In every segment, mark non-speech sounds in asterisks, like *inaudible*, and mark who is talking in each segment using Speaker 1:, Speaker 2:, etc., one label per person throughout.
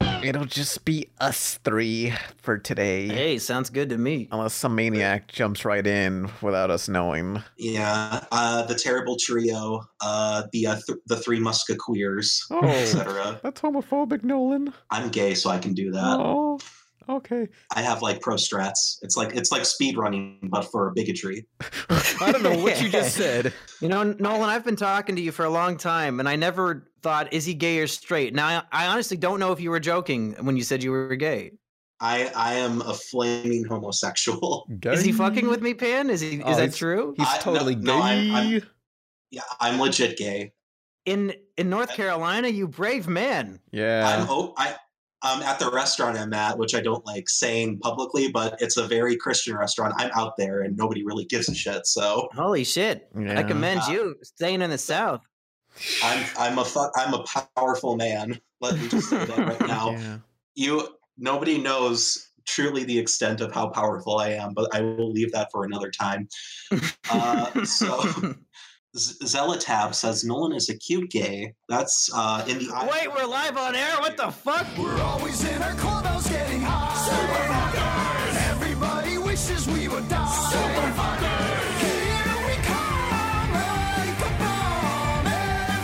Speaker 1: It'll just be us three for today.
Speaker 2: Hey, sounds good to me.
Speaker 1: Unless some maniac jumps right in without us knowing.
Speaker 3: Yeah, uh, the terrible trio, uh, the uh, th- the three musketeers,
Speaker 2: *laughs*
Speaker 1: Oh,
Speaker 3: etc.
Speaker 1: that's homophobic, Nolan.
Speaker 3: I'm gay, so I can do that.
Speaker 1: Oh, okay.
Speaker 3: I have like pro strats. It's like it's like speed running, but for bigotry.
Speaker 1: I don't know what you just said.
Speaker 2: *laughs* You know, Nolan, I've been talking to you for a long time, and I never thought, is he gay or straight? Now, I I honestly don't know if you were joking when you said you were gay.
Speaker 3: I I am a flaming homosexual. *laughs*
Speaker 2: Is he fucking with me, Pan? Is he?
Speaker 1: Oh,
Speaker 2: is that
Speaker 1: he's-
Speaker 2: true?
Speaker 1: He's
Speaker 3: I- no,
Speaker 1: totally
Speaker 3: no, I'm- I'm-
Speaker 1: gay.
Speaker 3: Yeah, I'm legit gay.
Speaker 2: In in North Carolina, you brave man.
Speaker 1: yeah.
Speaker 3: I'm oh I. I'm at the restaurant I'm at, which I don't like saying publicly, but it's a very Christian restaurant. I'm out there and nobody really gives a shit. So
Speaker 2: Holy shit! I
Speaker 1: Yeah.
Speaker 2: commend
Speaker 3: Uh,
Speaker 2: you staying in the South.
Speaker 3: I'm I'm a fuck I'm a powerful man. Let me just say that
Speaker 1: *laughs*
Speaker 3: right now.
Speaker 1: Yeah.
Speaker 3: You nobody knows truly the extent of how powerful I am, but I will leave that for another time. Uh, so Z- Zelatab says Nolan is a cute gay. That's uh, in the
Speaker 2: Wait, we're live on air. What the fuck?
Speaker 4: We're always in our clubhouse getting high. Super fuckers. Everybody wishes we would die. Super fuckers. Here we come like a bomb.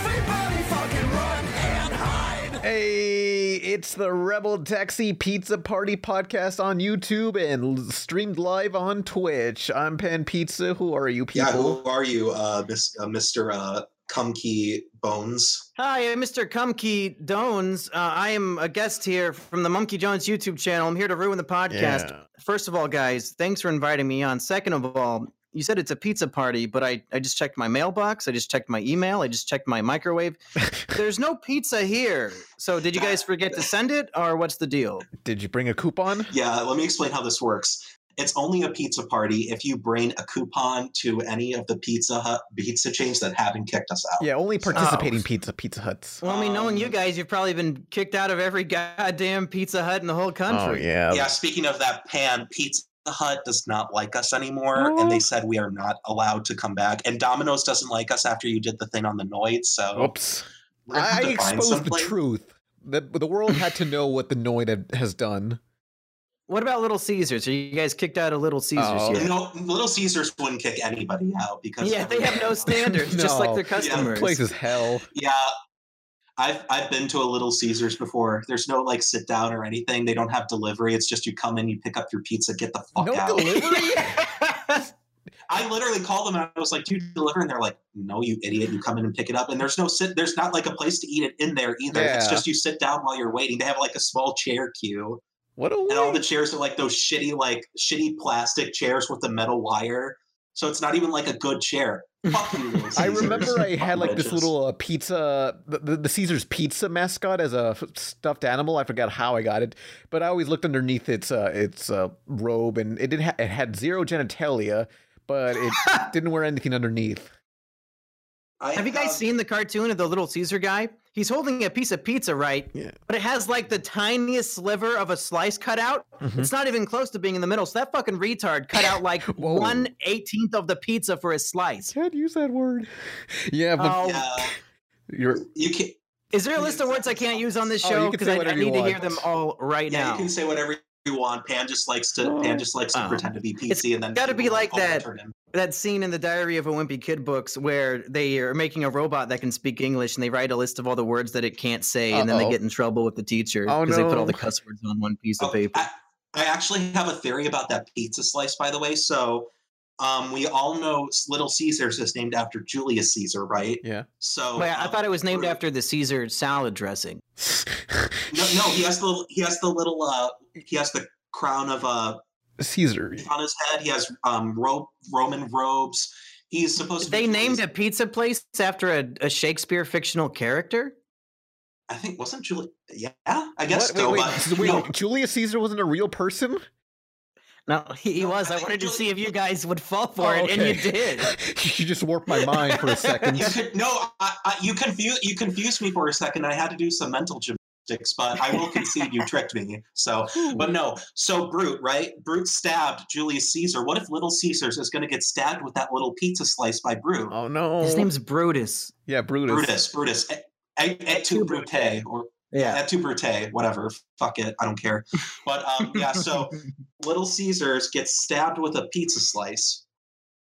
Speaker 4: Everybody fucking run and hide.
Speaker 1: Hey, it's the Rebel Taxi Pizza Party podcast on YouTube and l- streamed live on Twitch. I'm Pan Pizza. Who are you
Speaker 3: Yeah,
Speaker 1: people?
Speaker 3: who are you, uh, Miss, uh, Mr. Uh, Cumkey Bones?
Speaker 2: Hi, I'm Mr. Cumkey Dones. Uh, I am a guest here from the Monkey Jones YouTube channel. I'm here to ruin the podcast.
Speaker 1: Yeah.
Speaker 2: First of all, guys, thanks for inviting me on. Second of all, you said it's a pizza party, but I, I just checked my mailbox. I just checked my email. I just checked my microwave. There's no pizza here. So, did you guys forget to send it, or what's the deal?
Speaker 1: *laughs* Did you bring a coupon?
Speaker 3: Yeah, let me explain how this works. It's only a pizza party if you bring a coupon to any of the Pizza Hut pizza chains that haven't kicked us out.
Speaker 1: Yeah, only participating pizza Pizza Huts.
Speaker 2: Well, I mean, knowing you
Speaker 3: Um,
Speaker 2: guys, you've probably been kicked out of every goddamn Pizza Hut in the whole
Speaker 1: Oh
Speaker 2: country.
Speaker 1: yeah.
Speaker 3: yeah, speaking of that, Pan, Pizza Hut does not like us anymore, and
Speaker 1: Oh.
Speaker 3: they said we are not allowed to come back. And Domino's doesn't like us after you did the thing on the Noid, so
Speaker 1: Oops.
Speaker 3: we're gonna have
Speaker 1: I
Speaker 3: to find
Speaker 1: exposed the
Speaker 3: someplace.
Speaker 1: truth. The, the world had to know what the Noid had- has
Speaker 3: *laughs*
Speaker 1: done.
Speaker 2: What about Little Caesars? Are you guys kicked out of Little Caesars
Speaker 1: Oh.
Speaker 2: yet?
Speaker 3: No, Little Caesars wouldn't kick anybody out because
Speaker 2: Yeah, they
Speaker 3: *laughs*
Speaker 2: have no standards, just like
Speaker 1: No.
Speaker 2: their
Speaker 1: Yeah,
Speaker 2: customers.
Speaker 1: Place is hell.
Speaker 3: Yeah, I've I've been to a Little Caesars before. There's no like sit down or anything. They don't have delivery. It's just you come in, you pick up your pizza, get the fuck
Speaker 1: No
Speaker 3: out.
Speaker 1: delivery.
Speaker 3: I literally called them and I was like, "Do you deliver?" And they're like, "No, you idiot! You come in and pick it up." And there's no sit. There's not like a place to eat it in there either. It's
Speaker 1: Yeah.
Speaker 3: just you sit down while you're waiting. They have like a small chair queue,
Speaker 1: what a
Speaker 3: *laughs* and all the
Speaker 1: waste.
Speaker 3: chairs are like those shitty like shitty plastic chairs with the metal wire. So it's not even like a
Speaker 1: *laughs*
Speaker 3: good chair. Fuck you, Little
Speaker 1: I
Speaker 3: Caesars.
Speaker 1: remember I
Speaker 3: Fucking
Speaker 1: had like this
Speaker 3: bitches.
Speaker 1: little uh, pizza, the, the, the Caesar's pizza mascot as a f- stuffed animal. I forgot how I got it, but I always looked underneath its uh, its uh, robe, and it did ha- it had zero genitalia, but
Speaker 3: *laughs*
Speaker 1: it didn't wear anything underneath.
Speaker 3: I
Speaker 2: Have you
Speaker 1: Um,
Speaker 2: guys seen the cartoon of the Little Caesar guy? He's holding a piece of pizza, right?
Speaker 1: Yeah.
Speaker 2: But it has like the tiniest sliver of a slice cut out.
Speaker 1: Mhm.
Speaker 2: It's not even close to being in the middle. So that fucking retard cut out
Speaker 1: *laughs*
Speaker 2: like
Speaker 1: Whoa.
Speaker 2: one eighteenth of the pizza for his slice.
Speaker 1: Can't use that word. *laughs* Yeah, but
Speaker 2: Oh,
Speaker 3: Yeah,
Speaker 1: you're *laughs*
Speaker 3: you can.
Speaker 2: is there a list of words I can't use on this
Speaker 1: Oh, you
Speaker 2: show?
Speaker 1: can
Speaker 2: Because
Speaker 1: say
Speaker 2: I, I
Speaker 1: whatever you
Speaker 2: need to hear
Speaker 1: want.
Speaker 2: them all right
Speaker 3: Yeah,
Speaker 2: now.
Speaker 3: you can say whatever you want. Pan just likes to Pan just likes to
Speaker 2: Oh.
Speaker 3: pretend to be PC and then
Speaker 2: gotta be
Speaker 3: people
Speaker 2: like that.
Speaker 3: overturn him.
Speaker 2: that scene in the Diary of a Wimpy Kid books where they are making a robot that can speak English and they write a list of all the words that it can't say and then they
Speaker 1: Uh-oh.
Speaker 2: get in trouble with the teacher
Speaker 1: Oh,
Speaker 2: because they put all the
Speaker 1: no.
Speaker 2: cuss words on one piece
Speaker 3: Oh,
Speaker 2: of paper.
Speaker 3: I, I actually have a theory about that pizza slice, by the way. So um, we all know Little Caesars is named after Julius Caesar, right?
Speaker 1: yeah. Oh,
Speaker 3: So
Speaker 2: Wait, I
Speaker 3: um,
Speaker 2: thought it was named
Speaker 3: we're-
Speaker 2: after the Caesar salad dressing.
Speaker 3: No, no, he has the he has the little uh he has the crown of uh
Speaker 1: Caesar.
Speaker 3: on his head. He has um robe Roman robes. He's supposed to. be
Speaker 2: They named
Speaker 3: Julius-
Speaker 2: a pizza place after a, a Shakespeare fictional character?
Speaker 3: I think wasn't Julius. Yeah, I guess
Speaker 1: What?
Speaker 3: so.
Speaker 1: Wait,
Speaker 3: but-
Speaker 1: wait, wait, *laughs*
Speaker 3: no,
Speaker 1: Julius Caesar wasn't a real person. *laughs*
Speaker 2: No, he, he
Speaker 3: No,
Speaker 2: was.
Speaker 3: I
Speaker 2: I
Speaker 3: think
Speaker 2: wanted to
Speaker 3: Julie-
Speaker 2: see if you guys would fall for
Speaker 1: Oh,
Speaker 2: it,
Speaker 1: okay.
Speaker 2: and
Speaker 1: *laughs*
Speaker 2: you did.
Speaker 1: you just warped my mind for a second.
Speaker 3: You could, no, I, I, you confused you confused me for a second. I had to do some mental gymnastics, but I will concede you tricked me. So, but no. So Brute, right? Brute stabbed Julius Caesar. What if Little Caesar's is going to get stabbed with that little pizza slice by Brute?
Speaker 1: oh no.
Speaker 2: His name's Brutus.
Speaker 1: yeah, Brutus.
Speaker 3: e, Brutus, Brutus, et, et, et tu Brute, or
Speaker 2: Yeah.
Speaker 3: Et tu brute, whatever. Fuck it. I don't care. But um, yeah, so Little Caesars gets stabbed with a pizza slice.
Speaker 1: *laughs*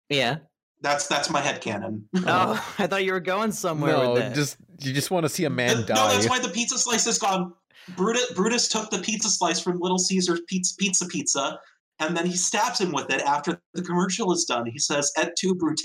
Speaker 2: Yeah.
Speaker 3: That's that's my headcanon.
Speaker 2: Oh, I thought you were going somewhere with
Speaker 1: no,
Speaker 2: that.
Speaker 1: just you just want to see a man
Speaker 3: Th-
Speaker 1: die.
Speaker 3: No, that's why the pizza slice is gone. Brutus, Brutus took the pizza slice from Little Caesar's pizza, pizza Pizza, and then he stabs him with it after the commercial is done. He says, "Et tu, Brute,"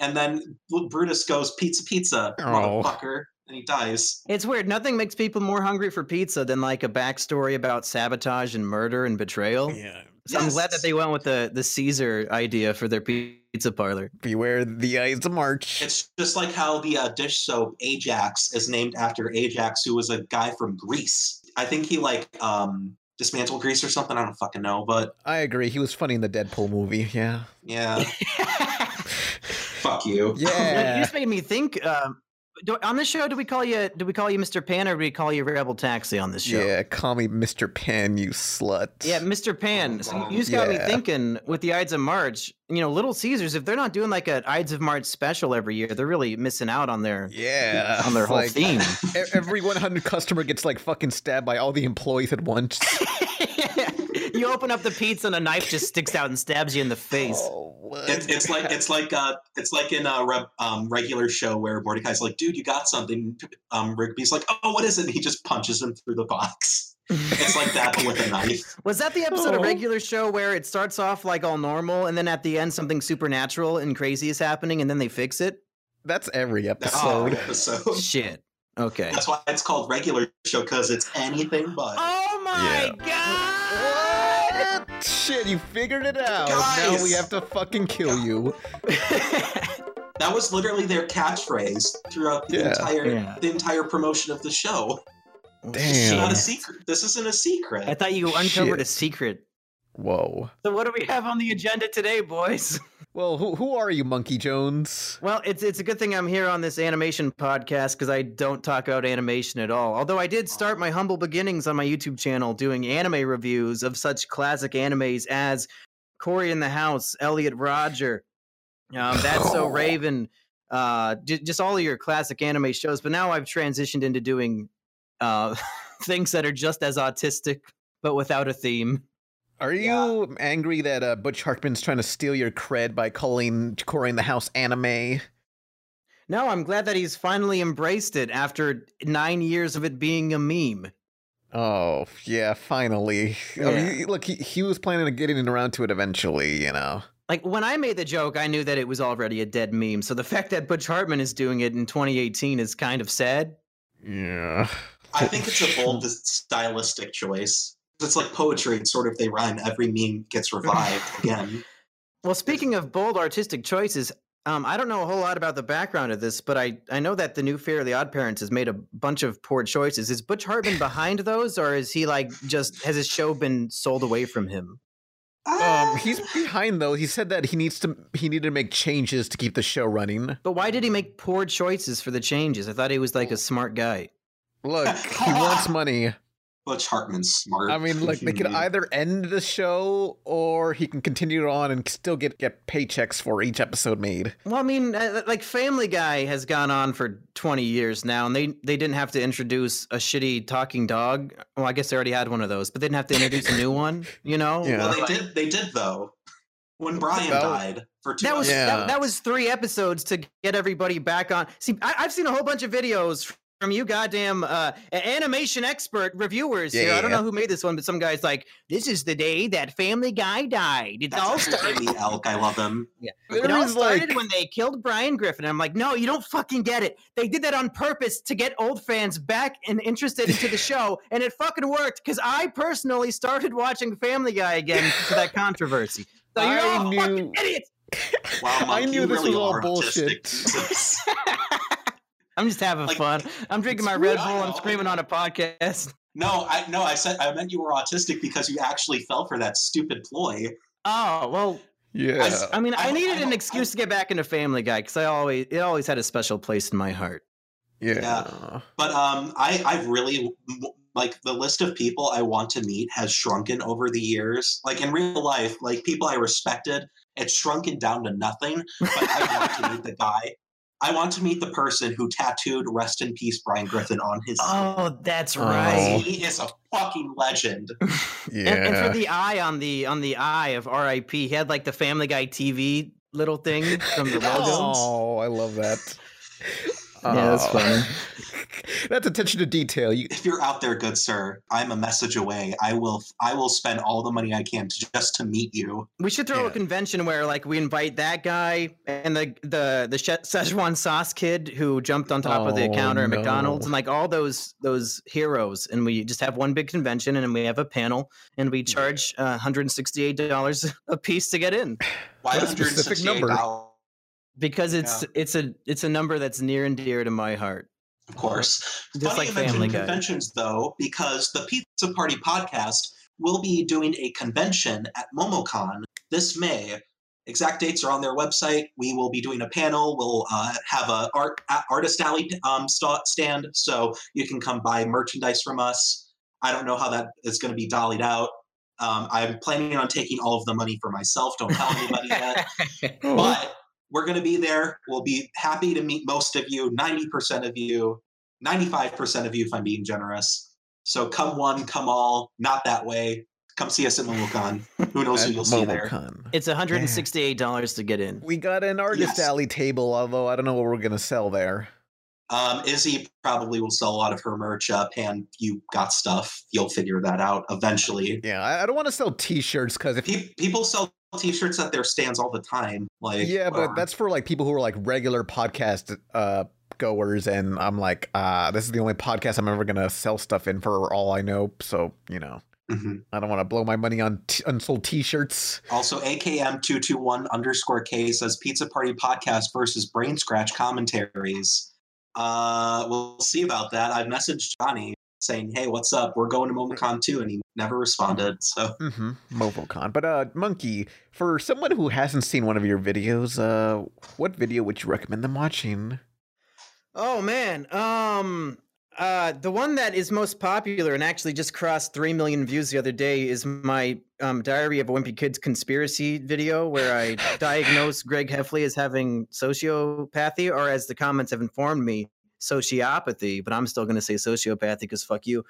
Speaker 3: and then Br- Brutus goes, "Pizza, pizza,
Speaker 1: Oh.
Speaker 3: motherfucker," and he dies.
Speaker 2: It's weird. Nothing makes people more hungry for pizza than like a backstory about sabotage and murder and betrayal.
Speaker 1: yeah.
Speaker 2: So I'm glad that they went with the the Caesar idea for their pizza parlor.
Speaker 1: Beware the eyes of March.
Speaker 3: It's just like how the uh, dish soap Ajax is named after Ajax, who was a guy from Greece. I think he like um, dismantled Greece or something. I don't fucking know, but
Speaker 1: I agree. He was funny in the Deadpool movie. Yeah.
Speaker 3: yeah, fuck you.
Speaker 2: you
Speaker 1: Yeah.
Speaker 2: just made me think. Um, do, on this show, do we call you do we call you Mr. Pan or do we call you Rebel Taxi on this show?
Speaker 1: yeah. Call me Mr. Pan, you slut.
Speaker 2: Yeah, Mr. Pan. So
Speaker 3: Wrong.
Speaker 2: you just got me
Speaker 1: Yeah.
Speaker 2: thinking with the Ides of March. You know, Little Caesars. If they're not doing like an Ides of March special every year, they're really missing out on their
Speaker 1: Yeah.
Speaker 2: on their
Speaker 1: It's
Speaker 2: whole
Speaker 1: like,
Speaker 2: theme.
Speaker 1: e- Every 100 customer gets like fucking stabbed by all the employees at once.
Speaker 2: *laughs* you open up the pizza and a knife just sticks out and stabs you in the face.
Speaker 1: Oh, what? *laughs*
Speaker 3: It's, it's like it's like uh it's like in a re- um, regular show where Mordecai's like, dude, you got something. Um, Rigby's like, oh, what is it? And he just punches him through the box. It's like that with a knife.
Speaker 2: *laughs* Was that the episode
Speaker 1: Oh.
Speaker 2: of regular show where it starts off like all normal and then at the end something supernatural and crazy is happening and then they fix it?
Speaker 1: That's every
Speaker 3: That's
Speaker 1: episode.
Speaker 3: the
Speaker 1: Oh.
Speaker 3: episode.
Speaker 2: Shit. Okay.
Speaker 3: That's why it's called regular show because it's anything but.
Speaker 2: Oh my god!
Speaker 1: *laughs* Shit, you figured it out. Now
Speaker 3: Guys!
Speaker 1: we have to fucking kill you.
Speaker 3: That was literally their catchphrase throughout the
Speaker 1: Yeah.
Speaker 3: entire
Speaker 2: Yeah.
Speaker 3: the entire promotion of the show. This is
Speaker 1: Damn.
Speaker 3: not a secret. This isn't a
Speaker 2: I
Speaker 3: secret.
Speaker 2: thought you
Speaker 1: Shit.
Speaker 2: uncovered a secret.
Speaker 1: Whoa.
Speaker 2: So what do we have on the agenda today, boys?
Speaker 1: Well, who who are you, Monkey Jones?
Speaker 2: Well, it's it's a good thing I'm here on this animation podcast because I don't talk about animation at all. Although I did start my humble beginnings on my YouTube channel doing anime reviews of such classic animes as Cory in the House, Elliot Roger, um, That's So Raven, uh, j- just all of your classic anime shows. But now I've transitioned into doing uh, *laughs* things that are just as autistic but without a theme.
Speaker 1: Are you angry that uh, Butch Hartman's trying to steal your cred by calling Corey in the House anime?
Speaker 2: No, I'm glad that he's finally embraced it after nine years of it being a meme.
Speaker 1: Oh, yeah, finally. I mean,
Speaker 2: Yeah.
Speaker 1: Oh, he- look, he, he was planning on getting around to it eventually, you know.
Speaker 2: Like when I made the joke, I knew that it was already a dead meme. So the fact that Butch Hartman is doing it in 2018 is kind of sad.
Speaker 1: Yeah.
Speaker 3: I think it's a bold stylistic choice. It's like poetry. It's sort of they rhyme. Every meme gets revived again.
Speaker 2: Well, speaking of bold artistic choices, um, I don't know a whole lot about the background of this, but I, I know that the new Fairly Odd Parents has made a bunch of poor choices. Is Butch Hartman behind those, or is he like just has his show been sold away from him?
Speaker 1: Um,
Speaker 3: Ah,
Speaker 1: he's behind though. He said that he needs to he needed to make changes to keep the show running.
Speaker 2: But why did he make poor choices for the changes? I thought he was like a smart guy.
Speaker 1: Look, he wants money.
Speaker 3: Butch Hartman's smart.
Speaker 1: I mean, look, they could either end the show or he can continue on and still get get paychecks for each episode made.
Speaker 2: Well, I mean, uh, like Family Guy has gone on for 20 years now, and they, they didn't have to introduce a shitty talking dog. Well, I guess they already had one of those, but they didn't have to introduce
Speaker 1: *laughs*
Speaker 2: a new one, you know?
Speaker 1: Yeah.
Speaker 3: Well, they did. They did though. When Brian
Speaker 1: Well,
Speaker 3: died for two
Speaker 2: That was
Speaker 1: Yeah.
Speaker 2: that, that was three episodes to get everybody back on. See, I, I've seen a whole bunch of videos from you goddamn uh, a- animation expert reviewers here. I don't
Speaker 1: Yeah.
Speaker 2: know who made this one, but some guy's like, "This is the day that Family Guy died." It's all
Speaker 3: That's
Speaker 2: started.
Speaker 3: Jamie Elk. I love him.
Speaker 2: It
Speaker 1: There
Speaker 2: all
Speaker 1: is,
Speaker 2: started
Speaker 1: like-
Speaker 2: when they killed Brian Griffin. I'm like, no, you don't fucking get it. They did that on purpose to get old fans back and interested *laughs* into the show, and it fucking worked because I personally started watching Family Guy again for that controversy. So you're
Speaker 1: I
Speaker 2: all
Speaker 1: knew-
Speaker 2: fucking idiots.
Speaker 3: Wow,
Speaker 1: *laughs*
Speaker 3: Mike,
Speaker 1: I knew
Speaker 3: you
Speaker 1: this
Speaker 3: really
Speaker 1: was all
Speaker 3: are autistic.
Speaker 2: I'm just having
Speaker 3: Like,
Speaker 2: fun. I'm drinking my Red
Speaker 3: I
Speaker 2: Bull. I'm
Speaker 3: know.
Speaker 2: screaming on a podcast.
Speaker 3: *laughs* no, I no, I said I meant you were autistic because you actually fell for that stupid ploy.
Speaker 2: Oh well,
Speaker 1: Yeah.
Speaker 3: s-
Speaker 2: I mean, Oh, I
Speaker 3: I'm-
Speaker 2: needed
Speaker 3: I'm-
Speaker 2: an excuse to get back into Family Guy because I always it always had a special place in my heart.
Speaker 1: yeah.
Speaker 3: But um, I I really like the list of people I want to meet has shrunken over the years. Like in real life,
Speaker 1: *laughs*
Speaker 3: like people I respected, it's shrunken down to nothing. But I want to meet the guy I want to meet the person who tattooed "Rest in Peace" Brian Griffin on his.
Speaker 2: Oh, that's
Speaker 1: Oh.
Speaker 2: right.
Speaker 3: he is a fucking legend.
Speaker 1: Yeah.
Speaker 2: And, and for the eye on the on the eye of RIP, he had like the Family Guy TV little thing from
Speaker 1: *laughs*
Speaker 2: the logo.
Speaker 1: oh, I love that.
Speaker 2: Yeah, that's
Speaker 1: Oh.
Speaker 2: fun.
Speaker 1: *laughs* that's attention to detail. You,
Speaker 3: If you're out there, good sir, I'm a message away. I will. I will spend all the money I can to, just to meet you.
Speaker 2: We should throw
Speaker 1: Yeah.
Speaker 2: a convention where like we invite that guy and the the the She- Szechuan sauce kid who jumped on top of the
Speaker 1: Oh,
Speaker 2: counter at McDonald's
Speaker 1: no.
Speaker 2: and like all those those heroes and we just have one big convention and then we have a panel and we charge uh, 168 dollars *laughs* a piece to get in
Speaker 3: Why
Speaker 1: What a specific number.
Speaker 3: $168?
Speaker 2: because it's it's a it's a number that's near and dear to my heart.
Speaker 3: Of course.
Speaker 2: Just
Speaker 3: Funny
Speaker 2: like
Speaker 3: you
Speaker 2: Family
Speaker 3: mentioned
Speaker 2: Guy.
Speaker 3: conventions, though, because the Pizza Party podcast will be doing a convention at MomoCon this May. Exact dates are on their website. We will be doing a panel. We'll uh, have a art a- artist alley um, sta- stand, so you can come buy merchandise from us. I don't know how that is going to be dollied out. Um, I'm planning on taking all of the money for myself. Don't
Speaker 2: *laughs*
Speaker 3: tell anybody yet
Speaker 1: Mm-hmm.
Speaker 3: but we're going to be there. We'll be happy to meet most of you, 90% of you, 95% of you, if I'm being generous. So come one, come all, not that way. Come see us at
Speaker 1: *laughs*
Speaker 3: MomoCon. Who knows who
Speaker 1: At
Speaker 3: you'll see there.
Speaker 1: MomoCon.
Speaker 2: It's $168 to get in.
Speaker 1: We got an artist
Speaker 3: Yes.
Speaker 1: alley table, although I don't know what we're gonna sell there.
Speaker 3: Um, Izzy probably will sell a lot of her merch up, and you got stuff. You'll figure that out eventually.
Speaker 1: Yeah, I, I don't want to sell T-shirts because if
Speaker 3: Pe- people sell T-shirts at their stands all the time. Like
Speaker 1: yeah,
Speaker 3: whatever.
Speaker 1: but that's for like people who are like regular podcast uh goers, and I'm like, ah, this is the only podcast I'm ever gonna sell stuff in for all I know. So you know,
Speaker 3: Mhm.
Speaker 1: I don't want to blow my money on t- unsold T-shirts.
Speaker 3: Also, AKM221 underscore K says Pizza Party Podcast versus Brain Scratch commentaries. Uh, we'll see about that. I've messaged Johnny saying, hey, what's up? We're going to MomoCon too, and he never responded. So uh,
Speaker 1: Mm-hmm. MovoCon, but uh, Monkey, for someone who hasn't seen one of your videos, uh, what video would you recommend them watching?
Speaker 2: Oh man, um, uh, the one that is most popular and actually just crossed three million views the other day is my um, Diary of a Wimpy Kid's conspiracy video, where I diagnose Greg Heffley as having sociopathy, or as the comments have informed me, sociopathy. But I'm still going to say sociopathy because fuck you.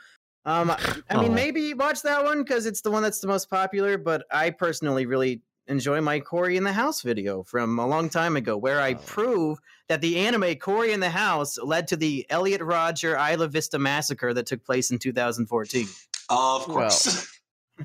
Speaker 2: Um, I
Speaker 1: Oh.
Speaker 2: mean, maybe watch that one because it's the one that's the most popular. But I personally really enjoy my Corey in the House video from a long time ago, where I
Speaker 1: Oh.
Speaker 2: prove that the anime Corey in the House led to the Elliot Roger Isla Vista massacre that took place in 2014.
Speaker 3: of
Speaker 1: Well,
Speaker 3: course. *laughs*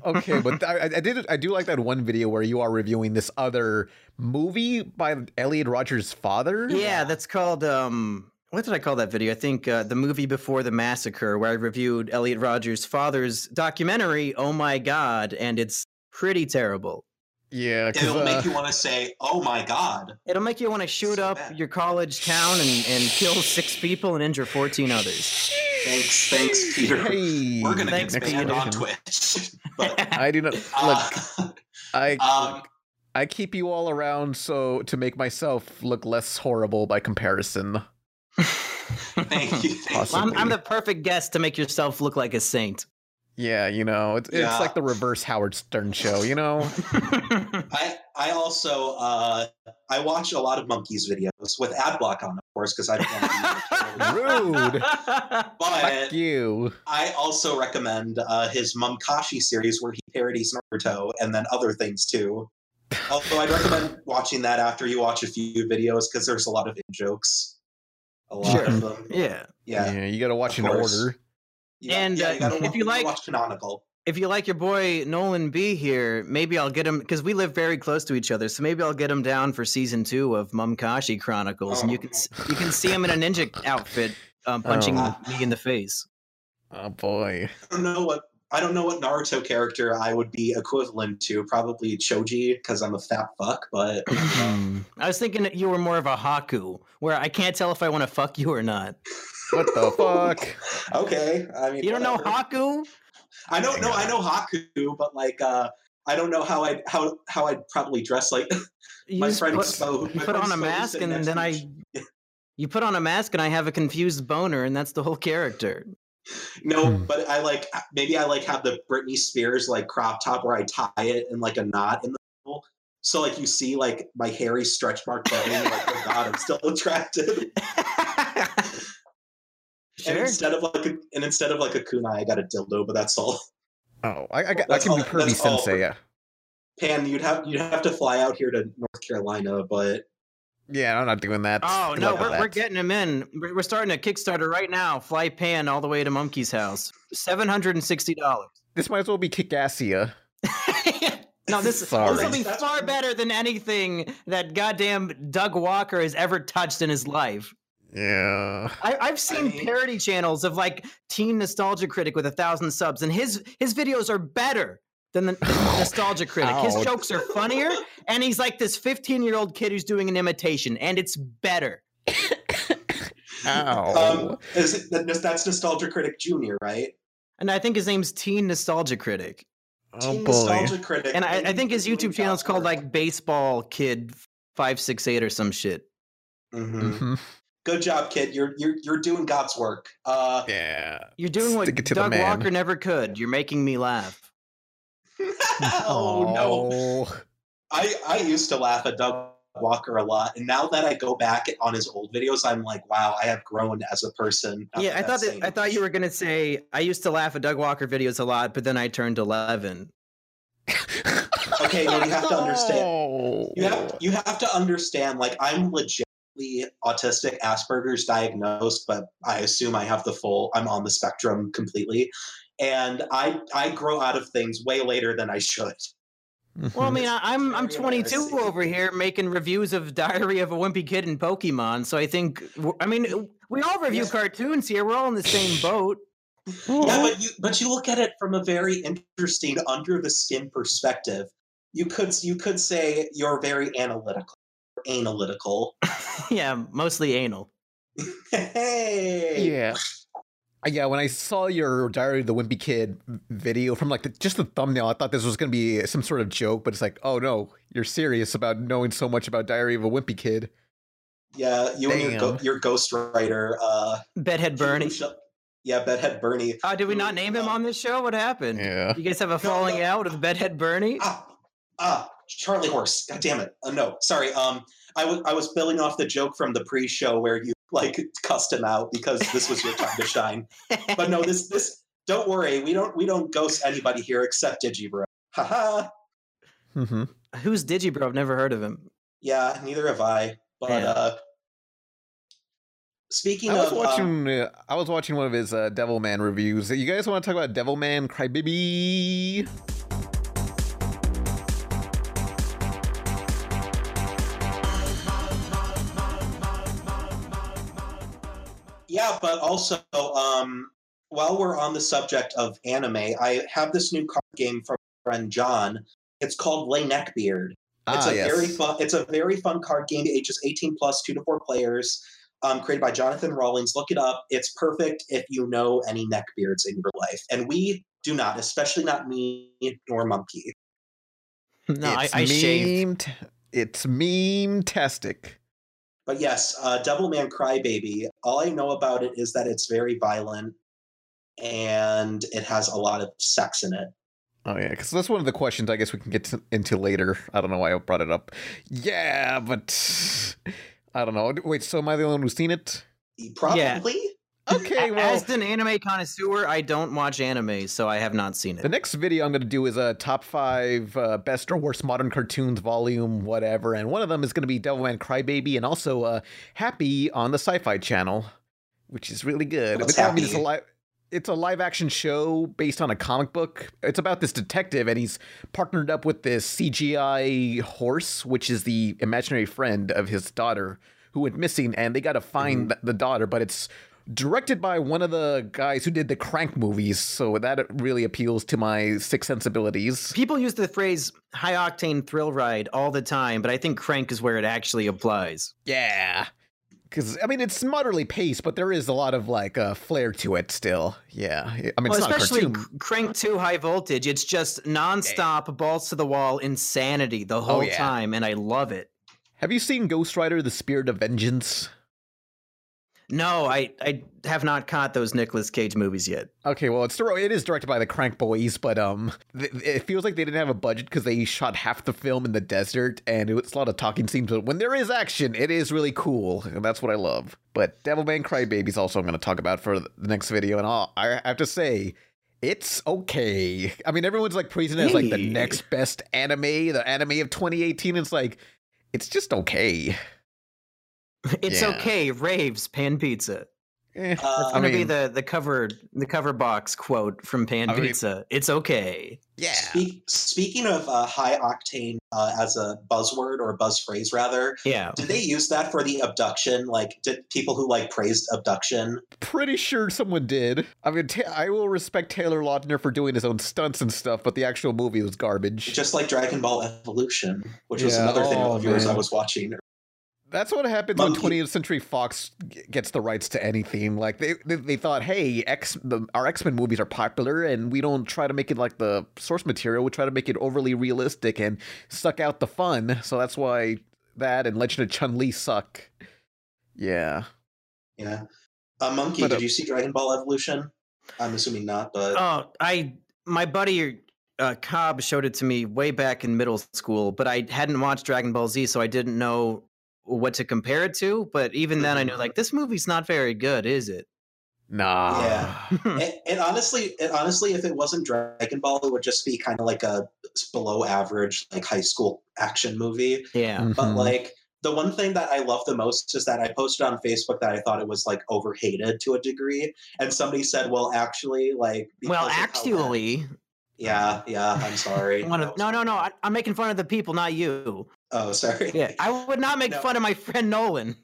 Speaker 1: Okay, but *laughs* I, I- I did I do like that one video where you are reviewing this other movie by Elliot Rogers' father.
Speaker 2: Yeah, that's called. Um, what did I call that video? I think uh, the movie before the massacre, where I reviewed Elliot Rogers' father's documentary. Oh my god! And it's pretty terrible.
Speaker 1: yeah. 'cause,
Speaker 3: It'll
Speaker 1: uh,
Speaker 3: make you want to say, oh my God.
Speaker 2: It'll make you want to shoot
Speaker 3: So
Speaker 2: up
Speaker 3: bad.
Speaker 2: your college town and, and kill six people and injure 14 others.
Speaker 1: *laughs*
Speaker 3: Thanks, thanks, Peter.
Speaker 1: Hey,
Speaker 3: *laughs* We're going to
Speaker 2: Thanks,
Speaker 3: get banned
Speaker 2: Peter.
Speaker 3: on Twitch. *laughs*
Speaker 1: *laughs*
Speaker 3: but,
Speaker 1: I do not
Speaker 3: uh,
Speaker 1: look. I
Speaker 3: um,
Speaker 1: I keep you all around so to make myself look less horrible by comparison.
Speaker 2: *laughs*
Speaker 1: *laughs*
Speaker 3: thank you. Thank
Speaker 1: Awesome.
Speaker 3: you.
Speaker 2: I'm, I'm the perfect guest to make yourself look like a saint.
Speaker 1: Yeah, you know, it's
Speaker 3: Yeah.
Speaker 1: it's like the reverse Howard Stern show. You
Speaker 3: *laughs*
Speaker 1: know,
Speaker 3: I I also uh, I watch a lot of monkeys videos with ad block on, of course, because I
Speaker 2: *laughs*
Speaker 3: don't want to. Be
Speaker 1: Rude.
Speaker 3: but
Speaker 1: fuck you.
Speaker 3: I also recommend uh, his Mumkashi series where he parodies Naruto and then other things too. Although I'd recommend watching that after you watch a few videos because there's a lot of in jokes, a lot
Speaker 2: Sure.
Speaker 3: of them.
Speaker 2: *laughs* Yeah.
Speaker 1: Yeah,
Speaker 3: Yeah,
Speaker 1: you got to watch
Speaker 3: Of
Speaker 1: in
Speaker 3: course.
Speaker 1: order.
Speaker 3: You got-
Speaker 2: And,
Speaker 3: yeah,
Speaker 2: uh,
Speaker 3: you gotta
Speaker 2: if
Speaker 3: wa-
Speaker 2: you like-
Speaker 3: watch canonical.
Speaker 2: If you like your boy Nolan B here, maybe I'll get him because we live very close to each other. So maybe I'll get him down for season two of Mumkashi Chronicles, and you
Speaker 3: Oh.
Speaker 2: can s- you can see him in a ninja outfit um, punching
Speaker 1: Oh.
Speaker 2: me in the face.
Speaker 1: Oh boy.
Speaker 3: I don't know what I don't know what Naruto character I would be equivalent to. Probably Choji because I'm a fat fuck, but.
Speaker 1: Hmm.
Speaker 2: I was thinking that you were more of a Haku, where I can't tell if I want to fuck you or not.
Speaker 1: What the fuck?
Speaker 3: *laughs* Okay, I mean
Speaker 2: You don't know
Speaker 3: whatever.
Speaker 2: Haku?
Speaker 3: I don't know. I know Haku, but like, uh, I don't know how I would how how I'd probably dress like
Speaker 2: You
Speaker 3: my
Speaker 2: just
Speaker 3: friend.
Speaker 2: put,
Speaker 3: so
Speaker 2: you put on a mask, and then I. You put on a mask, and I have a confused boner, and that's the whole character.
Speaker 3: No,
Speaker 1: Hmm.
Speaker 3: but I like maybe I like have the Britney Spears like crop top where I tie it in like a knot in the middle, So like you see like my hairy stretch mark belly, and you're like oh god, I'm still
Speaker 2: *laughs*
Speaker 3: attracted. And
Speaker 2: sure.
Speaker 3: instead of like a, and instead of like a kunai, I got a dildo, but that's all.
Speaker 1: Oh, I, I, got, I
Speaker 3: That's
Speaker 1: can be
Speaker 3: all-
Speaker 1: pervy
Speaker 3: that's all.
Speaker 1: sensei. Yeah,
Speaker 3: Pan, you'd have you'd have to fly out here to North Carolina, but
Speaker 1: yeah, I'm not doing that.
Speaker 2: Oh
Speaker 1: Good
Speaker 2: no,
Speaker 1: luck with
Speaker 2: we're, we're
Speaker 1: that.
Speaker 2: getting him in. We're, we're starting a Kickstarter right now. Fly Pan all the way to Monkey's house. Seven hundred and
Speaker 1: *laughs*
Speaker 2: sixty dollars.
Speaker 1: This might as well be Kickassia. *laughs*
Speaker 2: no, this, this
Speaker 1: Sorry.
Speaker 2: will be far better than anything that goddamn Doug Walker has ever touched in his life.
Speaker 3: *laughs*
Speaker 1: Yeah.
Speaker 2: I, I've seen
Speaker 3: mean-
Speaker 2: parody channels of like teen nostalgia critic with a thousand subs, and his his videos are better than the
Speaker 1: *laughs*
Speaker 2: nostalgia critic. His
Speaker 1: Ouch.
Speaker 2: jokes are funnier, and he's like this fifteen year old kid who's doing an imitation, and it's better.
Speaker 1: Ow.
Speaker 3: um, is it, that- that's Nostalgia Critic Junior, right?
Speaker 2: And I think his name's Teen Nostalgia Critic,
Speaker 1: oh
Speaker 3: Teen
Speaker 1: boy.
Speaker 3: Nostalgia Critic.
Speaker 2: and I, I
Speaker 3: maybe
Speaker 2: think his
Speaker 3: doing
Speaker 2: YouTube channel is called like Baseball Kid Five Six Eight or some shit.
Speaker 3: Mhm.
Speaker 1: Mhm.
Speaker 3: Good job, kid. You're you're you're doing God's work.
Speaker 2: *laughs*
Speaker 3: Uh,
Speaker 1: Yeah.
Speaker 2: You're doing what
Speaker 1: Stick it to the
Speaker 2: Doug
Speaker 1: man.
Speaker 2: Walker never could. You're making me laugh.
Speaker 3: *laughs* oh no.
Speaker 1: Oh.
Speaker 3: I, I used to laugh at Doug Walker a lot, and now that I go back on his old videos, I'm like, wow, I have grown as a person. Not
Speaker 2: yeah, I thought
Speaker 3: that's
Speaker 2: that,
Speaker 3: saying
Speaker 2: I thought you were gonna say I used to laugh at Doug Walker videos a lot, but then I turned eleven.
Speaker 3: Okay, no, you have to understand.
Speaker 1: *laughs* Oh.
Speaker 3: You have you have to understand. Like, I'm legitimately autistic, Asperger's diagnosed, but I assume I have the full. I'm on the spectrum completely, and I I grow out of things way later than I should.
Speaker 1: Mhm.
Speaker 2: Well, I mean, I, I'm I'm
Speaker 3: Very
Speaker 2: 22
Speaker 3: embarrassing.
Speaker 2: over here making reviews of Diary of a Wimpy Kid and Pokemon, so I think I mean we all review
Speaker 3: Yeah.
Speaker 2: cartoons here. We're all in the same boat.
Speaker 3: Yeah, but you but you look at it from a very interesting under the skin perspective. You could you could say you're very analytical. Analytical. *laughs*
Speaker 2: yeah, mostly anal.
Speaker 3: Hey.
Speaker 1: yeah. Uh, Yeah, when I saw your Diary of the Wimpy Kid v- video from like the, just the thumbnail, I thought this was going to be some sort of joke, but it's like, oh no, you're serious about knowing so much about Diary of a Wimpy Kid.
Speaker 3: Yeah, you and your, go-
Speaker 1: Damn.
Speaker 3: your ghostwriter, uh
Speaker 2: Bedhead
Speaker 3: *laughs*
Speaker 2: Bernie.
Speaker 3: Yeah, Bedhead Bernie.
Speaker 2: Oh, did we not name him on this show? What happened?
Speaker 1: Yeah.
Speaker 2: You guys have a
Speaker 3: no.
Speaker 2: falling out with Bedhead Bernie?
Speaker 3: Ah, ah, Charlie Horse. God damn it. Uh, no, sorry. Um I wa- I was billing off the joke from the pre-show where you like cussed him out because this was your time to shine. But no, this this don't worry. We don't we don't ghost anybody here except Digibro. Haha.
Speaker 1: Mm-hmm.
Speaker 2: Who's Digibro? I've never heard of him.
Speaker 3: Yeah, neither have I. But
Speaker 2: Yeah.
Speaker 3: uh speaking
Speaker 1: I was
Speaker 3: of uh,
Speaker 1: watching. Uh, I was watching one of his uh, Devilman reviews. You guys want to talk about Devilman Crybaby?
Speaker 3: yeah, but also um while we're on the subject of anime, I have this new card game from my friend John. It's called Lay Neckbeard. It's
Speaker 1: ah,
Speaker 3: a
Speaker 1: yes.
Speaker 3: very fun. It's a very fun card game. Ages eighteen plus, two to four players. Um, created by Jonathan Rawlings. Look it up. It's perfect if you know any neckbeards in your life, and we do not, especially not me nor Monkey.
Speaker 2: No, I,
Speaker 1: It's
Speaker 2: I shaved.
Speaker 1: meme t- it's meme tastic.
Speaker 3: But yes, uh, Devilman Crybaby. All I know about it is that it's very violent, and it has a lot of sex in it.
Speaker 1: Oh yeah, because that's one of the questions I guess we can get to, into later. I don't know why I brought it up. Yeah, but I don't know. Wait, so am I the only one who's seen it?
Speaker 3: E, Probably.
Speaker 2: Yeah.
Speaker 1: Okay,
Speaker 2: A-
Speaker 1: well,
Speaker 2: As an anime connoisseur, I don't watch anime, so I have not seen it.
Speaker 1: the next video I'm going to do is a uh, top five uh, best or worst modern cartoons volume, whatever, and one of them is going to be Devilman Crybaby, and also uh, Happy on the Sci-Fi Channel, which is really good.
Speaker 3: What's
Speaker 1: But that means
Speaker 3: Happy?
Speaker 1: it's a live. It's a live action show based on a comic book. It's about this detective, and he's partnered up with this CGI horse, which is the imaginary friend of his daughter who went missing, and they got to find
Speaker 2: Mm-hmm.
Speaker 1: th- the daughter. But it's directed by one of the guys who did the Crank movies, so that really appeals to my six sensibilities.
Speaker 2: People use the phrase high octane thrill ride all the time, but I think crank is where it actually applies.
Speaker 1: Yeah. Because, I mean, it's moderately paced, but there is a lot of, like, uh, flair to it still. Yeah. I mean,
Speaker 2: Well,
Speaker 1: it's not a
Speaker 2: especially
Speaker 1: cartoon.
Speaker 2: cr- crank 2 high voltage. It's just nonstop balls to the wall insanity the whole
Speaker 1: Oh, yeah.
Speaker 2: time, and I love it.
Speaker 1: Have you seen Ghost Rider, The Spirit of Vengeance?
Speaker 2: No, I I have not caught those Nicolas Cage movies yet. *laughs*
Speaker 1: Okay, well, it's dir- it is directed by the Crank Boys, but um, th- it feels like they didn't have a budget because they shot half the film in the desert, and it's a lot of talking scenes. But when there is action, it is really cool, and that's what I love. But Devilman Crybabies also I'm going to talk about for the next video, and I'll, I have to say, it's okay. I mean, everyone's like praising it as like the
Speaker 2: Hey.
Speaker 1: next best anime, the anime of 2018. It's like, it's just okay.
Speaker 2: It's
Speaker 1: Yeah.
Speaker 2: okay. Raves Pan Pizza.
Speaker 1: Eh,
Speaker 3: Uh,
Speaker 2: That's
Speaker 1: I
Speaker 2: gonna be
Speaker 1: mean-
Speaker 2: the the cover the cover box quote from Pan
Speaker 1: I mean-
Speaker 2: Pizza. it's okay.
Speaker 1: yeah.
Speaker 3: Speak, speaking of uh, high octane uh, as a buzzword or buzz phrase, rather,
Speaker 2: Yeah.
Speaker 3: did they use that for the abduction? Like, did people who like praised abduction?
Speaker 1: pretty sure someone did. I mean, ta- I will respect Taylor Lautner for doing his own stunts and stuff, but the actual movie was garbage.
Speaker 3: Just like Dragon Ball Evolution, which was
Speaker 1: Yeah.
Speaker 3: another thing
Speaker 1: Oh,
Speaker 3: of yours I
Speaker 1: man.
Speaker 3: was watching.
Speaker 1: That's what happens when
Speaker 3: Monkey-
Speaker 1: 20th Century Fox g- gets the rights to anything. Like they, they, they thought, hey, X, the, our X Men movies are popular, and we don't try to make it like the source material. We try to make it overly realistic and suck out the fun. So that's why that and Legend of Chun Li suck. Yeah.
Speaker 3: Yeah. A monkey,
Speaker 1: But, uh,
Speaker 3: did you see Dragon Ball Evolution? I'm assuming not, but
Speaker 2: Oh, I my buddy uh, Cobb showed it to me way back in middle school, but I hadn't watched Dragon Ball Z, so I didn't know what to compare it to. But even then, I knew like this movie's not very good, is it? *laughs*
Speaker 1: Nah.
Speaker 3: Yeah.
Speaker 1: *laughs*
Speaker 3: it, it honestly, it honestly, if it wasn't Dragon Ball, it would just be kind of like a below average, like high school action movie.
Speaker 2: yeah.
Speaker 1: Mhm.
Speaker 3: But like the one thing that I love the most is that I posted on Facebook that I thought it was like overhated to a degree, and somebody said, "Well, actually, like."
Speaker 2: Well,
Speaker 3: because of how that-
Speaker 2: actually,
Speaker 3: yeah, yeah. I'm sorry.
Speaker 2: *laughs* one of no, no, no. I, I'm making fun of the people, not you.
Speaker 3: Oh, sorry.
Speaker 2: Yeah, I would not make
Speaker 3: No.
Speaker 2: fun of my friend Nolan.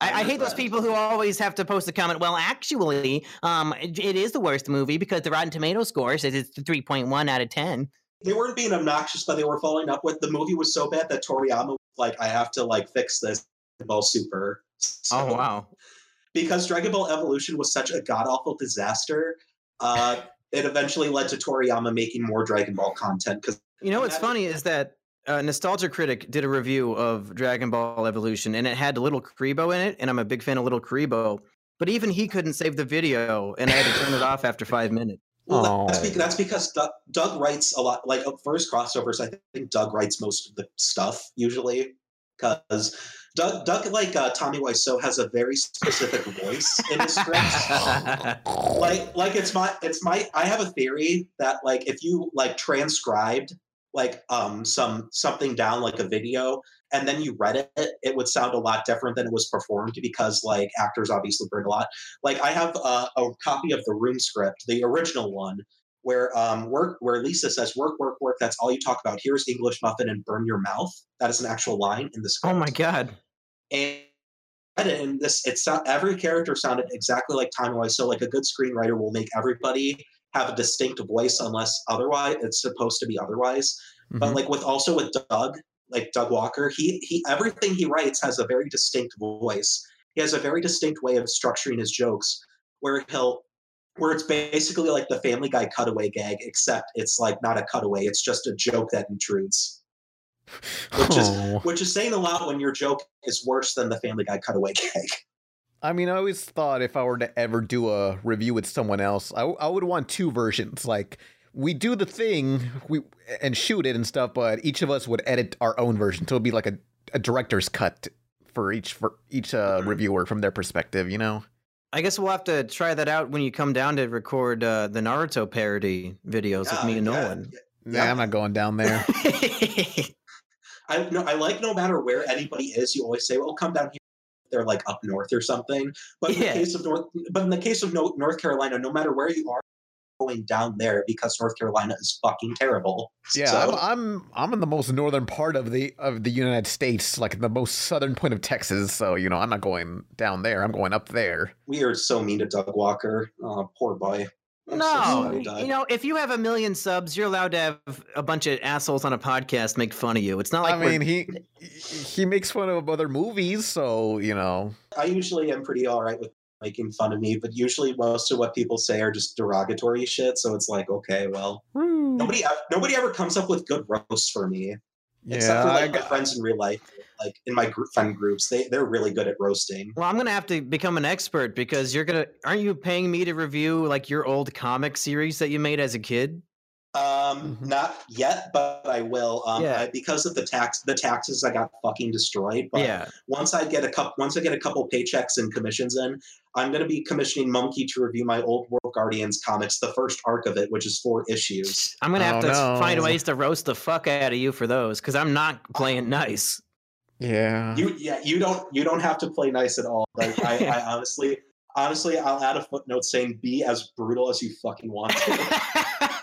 Speaker 2: I, I hate those
Speaker 3: Understand.
Speaker 2: people who always have to post a comment. Well, actually, um, it, it is the worst movie because the Rotten Tomato score says it's three point one out of ten.
Speaker 3: They weren't being obnoxious, but they were following up with the movie was so bad that Toriyama was like, "I have to like fix this." Dragon Ball Super. So-
Speaker 2: oh wow!
Speaker 3: Because Dragon Ball Evolution was such a god awful disaster. Uh, It eventually led to Toriyama making more Dragon Ball content because
Speaker 2: You know what's
Speaker 3: Imagine-
Speaker 2: funny is that uh, Nostalgia Critic did a review of Dragon Ball Evolution, and it had Little Karibo in it, and I'm a big fan of Little Karibo. But even he couldn't save the video, and I had to turn it off after five minutes.
Speaker 3: Well, that's,
Speaker 1: Oh.
Speaker 3: be- that's because Doug, Doug writes a lot. Like uh, first crossovers, I think Doug writes most of the stuff usually, because Doug, Doug, like uh, Tommy Wiseau, has a very specific voice in his scripts.
Speaker 2: *laughs* Oh
Speaker 3: Like, like it's my, it's my. I have a theory that like if you like transcribed like um some something down like a video and then you read it, it would sound a lot different than it was performed because like actors obviously bring a lot like I have a, a copy of the room script, the original one, where um work where Lisa says work work work. That's all you talk about. Here's English muffin and burn your mouth. That is an actual line in the
Speaker 2: Oh
Speaker 3: script.
Speaker 2: my god!
Speaker 3: And and in this, it's not every character sounded exactly like Time Wise. So like a good screenwriter will make everybody have a distinct voice unless otherwise it's supposed to be otherwise but like with also with Doug, like Doug Walker, he he everything he writes has a very distinct voice. He has a very distinct way of structuring his jokes, where he'll where it's basically like the Family Guy cutaway gag, except it's like not a cutaway; it's just a joke that intrudes, which is-
Speaker 1: Oh.
Speaker 3: which is saying a lot when your joke is worse than the Family Guy cutaway *laughs* gag.
Speaker 1: I mean, I always thought if I were to ever do a review with someone else, I, I would want two versions. Like we do the thing, we and shoot it and stuff, but each of us would edit our own version, so it'd be like a, a director's cut for each for each uh,
Speaker 3: Mhm.
Speaker 1: reviewer from their perspective. You know?
Speaker 2: I guess we'll have to try that out when you come down to record uh, the Naruto parody videos with
Speaker 3: Yeah,
Speaker 2: me and
Speaker 3: Ah, yeah,
Speaker 2: Nolan.
Speaker 1: Nah,
Speaker 3: Yeah.
Speaker 1: I'm not going down
Speaker 3: *laughs*
Speaker 1: there.
Speaker 2: *laughs*
Speaker 3: I no, I like no matter where anybody is, you always say, "Well, come down here." They're like up north or something. But in
Speaker 2: Yeah.
Speaker 3: the case of North, but in the case of no, North Carolina, no matter where you are, you're going down there because North Carolina is fucking terrible.
Speaker 1: Yeah, I'm,
Speaker 3: So,
Speaker 1: I'm I'm in the most northern part of the of the United States, like the most southern point of Texas. So you know, I'm not going down there. I'm going up there.
Speaker 3: we are so mean to Doug Walker. Oh, poor boy. I'm so
Speaker 2: no,
Speaker 3: sorry, Doug.
Speaker 2: you know, if you have a million subs, you're allowed to have a bunch of assholes on a podcast make fun of you. It's not like
Speaker 1: I mean, he he makes fun of other movies, so you know.
Speaker 3: I usually am pretty all right with making fun of me, but usually most of what people say are just derogatory
Speaker 2: Hmm.
Speaker 3: shit. So it's like, okay, well, nobody ev- nobody ever comes up with good roasts for me. Except for
Speaker 1: I
Speaker 3: like my
Speaker 1: got-
Speaker 3: friends in real life, like in my group, friend groups, they they're really good at roasting.
Speaker 2: Well, I'm gonna have to become an expert because you're gonna aren't you paying me to review like your old comic series that you made as a kid?
Speaker 3: Um,
Speaker 1: Mhm.
Speaker 3: not yet, but I will. Um,
Speaker 2: Yeah.
Speaker 3: I- because of the tax, the taxes, I got fucking destroyed. But
Speaker 2: yeah.
Speaker 3: once I get a couple, once I get a couple paychecks and commissions in, I'm going to be commissioning Monkey to review my old World Guardians comics, the first arc of it, which is four
Speaker 2: *laughs*
Speaker 3: issues.
Speaker 2: I'm gonna have
Speaker 1: Oh,
Speaker 2: to s- find
Speaker 1: no.
Speaker 2: ways to roast the fuck out of you for those because I'm not playing nice.
Speaker 1: yeah.
Speaker 3: You, yeah, you don't, you don't have to play nice at all. Like I, I honestly, honestly, I'll add a footnote saying be as brutal as you fucking want to.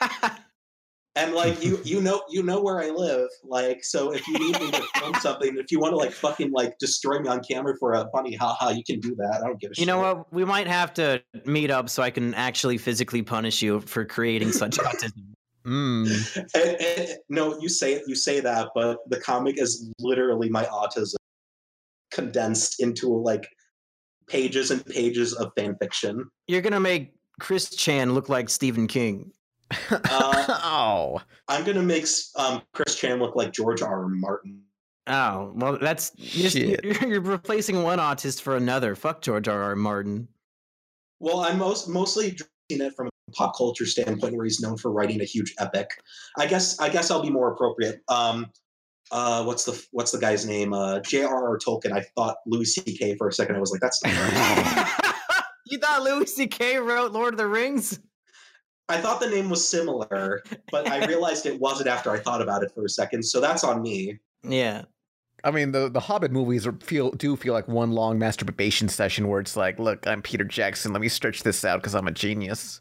Speaker 2: *laughs*
Speaker 3: and like you you know you know where i live like so if you need me to
Speaker 2: *laughs*
Speaker 3: film something if you want to like fucking like destroy me on camera for a funny haha you can do that i don't give a shit
Speaker 2: you know what? We might have to meet up so I can actually physically punish you for creating such autism.
Speaker 1: Mm.
Speaker 3: And- and- no you say you say that but the comic is literally my autism condensed into like pages and pages of fan fiction
Speaker 2: You're gonna make Chris Chan look like Stephen King. *laughs*
Speaker 3: Uh,
Speaker 1: oh.
Speaker 3: i'm gonna make um, chris chan look like george r R. martin
Speaker 2: Oh well, that's you're, just-
Speaker 1: Shit.
Speaker 2: you're, you're replacing one autist for another. Fuck George R. R. Martin.
Speaker 3: Well, I'm most mostly drawing it from a pop culture standpoint, where he's known for writing a huge epic. I guess I guess I'll be more appropriate. Um, uh, what's the what's the guy's name? Uh, J.R.R. Tolkien. I thought Louis C.K. for a second. I was like, that's. Not right.
Speaker 2: *laughs* you thought Louis C.K. wrote Lord of the Rings?
Speaker 3: I thought the name was similar, but I realized it wasn't after I thought about it for a second. So that's on me.
Speaker 2: Yeah.
Speaker 1: I mean, the the Hobbit movies are feel do feel like one long masturbation session where it's like, look, I'm Peter Jackson. Let me stretch this out because I'm a genius.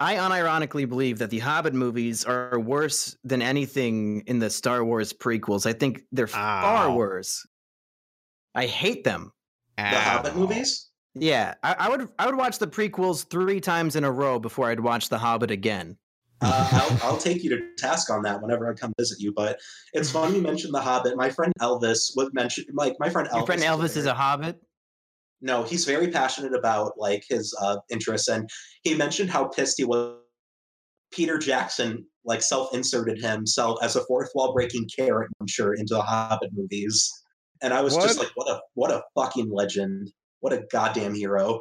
Speaker 2: I unironically believe that the Hobbit movies are worse than anything in the Star Wars prequels. I think they're far
Speaker 1: Ow.
Speaker 2: worse. I hate them.
Speaker 3: The Hobbit movies.
Speaker 2: Yeah, I, I would I would watch the prequels three times in a row before I'd watch The Hobbit again.
Speaker 3: Uh, I'll, I'll take you to task on that whenever I come visit you. But it's funny you mentioned The Hobbit. My friend Elvis was mentioned. Like my friend Elvis.
Speaker 2: Your friend Elvis is a Hobbit.
Speaker 3: no, he's very passionate about like his uh, interests, and he mentioned how pissed he was. Peter Jackson like self-inserted himself as a fourth wall breaking carrot, I'm sure, into the Hobbit movies, and I was just
Speaker 1: What?
Speaker 3: like, what a what a fucking legend, what a goddamn hero.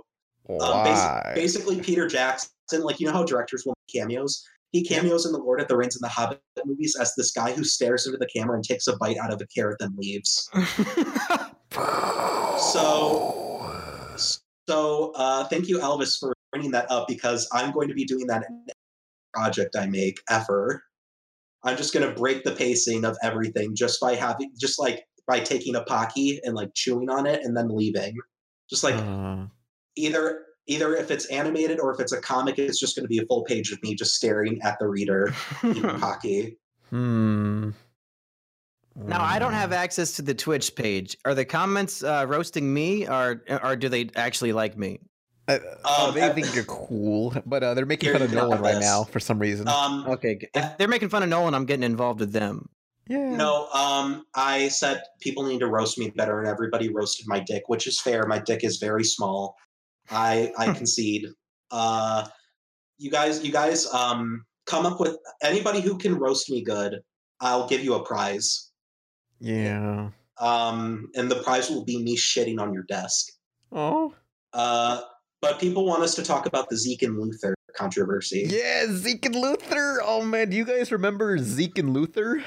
Speaker 3: Um,
Speaker 1: Why?
Speaker 3: basi- basically, Peter Jackson, like you know how directors will make cameos. He cameos in the Lord of the Rings and the Hobbit movies as this guy who stares into the camera and takes a bite out of a carrot then leaves. So- So uh, thank you, Elvis, for bringing that up because I'm going to be doing that in every project I make ever. I'm just going to break the pacing of everything just by having, just like by taking a pocky and like chewing on it and then leaving. Just like
Speaker 1: Uh,
Speaker 3: either either if it's animated or if it's a comic, it's just going to be a full page of me just staring at the reader eating pocky.
Speaker 1: hmm.
Speaker 2: *laughs*
Speaker 3: Um,
Speaker 2: Now I don't
Speaker 1: Uh,
Speaker 2: have access to the Twitch page. Are the comments uh, roasting me, or or do they actually like me?
Speaker 1: Uh, oh,
Speaker 3: Um,
Speaker 1: they
Speaker 3: I-
Speaker 1: think you're cool, but uh, they're making
Speaker 3: You're
Speaker 1: fun of
Speaker 3: not
Speaker 1: Nolan right
Speaker 3: this.
Speaker 1: now for some reason.
Speaker 3: Um,
Speaker 2: Okay, g- if Uh, they're making fun of Nolan, I'm getting involved with them.
Speaker 1: yeah.
Speaker 3: No, um, I said people need to roast me better, and everybody roasted my dick, which is fair. My dick is very small. I I concede. Uh, you guys, you guys, um, come up with anybody who can roast me good. I'll give you a prize,
Speaker 1: Yeah.
Speaker 3: um, and the prize will be me shitting on your desk.
Speaker 1: Oh.
Speaker 3: Uh, but people want us to talk about the Zeke and Luther controversy.
Speaker 1: Yeah, Zeke and Luther. Oh man, do you guys remember Zeke and Luther?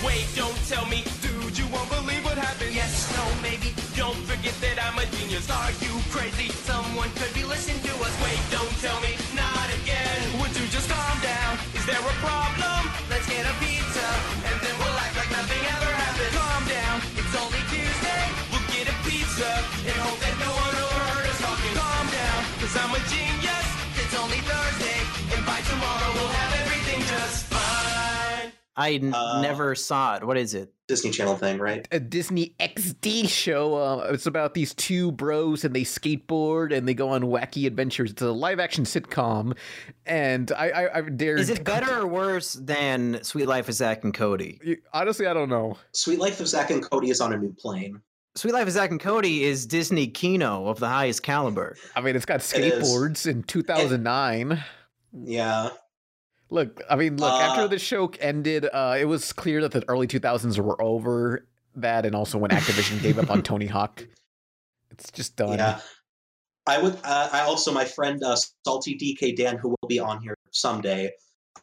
Speaker 5: Wait, don't tell me, dude, you won't believe what happened. Yes, no, maybe. Don't forget that I'm a genius. Are you crazy? Someone could be listening to us. Wait, don't tell me, not again. Would you just calm down? Is there a problem? Let's get a pizza, and then we'll act like nothing ever happened. Calm down, it's only Tuesday. We'll get a pizza, and hope that no one overheard us talking. Calm down, cause I'm a genius. It's only Thursday, and by tomorrow we'll have everything just fine.
Speaker 2: I n-
Speaker 3: Uh,
Speaker 2: never saw it. What is it?
Speaker 3: Disney Channel thing, right?
Speaker 1: A Disney XD show. Uh, it's about these two bros and they skateboard and they go on wacky adventures. It's a live action sitcom, and I I, I dare.
Speaker 2: Is it better or worse than Sweet Life of Zach and Cody?
Speaker 1: Honestly, I don't know.
Speaker 3: Sweet Life of Zack and Cody is on a new plane.
Speaker 2: Sweet Life of Zach and Cody is Disney Kino of the highest caliber.
Speaker 1: I mean, it's got
Speaker 3: It is.
Speaker 1: skateboards in 2009.
Speaker 3: Yeah.
Speaker 1: Look, I mean, look. after
Speaker 3: Uh,
Speaker 1: the show ended, uh, it was clear that the early 2000s were over. That and also when Activision gave
Speaker 3: *laughs*
Speaker 1: up on Tony Hawk, it's just done.
Speaker 3: Yeah. I would. Uh, I also, my friend uh, Salty DK Dan, who will be on here someday,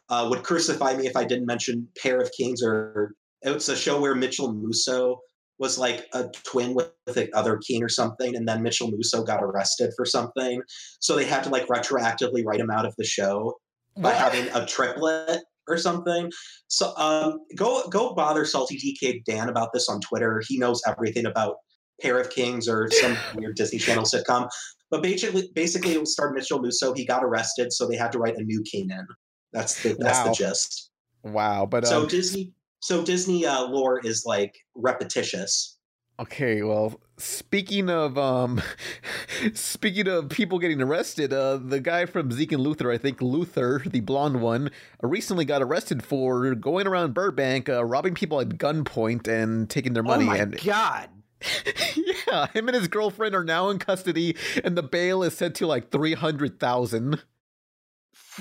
Speaker 3: uh, would crucify me if I didn't mention Pair of Kings. Or it's a show where Mitchell Musso was like a twin with the other king or something, and then Mitchell Musso got arrested for something, so they had to like retroactively write him out of the show by having a triplet or something. So um, go go bother Salty DK Dan about this on Twitter. He knows everything about Pair of Kings or
Speaker 1: *laughs*
Speaker 3: some weird Disney Channel sitcom. But basically, basically it starred Mitchell Musso. He got arrested, so they had to write a new Keenan. That's the that's
Speaker 1: Wow.
Speaker 3: the gist.
Speaker 1: Wow. But
Speaker 3: so
Speaker 1: um,
Speaker 3: Disney so Disney uh, lore is like repetitious.
Speaker 1: okay. Well, speaking of um, *laughs* speaking of people getting arrested, uh, the guy from Zeke and Luther, I think Luther, the blonde one, uh, recently got arrested for going around Burbank, uh, robbing people at gunpoint and taking their money.
Speaker 2: oh my
Speaker 1: and
Speaker 2: god!
Speaker 1: *laughs* yeah, him and his girlfriend are now in custody, and the bail is set to like three hundred thousand. *laughs*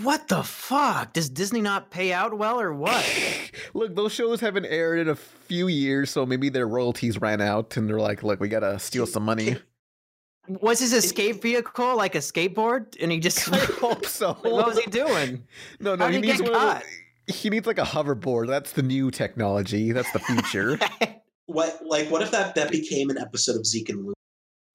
Speaker 2: What the fuck? Does Disney not pay out well or what?
Speaker 1: Look, those shows haven't aired in a few years, so maybe their royalties ran out, and they're like, "Look, we gotta steal some money."
Speaker 2: Was his escape vehicle like a skateboard? And he
Speaker 1: *laughs*
Speaker 2: just *laughs*
Speaker 1: I hope so.
Speaker 2: what was he doing?
Speaker 1: No, no,
Speaker 2: How'd
Speaker 1: he
Speaker 2: he
Speaker 1: needs
Speaker 2: get
Speaker 1: one. of
Speaker 2: caught?
Speaker 1: the- He needs like a hoverboard. That's the new technology. That's the future.
Speaker 3: What like what if that that became an episode of Zeke and Luke?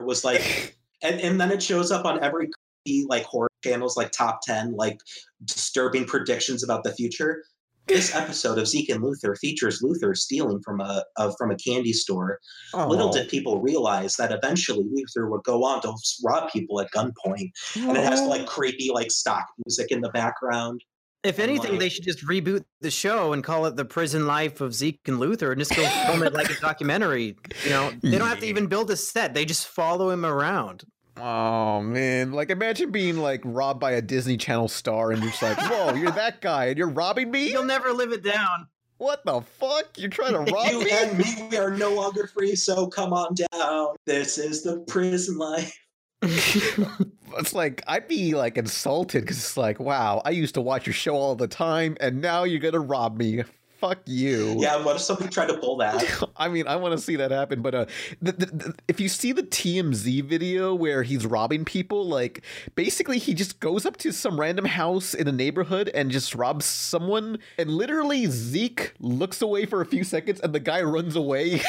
Speaker 3: It was like and, and then it shows up on every creepy, like horror channels like top 10 like disturbing predictions about the future
Speaker 1: *laughs*
Speaker 3: this episode of zeke and luther features luther stealing from a, a from a candy store Little
Speaker 1: Aw.
Speaker 3: did people realize that eventually Luther would go on to rob people at gunpoint, and it has like creepy, like stock music in the background.
Speaker 2: If
Speaker 3: I'm
Speaker 2: anything,
Speaker 3: like-
Speaker 2: they should just reboot the show and call it the prison life of Zeke and Luther and just go film it like a documentary. You know, they don't have to
Speaker 1: Yeah.
Speaker 2: even build a set. They just follow him around.
Speaker 1: Oh man! Like imagine being like robbed by a Disney Channel star, and you're just like, "Whoa, you're that guy, and you're robbing me?
Speaker 2: You'll never live it down.
Speaker 1: What the fuck? You're trying to rob
Speaker 3: You
Speaker 1: me?"
Speaker 3: and me, we are no longer free, so come on down. This is the prison life.
Speaker 1: it's like I'd be like insulted because it's like, wow, I used to watch your show all the time, and now you're gonna rob me. Fuck you.
Speaker 3: Yeah, what if somebody tried to pull
Speaker 1: *laughs*
Speaker 3: that?
Speaker 1: I mean, I want to see that happen, but uh, th th th if you see the TMZ video where he's robbing people, like basically he just goes up to some random house in a neighborhood and just robs someone, and literally Zeke looks away for a few seconds, and the guy runs away, *laughs*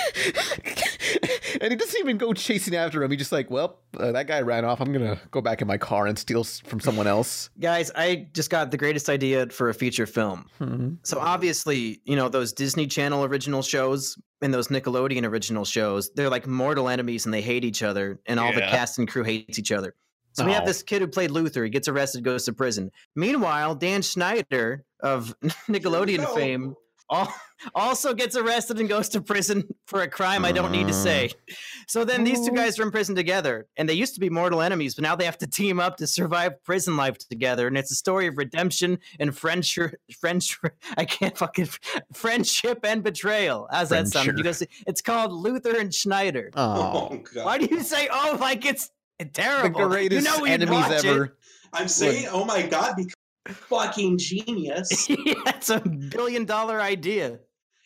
Speaker 1: and he doesn't even go chasing after him. He's just like, well, uh, that guy ran off. I'm gonna go back in my car and steal s- from someone else.
Speaker 2: Guys, I just got the greatest idea for a feature film.
Speaker 1: Hmm.
Speaker 2: So obviously, you know, those Disney Channel original shows and those Nickelodeon original shows, they're like mortal enemies and they hate each other and all the
Speaker 1: Yeah.
Speaker 2: cast and crew hates each other. So we have
Speaker 1: Oh.
Speaker 2: this kid who played Luther, he gets arrested, goes to prison. Meanwhile, Dan Schneider of *laughs* Nickelodeon
Speaker 3: go. *laughs*
Speaker 2: fame al- *laughs* also gets arrested and goes to prison for a crime I don't need to say.
Speaker 1: Uh.
Speaker 2: So then these two guys are in prison together, and they used to be mortal enemies, but now they have to team up to survive prison life together. And it's a story of redemption and friendship. *laughs* French, I can't fucking friendship and betrayal. How's that sound? Did You guys, it's called Luther and Schneider.
Speaker 1: Oh,
Speaker 3: God.
Speaker 2: Why do
Speaker 1: *laughs*
Speaker 2: you say oh like it's
Speaker 1: the
Speaker 2: terrible?
Speaker 1: greatest
Speaker 2: you know you'd
Speaker 1: enemies
Speaker 2: watch it.
Speaker 1: ever.
Speaker 2: *laughs*
Speaker 3: I'm saying, oh my God, because fucking genius.
Speaker 2: That's a billion
Speaker 1: *laughs*
Speaker 2: dollar idea.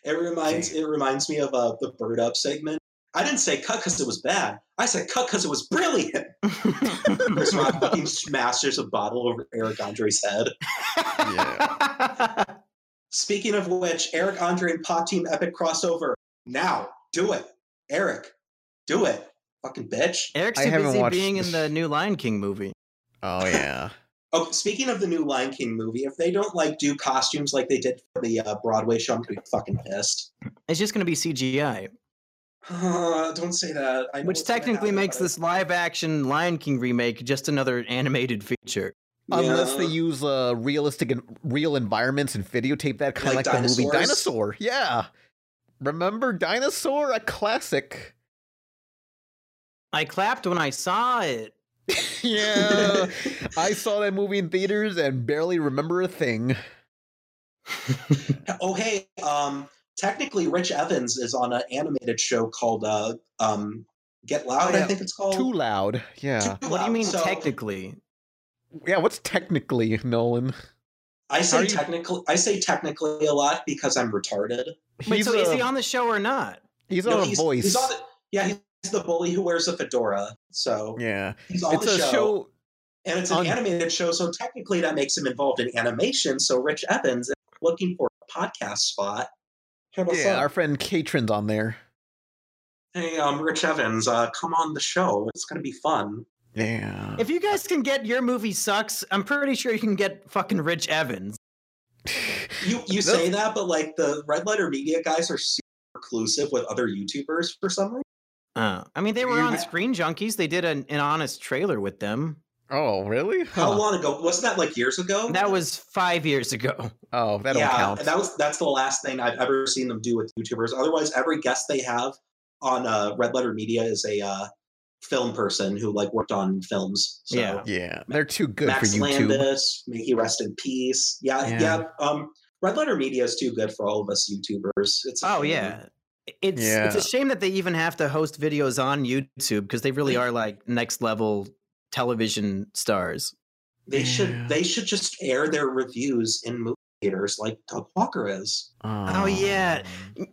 Speaker 3: It reminds it reminds me of uh, the bird up segment. I didn't say cut because it was bad. I said cut because it was brilliant. Chris Rock fucking smashes a bottle over Eric Andre's head. Speaking of which, Eric Andre and Pop Team Epic crossover. Now, do it. Eric, do it. Fucking bitch.
Speaker 2: Eric's
Speaker 1: I
Speaker 2: too
Speaker 1: haven't
Speaker 2: busy
Speaker 1: watched
Speaker 2: being in
Speaker 1: this-
Speaker 2: the new Lion King movie.
Speaker 1: Oh yeah.
Speaker 3: Oh, speaking of the new Lion King movie, if they don't like do costumes like they did for the uh, Broadway show, I'm gonna be fucking pissed.
Speaker 2: It's just going to be CGI,
Speaker 3: Uh, *laughs* don't say that. I know
Speaker 2: which
Speaker 3: what's gonna
Speaker 2: technically
Speaker 3: happen,
Speaker 2: makes
Speaker 3: but-
Speaker 2: this live action Lion King remake just another animated feature.
Speaker 1: Unless they
Speaker 3: Yeah.
Speaker 1: use uh, realistic and real environments and videotape that kind of
Speaker 3: Like
Speaker 1: like, the movie
Speaker 3: dinosaurs?
Speaker 1: Dinosaur. Yeah. Remember Dinosaur, a classic.
Speaker 2: I clapped when I saw it.
Speaker 1: yeah. *laughs* I saw that movie in theaters and barely remember a thing.
Speaker 3: Oh, hey, um, technically, Rich Evans is on an animated show called uh, um, Get Loud,
Speaker 2: Oh, yeah.
Speaker 3: I think it's called.
Speaker 1: Too loud. Yeah.
Speaker 3: Too
Speaker 2: What do you
Speaker 3: Loud.
Speaker 2: mean
Speaker 3: So,
Speaker 2: technically?
Speaker 1: Yeah, what's technically Nolan?
Speaker 3: I
Speaker 1: Are
Speaker 3: say
Speaker 1: you-
Speaker 3: technically. I say technically a lot because I'm retarded.
Speaker 2: Wait, so is
Speaker 1: uh,
Speaker 2: he on the show or not?
Speaker 1: he's
Speaker 3: No,
Speaker 1: on
Speaker 3: he's-
Speaker 1: a voice.
Speaker 3: he's on the- yeah, he's the bully who wears a fedora. So
Speaker 1: yeah,
Speaker 3: he's on
Speaker 1: it's
Speaker 3: the
Speaker 1: a
Speaker 3: show,
Speaker 1: show.
Speaker 3: and it's an
Speaker 1: on-
Speaker 3: animated show. So technically, that makes him involved in animation. So Rich Evans is looking for a podcast spot. Hit us
Speaker 1: Yeah,
Speaker 3: up.
Speaker 1: our friend Catron's on there.
Speaker 3: hey, um, Rich Evans, uh, come on the show. It's gonna be fun.
Speaker 1: Yeah,
Speaker 2: If you guys can get your movie sucks, I'm pretty sure you can get fucking Rich Evans.
Speaker 3: You you say that, but like the red letter media guys are super inclusive with other YouTubers for some reason.
Speaker 2: Uh, I mean, they were
Speaker 1: You-
Speaker 2: on Screen Junkies. They did an, an honest trailer with them.
Speaker 1: Oh, really?
Speaker 3: How
Speaker 1: Huh.
Speaker 3: long ago? Wasn't that like years ago?
Speaker 2: That was five years ago.
Speaker 1: Oh, that don't
Speaker 3: yeah,
Speaker 1: count.
Speaker 3: that was that's the last thing I've ever seen them do with YouTubers. Otherwise, every guest they have on uh, Red Letter Media is a uh, film person who like worked on films. So,
Speaker 2: Yeah.
Speaker 1: yeah, they're too good
Speaker 3: Max
Speaker 1: for YouTube.
Speaker 3: Landis, may he rest in peace. Yeah,
Speaker 1: Yeah.
Speaker 3: yeah. Um, Red Letter Media is too good for all of us YouTubers. It's
Speaker 2: *laughs*
Speaker 3: a
Speaker 2: Oh
Speaker 3: shame.
Speaker 2: yeah. It's it's
Speaker 1: Yeah.
Speaker 2: a shame that they even have to host videos on YouTube because they really are like next level television stars.
Speaker 3: they
Speaker 1: Yeah.
Speaker 3: should they should just air their reviews in movie theaters like Doug Walker is.
Speaker 2: Oh, yeah.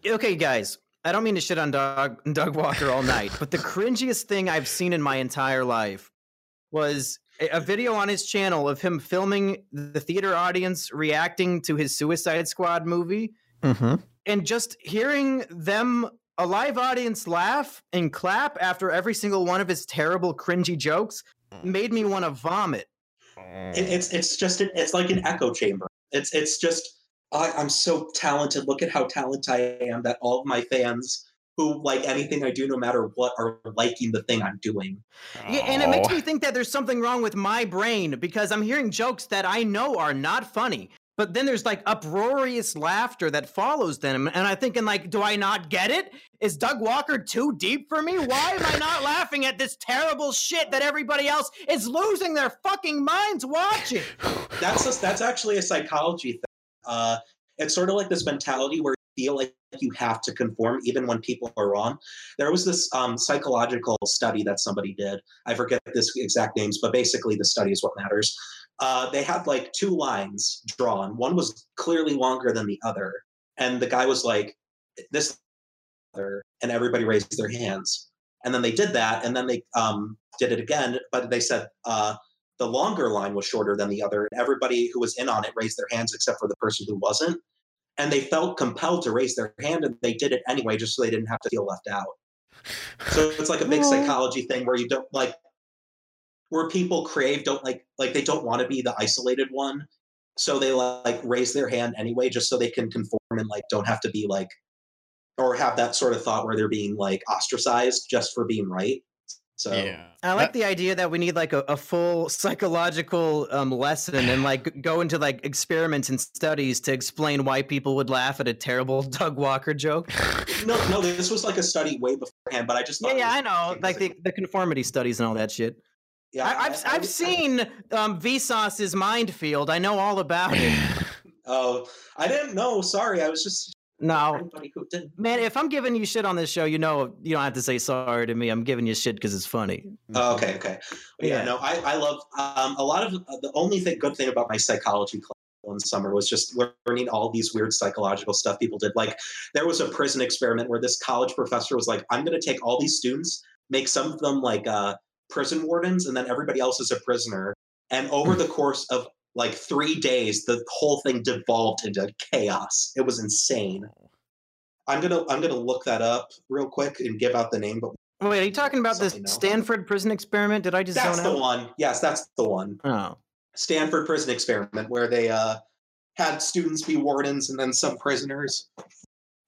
Speaker 2: Okay, guys, I don't mean to shit on Dog *laughs* Doug Walker all night, but the cringiest thing I've seen in my entire life was a- a video on his channel of him filming the theater audience reacting to his Suicide Squad movie
Speaker 1: Mm-hmm.
Speaker 2: and just hearing them a live audience laugh and clap after every single one of his terrible cringy jokes made me want to vomit.
Speaker 3: It, it's it's just an, it's like an echo chamber. It's it's just I, I'm so talented. Look at how talented I am that all of my fans who like anything I do, no matter what, are liking the thing I'm doing.
Speaker 2: Yeah, and it makes me think that there's something wrong with my brain because I'm hearing jokes that I know are not funny. But then there's like uproarious laughter that follows them. And I'm thinking, like, do I not get it? Is Doug Walker too deep for me? Why am I not laughing at this terrible shit that everybody else is losing their fucking minds watching?
Speaker 3: That's a, that's actually a psychology thing. Uh, it's sort of like this mentality where you feel like you have to conform even when people are wrong. There was this um, psychological study that somebody did. I forget this exact names, but basically the study is what matters. Uh, they had like two lines drawn. One was clearly longer than the other, and the guy was like, "This," other," and everybody raised their hands. And then they did that, and then they um, did it again, but they said. Uh, the longer line was shorter than the other. and Everybody who was in on it raised their hands except for the person who wasn't. And they felt compelled to raise their hand and they did it anyway just so they didn't have to feel left out. So it's like a big psychology thing where you don't like where people crave don't like like they don't want to be the isolated one. So they like raise their hand anyway just so they can conform and like don't have to be like or have that sort of thought where they're being like ostracized just for being right. So
Speaker 2: I like the idea that we need like a, a full psychological um, lesson and like go into like experiments and studies to explain why people would laugh at a terrible *laughs* Doug Walker joke.
Speaker 3: no no this was like a study way beforehand but I just thought
Speaker 2: Yeah,
Speaker 3: it
Speaker 2: yeah,
Speaker 3: was
Speaker 2: I know. Like the, the conformity studies and all that shit.
Speaker 3: Yeah,
Speaker 2: I, I've
Speaker 3: I-
Speaker 2: I've seen um, Vsauce's mind field. I know all about it. *sighs*
Speaker 3: Oh, I didn't know. Sorry, I was just
Speaker 2: Now,
Speaker 3: anybody who didn't.
Speaker 2: man, if I'm giving you shit on this show, you know you don't have to say sorry to me. I'm giving you shit because it's funny.
Speaker 3: Oh, okay, okay. But yeah,
Speaker 2: Mm-hmm. Yeah.
Speaker 3: no, I I love um a lot of uh, the only thing good thing about my psychology class one summer was just learning all these weird psychological stuff people did. Like there was a prison experiment where this college professor was like, "I'm going to take all these students, make some of them like uh prison wardens, and then everybody else is a prisoner." And over
Speaker 2: *laughs*
Speaker 3: the course of like three days, the whole thing devolved into chaos. It was insane. I'm gonna I'm gonna look that up real quick and give out the name, but
Speaker 2: Wait, are you talking about the
Speaker 3: Something else.
Speaker 2: Stanford prison experiment? Did I just
Speaker 3: that's
Speaker 2: zone
Speaker 3: the
Speaker 2: out?
Speaker 3: one. Yes, that's the one.
Speaker 2: Oh.
Speaker 3: Stanford prison experiment where they uh, had students be wardens and then some prisoners,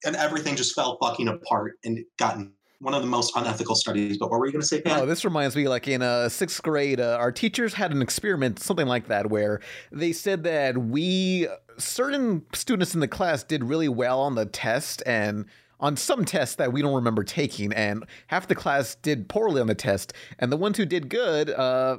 Speaker 3: and everything just fell fucking apart and it gotten one of the most unethical studies. But what were you going to say, Pat?
Speaker 1: Oh, this reminds me, like in uh, sixth grade, uh, our teachers had an experiment, something like that, where they said that we, certain students in the class, did really well on the test and on some tests that we don't remember taking, and half the class did poorly on the test, and the ones who did good uh,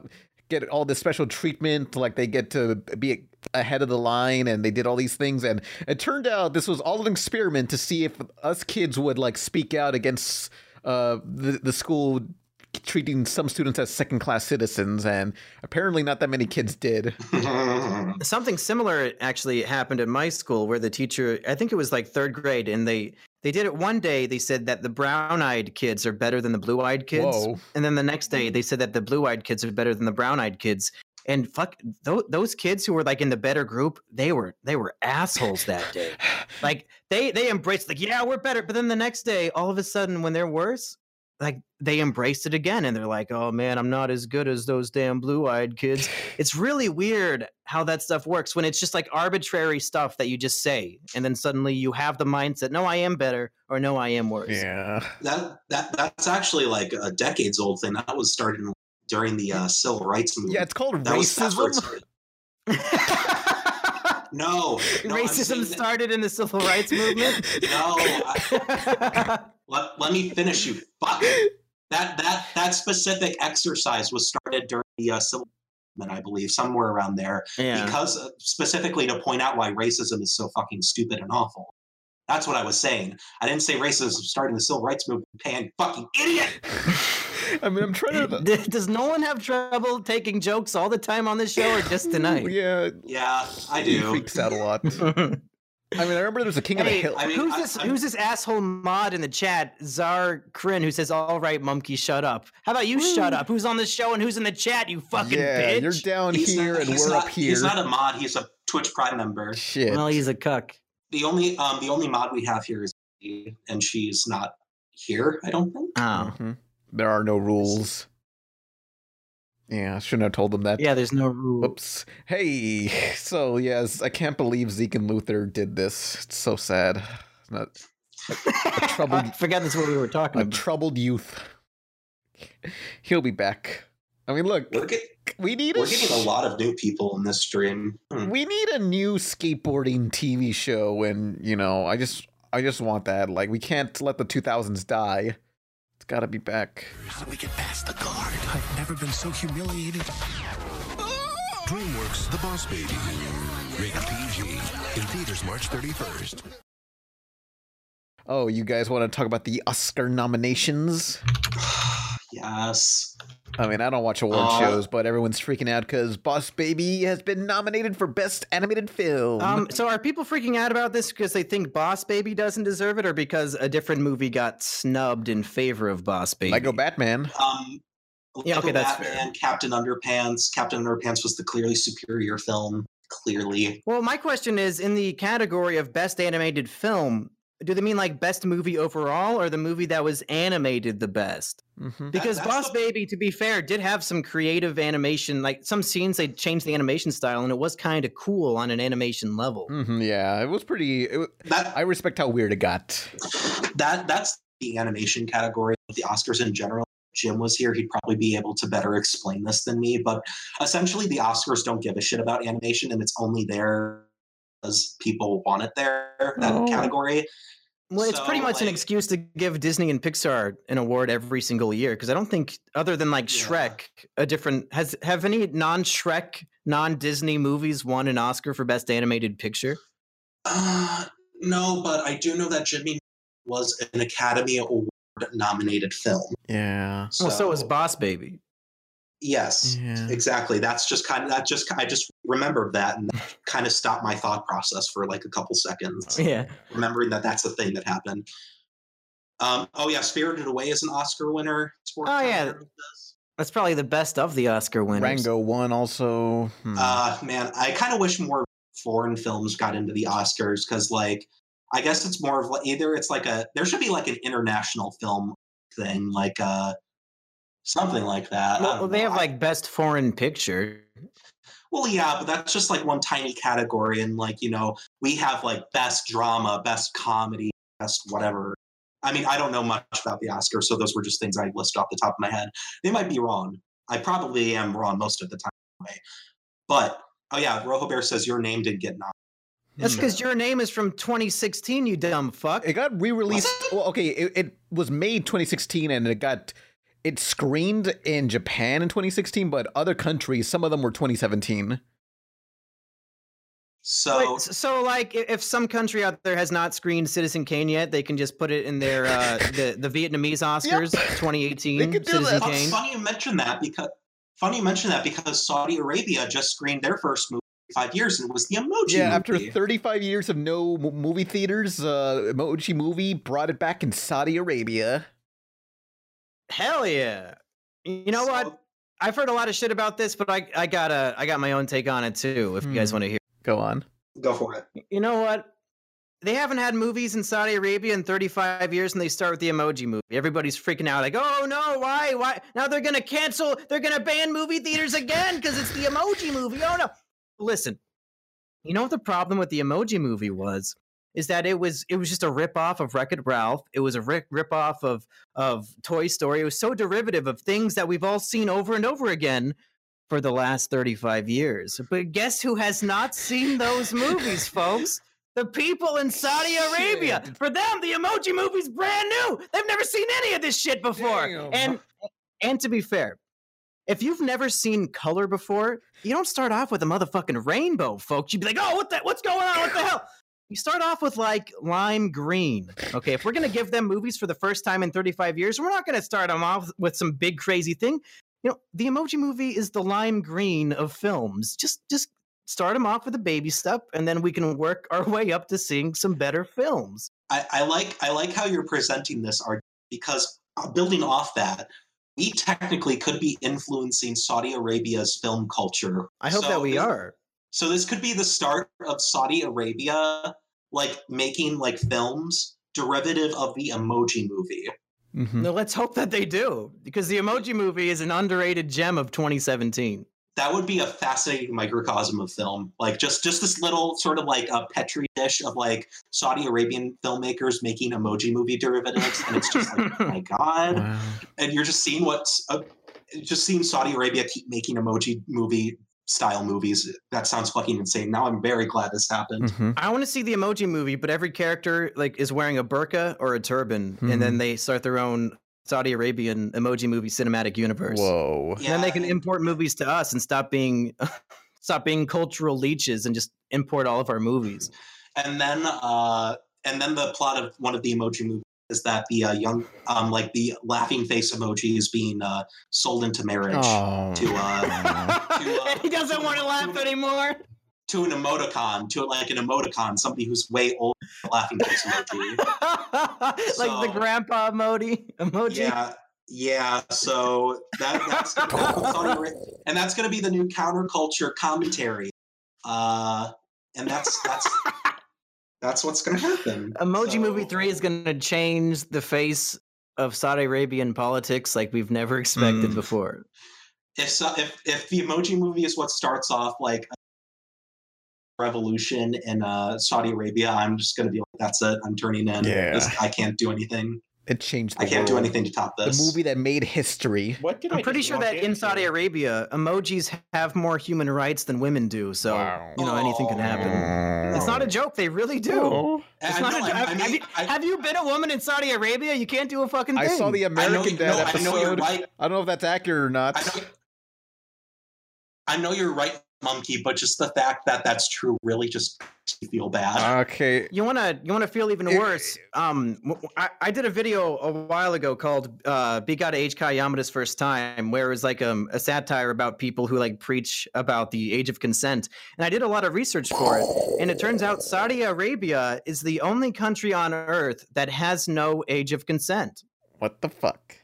Speaker 1: get all this special treatment, like they get to be ahead of the line, and they did all these things, and it turned out this was all an experiment to see if us kids would like speak out against. Uh, the the school treating some students as second class citizens, and apparently not that many kids did.
Speaker 2: something similar actually happened at my school where the teacher i think it was like third grade and they they did it one day they said that the brown-eyed kids are better than the blue-eyed kids
Speaker 1: Whoa.
Speaker 2: and then the next day they said that the blue-eyed kids are better than the brown-eyed kids and fuck tho- those kids who were like in the better group they were they were assholes that day like they they embraced like yeah we're better but then the next day all of a sudden when they're worse like they embraced it again and they're like oh man i'm not as good as those damn blue-eyed kids it's really weird how that stuff works when it's just like arbitrary stuff that you just say and then suddenly you have the mindset no i am better or no i am worse
Speaker 1: Yeah.
Speaker 3: *laughs* that that that's actually like a decades old thing. That was started during the uh, civil rights movement.
Speaker 1: Yeah, it's called
Speaker 3: that was *laughs* that's where it
Speaker 1: racism.
Speaker 3: started.
Speaker 2: *laughs*
Speaker 3: No, no I'm
Speaker 2: racism
Speaker 3: saying that-
Speaker 2: started in the civil rights movement
Speaker 3: *laughs* No, I- let, let me finish you. Fuck. That that that specific exercise was started during the uh, civil movement, I believe, somewhere around there,
Speaker 2: yeah
Speaker 3: because uh, specifically to point out why racism is so fucking stupid and awful. That's what I was saying. I didn't say racism started in the civil rights movement. Pan fucking idiot.
Speaker 1: I mean, I'm trying to.
Speaker 2: *laughs* D- does nolan have trouble taking jokes all the time on the show or just
Speaker 3: *laughs*
Speaker 2: tonight
Speaker 1: Yeah,
Speaker 3: Yeah, I
Speaker 1: he
Speaker 3: do.
Speaker 1: freaks out a lot. I mean, I remember there was a King of the
Speaker 2: Hey,
Speaker 1: Hill.
Speaker 3: I mean,
Speaker 2: who's
Speaker 3: I-
Speaker 2: this?
Speaker 3: I'm-
Speaker 2: who's this asshole mod in the chat? Czar Kryn, who says, "All right, monkey, shut up." How about you shut up? Who's on the show and who's in the chat? You fucking
Speaker 1: yeah,
Speaker 2: bitch.
Speaker 1: you're down
Speaker 3: He's
Speaker 1: here
Speaker 3: not-
Speaker 1: and
Speaker 3: he's
Speaker 1: we're
Speaker 3: not-
Speaker 1: up here.
Speaker 3: He's not a mod. He's a Twitch Prime member.
Speaker 1: Shit.
Speaker 2: well, he's a cuck.
Speaker 3: The only um the only mod we have here is, me, and she's not here. I don't think.
Speaker 2: Oh,
Speaker 1: Mhm. There are no rules. Yeah, I shouldn't have told them that.
Speaker 2: yeah. There's no rule.
Speaker 1: Whoops. Hey, so yes, I can't believe Zeke and Luther did this. It's so sad.
Speaker 3: *laughs*
Speaker 1: Not troubled-
Speaker 2: I forgot that's what we were talking
Speaker 1: a
Speaker 2: about.
Speaker 1: troubled youth. *laughs* He'll be back. I mean, look,
Speaker 3: We're, get,
Speaker 1: we need a
Speaker 3: we're getting a lot of new people in this stream. Hmm.
Speaker 1: we need a new skateboarding TV show, and you know, I just I just want that. Like, we can't let the 2000s die. It's got to be back.
Speaker 6: How do we get past the guard? I've never been so humiliated. DreamWorks' The Boss Baby. Rated PG. In theaters March 31st.
Speaker 1: Oh, you guys want to talk about the Oscar nominations?
Speaker 3: Yes.
Speaker 1: I mean, I don't watch award
Speaker 3: Aw.
Speaker 1: shows, but everyone's freaking out because Boss Baby has been nominated for Best Animated Film.
Speaker 2: Um, so are people freaking out about this because they think Boss Baby doesn't deserve it, or because a different movie got snubbed in favor of Boss Baby?
Speaker 1: Lego Batman.
Speaker 3: Um,
Speaker 2: Yeah, okay, that's fair.
Speaker 3: Batman, Captain Underpants. Captain Underpants was the clearly superior film. Clearly,
Speaker 2: Well, my question is in the category of best animated film, do they mean like best movie overall or the movie that was animated the best?
Speaker 1: hmm
Speaker 2: Because
Speaker 3: that's
Speaker 2: Boss
Speaker 3: the-
Speaker 2: Baby, to be fair, did have some creative animation, like some scenes they changed the animation style and it was kind of cool on an animation level.
Speaker 1: hmm yeah, it was pretty. It, wa-
Speaker 3: that
Speaker 1: I respect how weird it got.
Speaker 3: that that's the animation category of the Oscars in general. If Jim was here, he'd probably be able to better explain this than me. But essentially, the Oscars don't give a shit about animation, and it's only there because people want it there. That
Speaker 1: Oh.
Speaker 3: category.
Speaker 2: Well, it's pretty
Speaker 3: So,
Speaker 2: much an
Speaker 3: like-
Speaker 2: excuse to give Disney and Pixar an award every single year because I don't think other than like
Speaker 3: Yeah.
Speaker 2: Shrek, a different has have any non-Shrek, non-Disney movies won an Oscar for best animated picture?
Speaker 3: Uh, no, but I do know that Jimmy was an Academy Award nominated film.
Speaker 1: Yeah.
Speaker 2: well, Oh, so was Boss Baby.
Speaker 3: Yes,
Speaker 1: Yeah.
Speaker 3: exactly. That's just kind of that. Just I just remembered that and
Speaker 2: *laughs*
Speaker 3: that kind of stopped my thought process for like a couple seconds,
Speaker 2: Yeah.
Speaker 3: remembering that that's a thing that happened. Um, oh yeah, Spirited Away is an Oscar winner. It's worth
Speaker 2: Oh, yeah.
Speaker 3: remembering this.
Speaker 2: That's probably the best of the Oscar winners.
Speaker 1: Rango won also.
Speaker 2: Mm-hmm.
Speaker 1: Hmm.
Speaker 3: Uh, man, I kind of wish more foreign films got into the Oscars because, like, I guess it's more of like either it's like a there should be like an international film thing, like uh something like that. I
Speaker 2: Well,
Speaker 3: don't
Speaker 2: they
Speaker 3: know.
Speaker 2: have
Speaker 3: I-
Speaker 2: like best foreign picture.
Speaker 3: well, yeah, but that's just like one tiny category, and like you know, we have like best drama, best comedy, best whatever. I mean, I don't know much about the Oscars, so those were just things I listed off the top of my head. They might be wrong. I probably am wrong most of the time, anyway. but oh yeah, Rojo Bear says your name did get nominated.
Speaker 2: That's
Speaker 3: Hmm.
Speaker 2: because your name is from 2016, you dumb fuck.
Speaker 1: It got re-released. Well, okay, it, it was made 2016, and it got it screened in Japan in 2016, but other countries, some of them were 2017.
Speaker 3: So
Speaker 2: Wait, so like i- if some country out there has not screened Citizen Kane yet, they can just put it in
Speaker 1: *laughs*
Speaker 2: their uh, the the Vietnamese Oscars 2018
Speaker 1: They could do
Speaker 2: Citizen
Speaker 1: that. *laughs*
Speaker 3: Oh,
Speaker 2: Kane.
Speaker 3: funny you mention that because funny you mention that because Saudi Arabia just screened their first movie in five years and it was the emoji.
Speaker 1: Yeah, after
Speaker 3: movie.
Speaker 1: 35 years of no mo- movie theaters, uh, Emoji Movie brought it back in Saudi Arabia.
Speaker 2: Hell yeah! You know
Speaker 3: So-
Speaker 2: what? I've heard a lot of shit about this, but I I got a I got my own take on it too. If you guys
Speaker 1: Hmm.
Speaker 2: want to hear,
Speaker 1: Go on.
Speaker 3: Go for it.
Speaker 2: you know what? They haven't had movies in Saudi Arabia in 35 years, and they start with the emoji movie. Everybody's freaking out, like, "Oh no, why, why?" Now they're gonna cancel, they're gonna ban movie theaters again because it's the emoji movie. Oh no! Listen, you know what the problem with the emoji movie was? Is that it was it was just a rip off of Wreck-It Ralph. It was a rip ripoff of of Toy Story. It was so derivative of things that we've all seen over and over again for the last 35 years. But guess who has not seen those movies, folks? The people in Saudi Arabia. For them, the emoji movie's brand new. They've never seen any of this shit before.
Speaker 1: Damn.
Speaker 2: And and to be fair, if you've never seen color before, you don't start off with a motherfucking rainbow, folks. You'd be like, oh, what the what's going on? What the hell? You start off with like lime green. Okay, if we're gonna give them movies for the first time in 35 years, we're not gonna start them off with some big crazy thing. You know, the emoji movie is the lime green of films. Just just start them off with the baby step, and then we can work our *laughs* way up to seeing some better films.
Speaker 3: I, I like I like how you're presenting this argument because uh, building off that, we technically could be influencing Saudi Arabia's film culture.
Speaker 2: I hope
Speaker 3: So
Speaker 2: that we
Speaker 3: this-
Speaker 2: are.
Speaker 3: So this could be the start of Saudi Arabia like making like films derivative of the emoji movie.
Speaker 1: Mhm.
Speaker 2: No, let's hope that they do, because the emoji movie is an underrated gem of 2017.
Speaker 3: that would be a fascinating microcosm of film like just just this little sort of like a petri dish of like saudi arabian filmmakers making emoji movie derivatives and it's just
Speaker 2: *laughs*
Speaker 3: like oh my god
Speaker 1: Wow.
Speaker 3: and you're just seeing what's uh, just seeing saudi arabia keep making emoji movie style movies that sounds fucking insane now i'm very glad this happened
Speaker 1: Mhm.
Speaker 2: I want to see the emoji movie, but every character like is wearing a burqa or a turban, and then they start their own Saudi Arabian emoji movie cinematic universe.
Speaker 1: Whoa.
Speaker 2: And then they can
Speaker 3: Yeah.
Speaker 2: import movies to us and stop being *laughs* stop being cultural leeches and just import all of our movies.
Speaker 3: and then uh and then the plot of one of the emoji movies is that the uh, young um like the laughing face emoji is being uh sold into marriage
Speaker 1: Oh.
Speaker 3: to
Speaker 2: *laughs*
Speaker 3: uh uh,
Speaker 2: he doesn't want to laugh anymore. *laughs*
Speaker 3: to an emoticon, to like an emoticon, somebody who's way older than a laughing face emoji.
Speaker 2: like the
Speaker 3: So-
Speaker 2: grandpa emoji emoji.
Speaker 3: yeah. Yeah, so that, that's that's Saudi
Speaker 2: *laughs*
Speaker 3: Ara- and that's going to be the new counterculture commentary, uh, and that's that's that's what's going to happen.
Speaker 2: Emoji
Speaker 3: So-
Speaker 2: Movie 3 is going to change the face of Saudi Arabian politics like we've never expected
Speaker 1: Mm.
Speaker 2: before.
Speaker 3: If so, if if the Emoji Movie is what starts off like a revolution in uh, Saudi Arabia, I'm just going to be like, that's it. I'm turning in.
Speaker 1: Yeah.
Speaker 3: This- I can't do anything.
Speaker 1: It changed the
Speaker 3: I can't do
Speaker 1: world.
Speaker 3: anything to top
Speaker 1: The
Speaker 3: this.
Speaker 1: movie that made history.
Speaker 7: What did I
Speaker 2: I'm
Speaker 7: just
Speaker 2: pretty sure
Speaker 7: log
Speaker 2: that in
Speaker 7: into?
Speaker 2: Saudi Arabia, emojis have more human rights than women do. So,
Speaker 7: Wow.
Speaker 2: you know, anything can happen. It's not a joke. They really do.
Speaker 7: Oh.
Speaker 3: And
Speaker 2: It's
Speaker 3: I
Speaker 2: not
Speaker 3: know,
Speaker 2: a joke.
Speaker 3: I- I
Speaker 2: have,
Speaker 3: mean,
Speaker 2: you,
Speaker 3: I-
Speaker 2: have you been a woman in Saudi Arabia? You can't do a fucking
Speaker 1: I
Speaker 2: thing.
Speaker 1: saw the
Speaker 3: I know,
Speaker 1: American
Speaker 3: you-
Speaker 1: Dad
Speaker 3: no, I know you're
Speaker 1: episode. I,
Speaker 3: right.
Speaker 1: don't know if that's accurate or not.
Speaker 3: I know, I know you're right, Monkey, but just the fact that that's true really just makes me feel
Speaker 1: Uh,
Speaker 3: bad.
Speaker 1: Okay.
Speaker 2: You wanna you wanna feel even
Speaker 1: It-
Speaker 2: worse. Um, w- w- I, I did a video a while ago called uh, "Big Out of H. Kai Yamada's First Time," where it was like um, a satire about people who like preach about the age of consent. And I did a lot of research for it, and it turns out Saudi Arabia is the only country on earth that has no age of consent.
Speaker 1: What the fuck?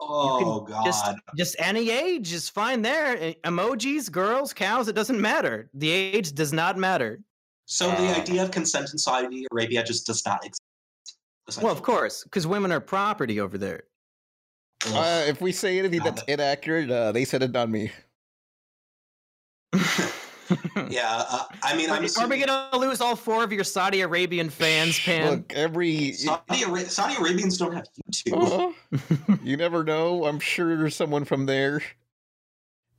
Speaker 3: Oh God!
Speaker 2: Just just any age is fine there. E- Emojis, girls, cows, it doesn't matter. The age does not matter.
Speaker 3: so the idea of consent in Saudi Arabia just does not exist.
Speaker 2: Well, of course, because women are property over there. *laughs*
Speaker 3: essentially.
Speaker 1: Uh,
Speaker 3: Ugh.
Speaker 1: if we say anything that's inaccurate, uh, they said it on me.
Speaker 3: yeah, uh, I mean,
Speaker 2: Are,
Speaker 3: I'm
Speaker 2: are we
Speaker 3: assuming-
Speaker 2: gonna lose all four of your Saudi Arabian fans, Pan?
Speaker 1: Look,
Speaker 2: *laughs*
Speaker 1: every
Speaker 3: Saudi, Ara- Saudi Arabians don't have YouTube.
Speaker 1: Uh, you never know. I'm sure there's someone from there.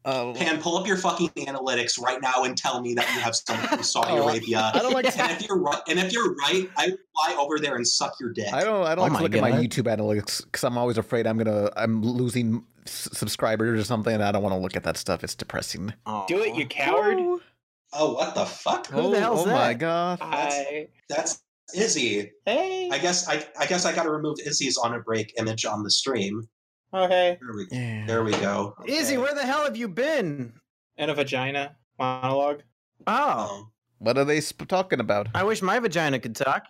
Speaker 1: Uh,
Speaker 3: Pan, pull up your fucking analytics right now and tell me that you have someone from Saudi
Speaker 1: Oh, I-
Speaker 3: Arabia.
Speaker 1: I don't like.
Speaker 3: And if you're right, and if you're right, I will fly over there and suck your dick.
Speaker 1: I don't. I don't
Speaker 2: Oh
Speaker 1: like
Speaker 2: my
Speaker 1: to look at my
Speaker 2: God.
Speaker 1: YouTube analytics because I'm always afraid I'm gonna. I'm losing s- subscribers or something. and I don't want to look at that stuff. It's depressing.
Speaker 7: Do it, you coward.
Speaker 3: Oh, what the fuck?
Speaker 2: Who
Speaker 1: oh,
Speaker 2: the hell's
Speaker 1: oh my
Speaker 2: that?
Speaker 1: god.
Speaker 7: Hi.
Speaker 3: That's Izzy.
Speaker 7: Hey.
Speaker 3: I guess I, I guess I got to remove Izzy's on a break image on the stream.
Speaker 7: Okay.
Speaker 3: There we
Speaker 1: Yeah.
Speaker 3: there we go.
Speaker 2: Izzy,
Speaker 7: Okay.
Speaker 2: where the hell have you been?
Speaker 7: And a vagina monologue.
Speaker 2: Oh,
Speaker 3: Oh,
Speaker 1: What are they sp- talking about?
Speaker 2: I wish my vagina
Speaker 1: *laughs*
Speaker 2: could talk.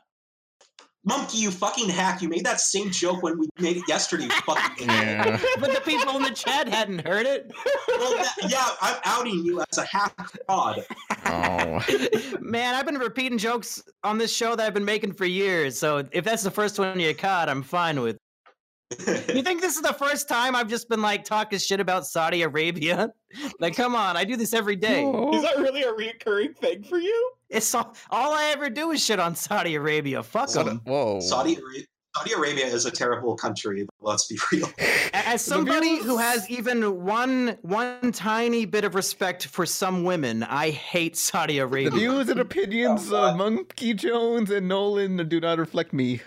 Speaker 3: monkey, you fucking hack! You made that same joke when we made it yesterday. You fucking idiot.
Speaker 1: *laughs* Yeah.
Speaker 2: But the people in the chat hadn't heard it.
Speaker 3: Well, that- yeah, I'm outing you as a hack fraud. *laughs*
Speaker 2: *laughs*
Speaker 1: Oh. *laughs*
Speaker 2: Man, I've been repeating jokes on this show that I've been making for years. So if that's the first one you caught, I'm fine with. it. You think this is the first time I've just been like talking shit about Saudi Arabia? *laughs* Like, come on, I do this every day.
Speaker 7: Is that really a recurring thing for you?
Speaker 2: It's all, all I ever do is shit on Saudi Arabia. Fuck
Speaker 3: So-
Speaker 2: them.
Speaker 1: What a- Whoa.
Speaker 3: Saudi Ara- Saudi Arabia is a terrible country. Let's be real.
Speaker 2: As
Speaker 1: The
Speaker 2: somebody
Speaker 1: views-
Speaker 2: who has even one one tiny bit of respect for some women, I hate Saudi
Speaker 1: The
Speaker 2: Arabia.
Speaker 1: views and opinions
Speaker 3: Oh,
Speaker 1: of Monkey Jones and Nolan do not reflect me.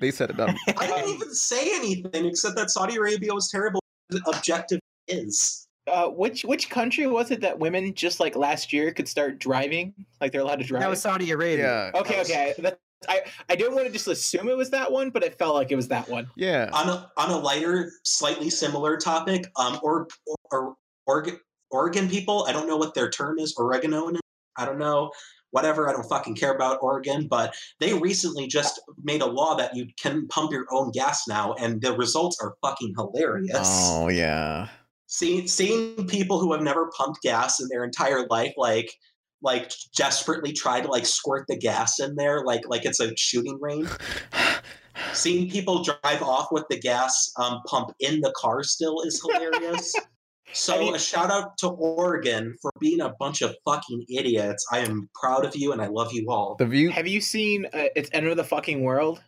Speaker 1: They said it um,
Speaker 2: *laughs*
Speaker 1: up.
Speaker 3: I didn't even say anything except that Saudi Arabia was terrible. The objective is.
Speaker 7: Uh, which which country was it that women just like last year could start driving? Like they're allowed to drive.
Speaker 2: that was Saudi Arabia.
Speaker 1: yeah.
Speaker 7: okay, okay. That, I I didn't want to just assume it was that one, but it felt like it was that one.
Speaker 1: Yeah.
Speaker 3: On a on a lighter, slightly similar topic, um, or or Oregon Oregon people. I don't know what their term is. Oregonian. I don't know. Whatever. I don't fucking care about Oregon, but they recently just made a law that you can pump your own gas now, and the results are fucking hilarious.
Speaker 1: Oh yeah.
Speaker 3: seeing seeing people who have never pumped gas in their entire life like like desperately try to like squirt the gas in there like like it's a shooting range seeing people drive off with the gas um, pump in the car still is
Speaker 7: *laughs*
Speaker 3: hilarious so
Speaker 7: I mean-
Speaker 3: a shout out to oregon for being a bunch of fucking idiots i am proud of you and i love you all
Speaker 1: The view.
Speaker 7: Have you seen uh, it's End of the Fucking World?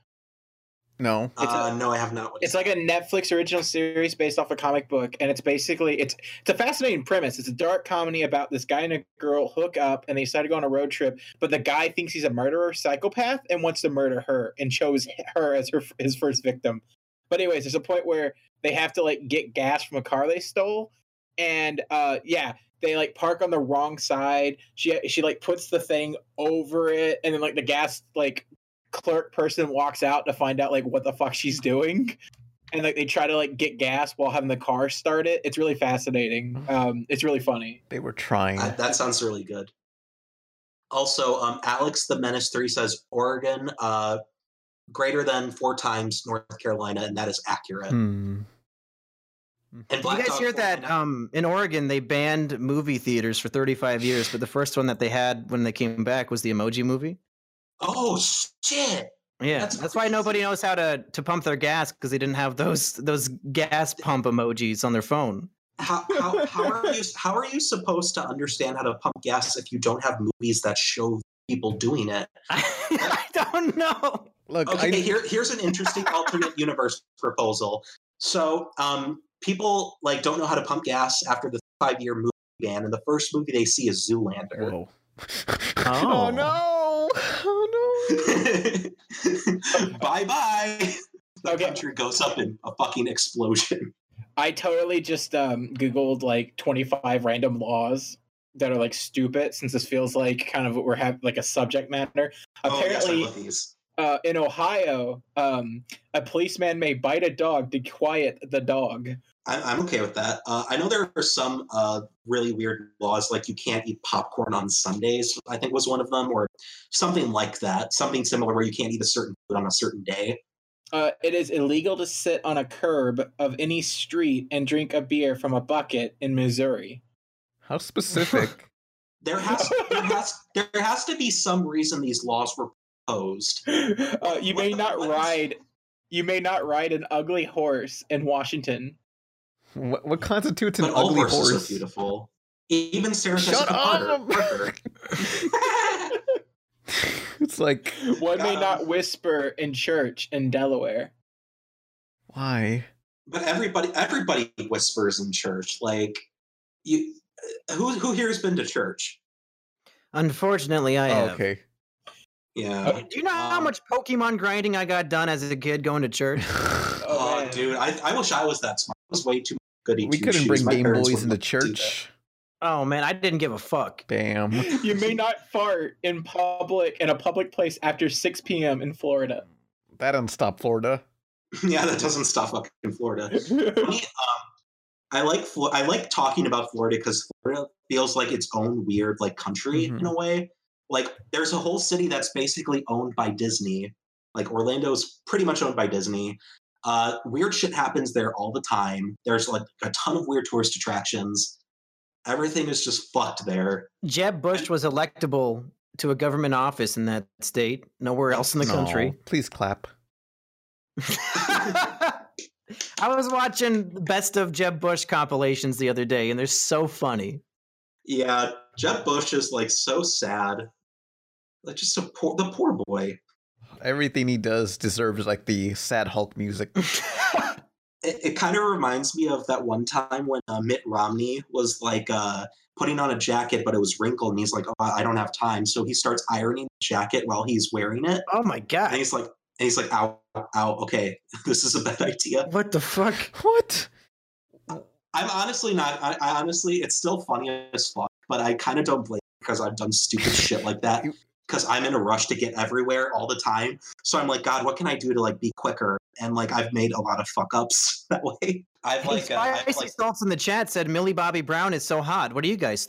Speaker 1: No.
Speaker 7: it's
Speaker 3: uh, no i have not
Speaker 7: It's like a Netflix original series based off a comic book, and it's basically it's it's a fascinating premise. It's a dark comedy about this guy and a girl hook up, and they decide to go on a road trip. But the guy thinks he's a murderer, psychopath, and wants to murder her, and chose her as her his first victim. But anyways, there's a point where they have to like get gas from a car they stole, and uh, yeah, they like park on the wrong side. She she like puts the thing over it, and then like the gas like clerk person walks out to find out like what the fuck she's doing and like they try to like get gas while having the car start it it's really fascinating um it's really funny
Speaker 1: They were trying.
Speaker 3: Uh, that sounds really good. Also, um, Alex the Menace 3 says Oregon uh, greater than four times North Carolina, and that is accurate.
Speaker 1: Hmm.
Speaker 3: And
Speaker 2: Mm. Did you
Speaker 3: Black
Speaker 2: guys
Speaker 3: Dog
Speaker 2: hear that?
Speaker 3: 49
Speaker 2: Um, in Oregon, they banned movie theaters for 35 years, but the first one that they had when they came back was the Emoji Movie.
Speaker 3: oh, shit.
Speaker 2: Yeah,
Speaker 3: That's
Speaker 2: that's, why
Speaker 3: crazy.
Speaker 2: nobody knows how to to pump their gas because they didn't have those those gas pump emojis on their phone. *laughs*
Speaker 3: How, how, how, are you, how are you supposed to understand how to pump gas if you don't have movies that show people doing it?
Speaker 2: I don't know.
Speaker 1: Look,
Speaker 3: Okay,
Speaker 1: I,
Speaker 3: here, here's an interesting alternate universe proposal. So, um, people like don't know how to pump gas after the five year movie ban, and the first movie they see is Zoolander.
Speaker 1: *laughs* whoa.
Speaker 2: Oh.
Speaker 1: no! Oh no!
Speaker 3: *laughs* bye bye. The
Speaker 7: Okay.
Speaker 3: country goes up in a
Speaker 1: *laughs*
Speaker 3: fucking explosion.
Speaker 7: i totally just um googled like 25 random laws that are like stupid since this feels like kind of what we're having like a subject matter
Speaker 3: oh,
Speaker 7: apparently
Speaker 3: yes, I love these.
Speaker 7: uh, in ohio um a policeman may bite a dog to quiet the dog
Speaker 3: I'm, I'm okay with that. Uh, I know there are some uh, really weird laws, like you can't eat popcorn on Sundays. I think was one of them, or something like that. Something similar where you can't eat a certain food on a certain day.
Speaker 7: Uh, it is illegal to sit on a curb of any street and drink a beer from a bucket in Missouri.
Speaker 1: How
Speaker 3: *laughs*
Speaker 1: specific?
Speaker 3: There has
Speaker 1: *laughs*
Speaker 3: there has there has to be some reason these laws were proposed.
Speaker 7: *laughs* Uh, you may
Speaker 3: What-
Speaker 7: not
Speaker 3: what is-
Speaker 7: ride. You may not ride an ugly horse in Washington.
Speaker 1: what, what constitutes an
Speaker 3: But all
Speaker 1: ugly
Speaker 3: horses are
Speaker 1: horse?
Speaker 3: beautiful. Even Sarah
Speaker 1: Shut
Speaker 3: Jessica
Speaker 1: up!
Speaker 3: Parker. Parker.
Speaker 1: *laughs*
Speaker 3: *laughs*
Speaker 1: it's like
Speaker 7: One may
Speaker 3: God.
Speaker 7: not whisper in church in Delaware.
Speaker 1: why?
Speaker 3: But everybody, everybody whispers in church. Like you, uh, who who here's been to church?
Speaker 2: Unfortunately, I
Speaker 1: Oh,
Speaker 2: have.
Speaker 1: okay.
Speaker 3: Yeah.
Speaker 2: Do you know how
Speaker 3: Um,
Speaker 2: much Pokemon grinding I got done as a kid going to church?
Speaker 7: Oh,
Speaker 3: Oh,
Speaker 7: man.
Speaker 3: dude, I, I wish I was that smart. I was way too goody.
Speaker 1: we
Speaker 3: two
Speaker 1: couldn't
Speaker 3: shoes.
Speaker 1: bring
Speaker 3: My
Speaker 1: Game
Speaker 3: parents
Speaker 1: Boys
Speaker 3: wouldn't
Speaker 1: into
Speaker 3: let me do that.
Speaker 1: church.
Speaker 2: Oh man, I didn't give a fuck.
Speaker 1: Damn.
Speaker 7: You may not fart in public in a public place after 6 p.m.
Speaker 2: *laughs*
Speaker 7: in Florida.
Speaker 1: That doesn't stop Florida.
Speaker 3: *laughs* yeah, that doesn't stop fucking Florida.
Speaker 2: Oh,
Speaker 7: yeah,
Speaker 3: Funny, um, I like Flo- I like talking about Florida because Florida feels like its own weird like country
Speaker 1: Mhm.
Speaker 3: in a way. Like there's a whole city that's basically owned by Disney. Like Orlando's pretty much owned by Disney. Uh, weird shit happens there all the time. There's like a ton of weird tourist attractions. Everything is just fucked there. *laughs*
Speaker 2: Jeb Bush was electable to a government office in that state. Nowhere else in the
Speaker 1: No,
Speaker 2: country.
Speaker 1: Please clap.
Speaker 2: *laughs* I was watching the best of Jeb Bush compilations the other day, and they're so funny.
Speaker 3: Yeah, Jeb Bush is like so sad. Like just a poor, the poor boy.
Speaker 1: Everything he does deserves like the sad Hulk music. *laughs*
Speaker 3: it, it kind of reminds me of that one time when uh, Mitt Romney was like uh, putting on a jacket, but it was wrinkled, and he's like, "Oh, I I don't have time," so he starts ironing the jacket while he's wearing it,
Speaker 2: Oh my
Speaker 3: and
Speaker 2: god.
Speaker 3: he's like, "And he's like, ow, ow, okay, *laughs* this is a bad idea."
Speaker 2: What the fuck?
Speaker 1: What?
Speaker 3: I'm honestly not. I, I honestly, it's still funny as fuck, but I kind of don't blame him because I've done stupid shit like that. Because I'm in a rush to get everywhere all the time, so I'm like, God, what can I do to like be quicker? And like, I've made a lot of fuck ups *laughs* that way. I've like, uh,
Speaker 2: Fire
Speaker 3: I've, like
Speaker 2: Salts in the chat said Millie Bobby Brown is so hot. What do you guys?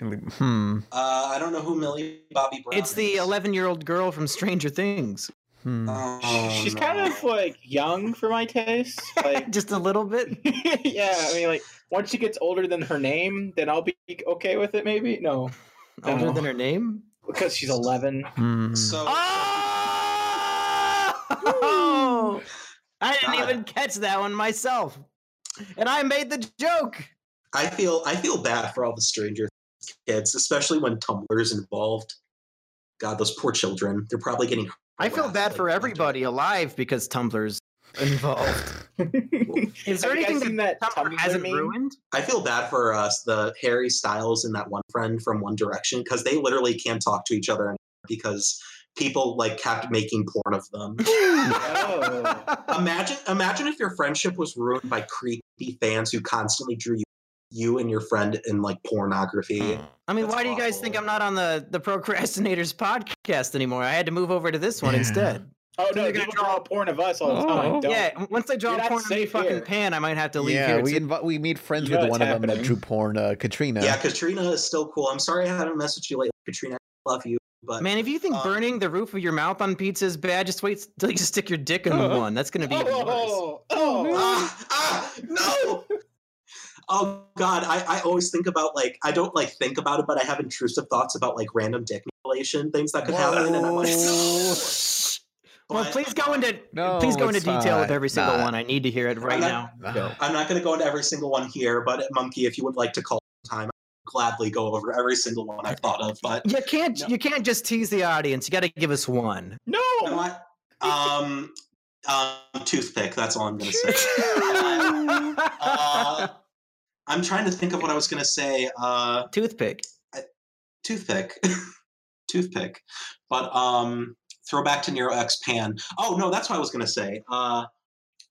Speaker 2: think?
Speaker 1: Hmm.
Speaker 3: Uh, I don't know who Millie Bobby Brown.
Speaker 2: It's the
Speaker 3: is.
Speaker 2: 11 year old girl from Stranger Things. *laughs*
Speaker 1: Hmm.
Speaker 2: Uh,
Speaker 3: Oh,
Speaker 7: She's
Speaker 3: no.
Speaker 7: kind of like young for my taste. Like *laughs*
Speaker 2: Just a little bit.
Speaker 7: yeah, I mean, like once she gets older than her name, then I'll be okay with it. Maybe no,
Speaker 2: Older
Speaker 7: No.
Speaker 2: than her name.
Speaker 7: because she's eleven.
Speaker 1: Hmm.
Speaker 3: so.
Speaker 2: Uh, Oh! *laughs* I didn't
Speaker 3: God.
Speaker 2: even catch that one myself. And I made the joke.
Speaker 3: I feel I feel bad for all the Stranger Things kids, especially when Tumblr is involved. God, those poor children. They're probably getting.
Speaker 2: I feel bad for everybody alive because Tumblr's involved. Is there
Speaker 7: Have you guys
Speaker 2: anything
Speaker 7: seen
Speaker 2: that,
Speaker 7: that
Speaker 2: Tumblr,
Speaker 7: Tumblr
Speaker 2: hasn't
Speaker 7: meme?
Speaker 2: ruined?
Speaker 3: I feel bad for us, the Harry Styles and that one friend from One Direction, because they literally can't talk to each other anymore because people like kept making porn of
Speaker 2: *laughs*
Speaker 3: them.
Speaker 7: Oh.
Speaker 3: imagine imagine if your friendship was ruined by creepy fans who constantly drew you, you and your friend in like pornography.
Speaker 2: I mean,
Speaker 3: That's
Speaker 2: why do you guys think I'm
Speaker 3: awful.
Speaker 2: not on the the procrastinators *laughs* podcast anymore? I had to move over to this one
Speaker 1: Yeah.
Speaker 2: instead.
Speaker 7: Oh no,
Speaker 2: They're
Speaker 7: you
Speaker 2: gonna
Speaker 7: draw porn of us all the
Speaker 1: Oh.
Speaker 7: time. Don't.
Speaker 2: Yeah, w- once I draw
Speaker 7: You're
Speaker 2: a
Speaker 7: not
Speaker 2: porn on the
Speaker 7: safe
Speaker 2: fucking
Speaker 7: here.
Speaker 2: pan, I might have to leave
Speaker 1: Yeah,
Speaker 2: here.
Speaker 1: we
Speaker 2: too.
Speaker 1: invi- we made friends
Speaker 7: You know
Speaker 1: with
Speaker 7: it's
Speaker 1: one of them that
Speaker 7: happening.
Speaker 1: drew porn, uh, Katrina.
Speaker 3: Yeah, Katrina is still cool. I'm sorry I haven't messaged you lately, Katrina. I love you,
Speaker 2: *laughs*
Speaker 3: but
Speaker 2: Man, if you think
Speaker 3: Um,
Speaker 2: burning the roof of your mouth on pizza is bad, just wait *laughs* till you stick your dick in
Speaker 1: Uh-huh.
Speaker 2: one. That's gonna be even worse.
Speaker 7: Oh, oh,
Speaker 3: ah, ah, no. Oh God, I, I always think about like I don't like think about it, but I have intrusive thoughts about like random dick manipulation things that could happen, and I'm like, *laughs*
Speaker 1: Whoa.
Speaker 2: Well,
Speaker 3: But
Speaker 2: please go into
Speaker 1: No,
Speaker 2: please go into
Speaker 1: it's
Speaker 2: detail with
Speaker 1: fine.
Speaker 2: every single
Speaker 1: Nah.
Speaker 2: one. I need to hear it right
Speaker 3: not-
Speaker 2: now.
Speaker 1: No.
Speaker 3: I'm not going to go into every single one here. But uh, Monkey, if you would like to call time, I'd gladly go over every single one I thought of. But
Speaker 2: You can't
Speaker 7: No.
Speaker 2: you can't just tease the audience. You got to give us one.
Speaker 3: you know
Speaker 7: no.
Speaker 3: what? um, um, toothpick. That's all I'm going to say. Uh, I'm trying to think of what I was going to say. Uh,
Speaker 2: Toothpick.
Speaker 3: toothpick *laughs* toothpick but um throwback to nero x pan oh no that's what i was going to say uh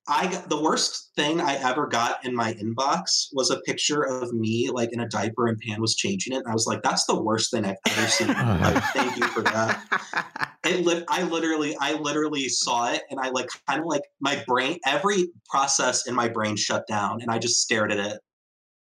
Speaker 3: i got, the worst thing i ever got in my inbox was a picture of me like in a diaper and pan was changing it and i was like that's the worst thing i've ever seen like thank you for that it lit i literally i literally saw it and i like kind of like my brain every process in my brain shut down and i just stared at it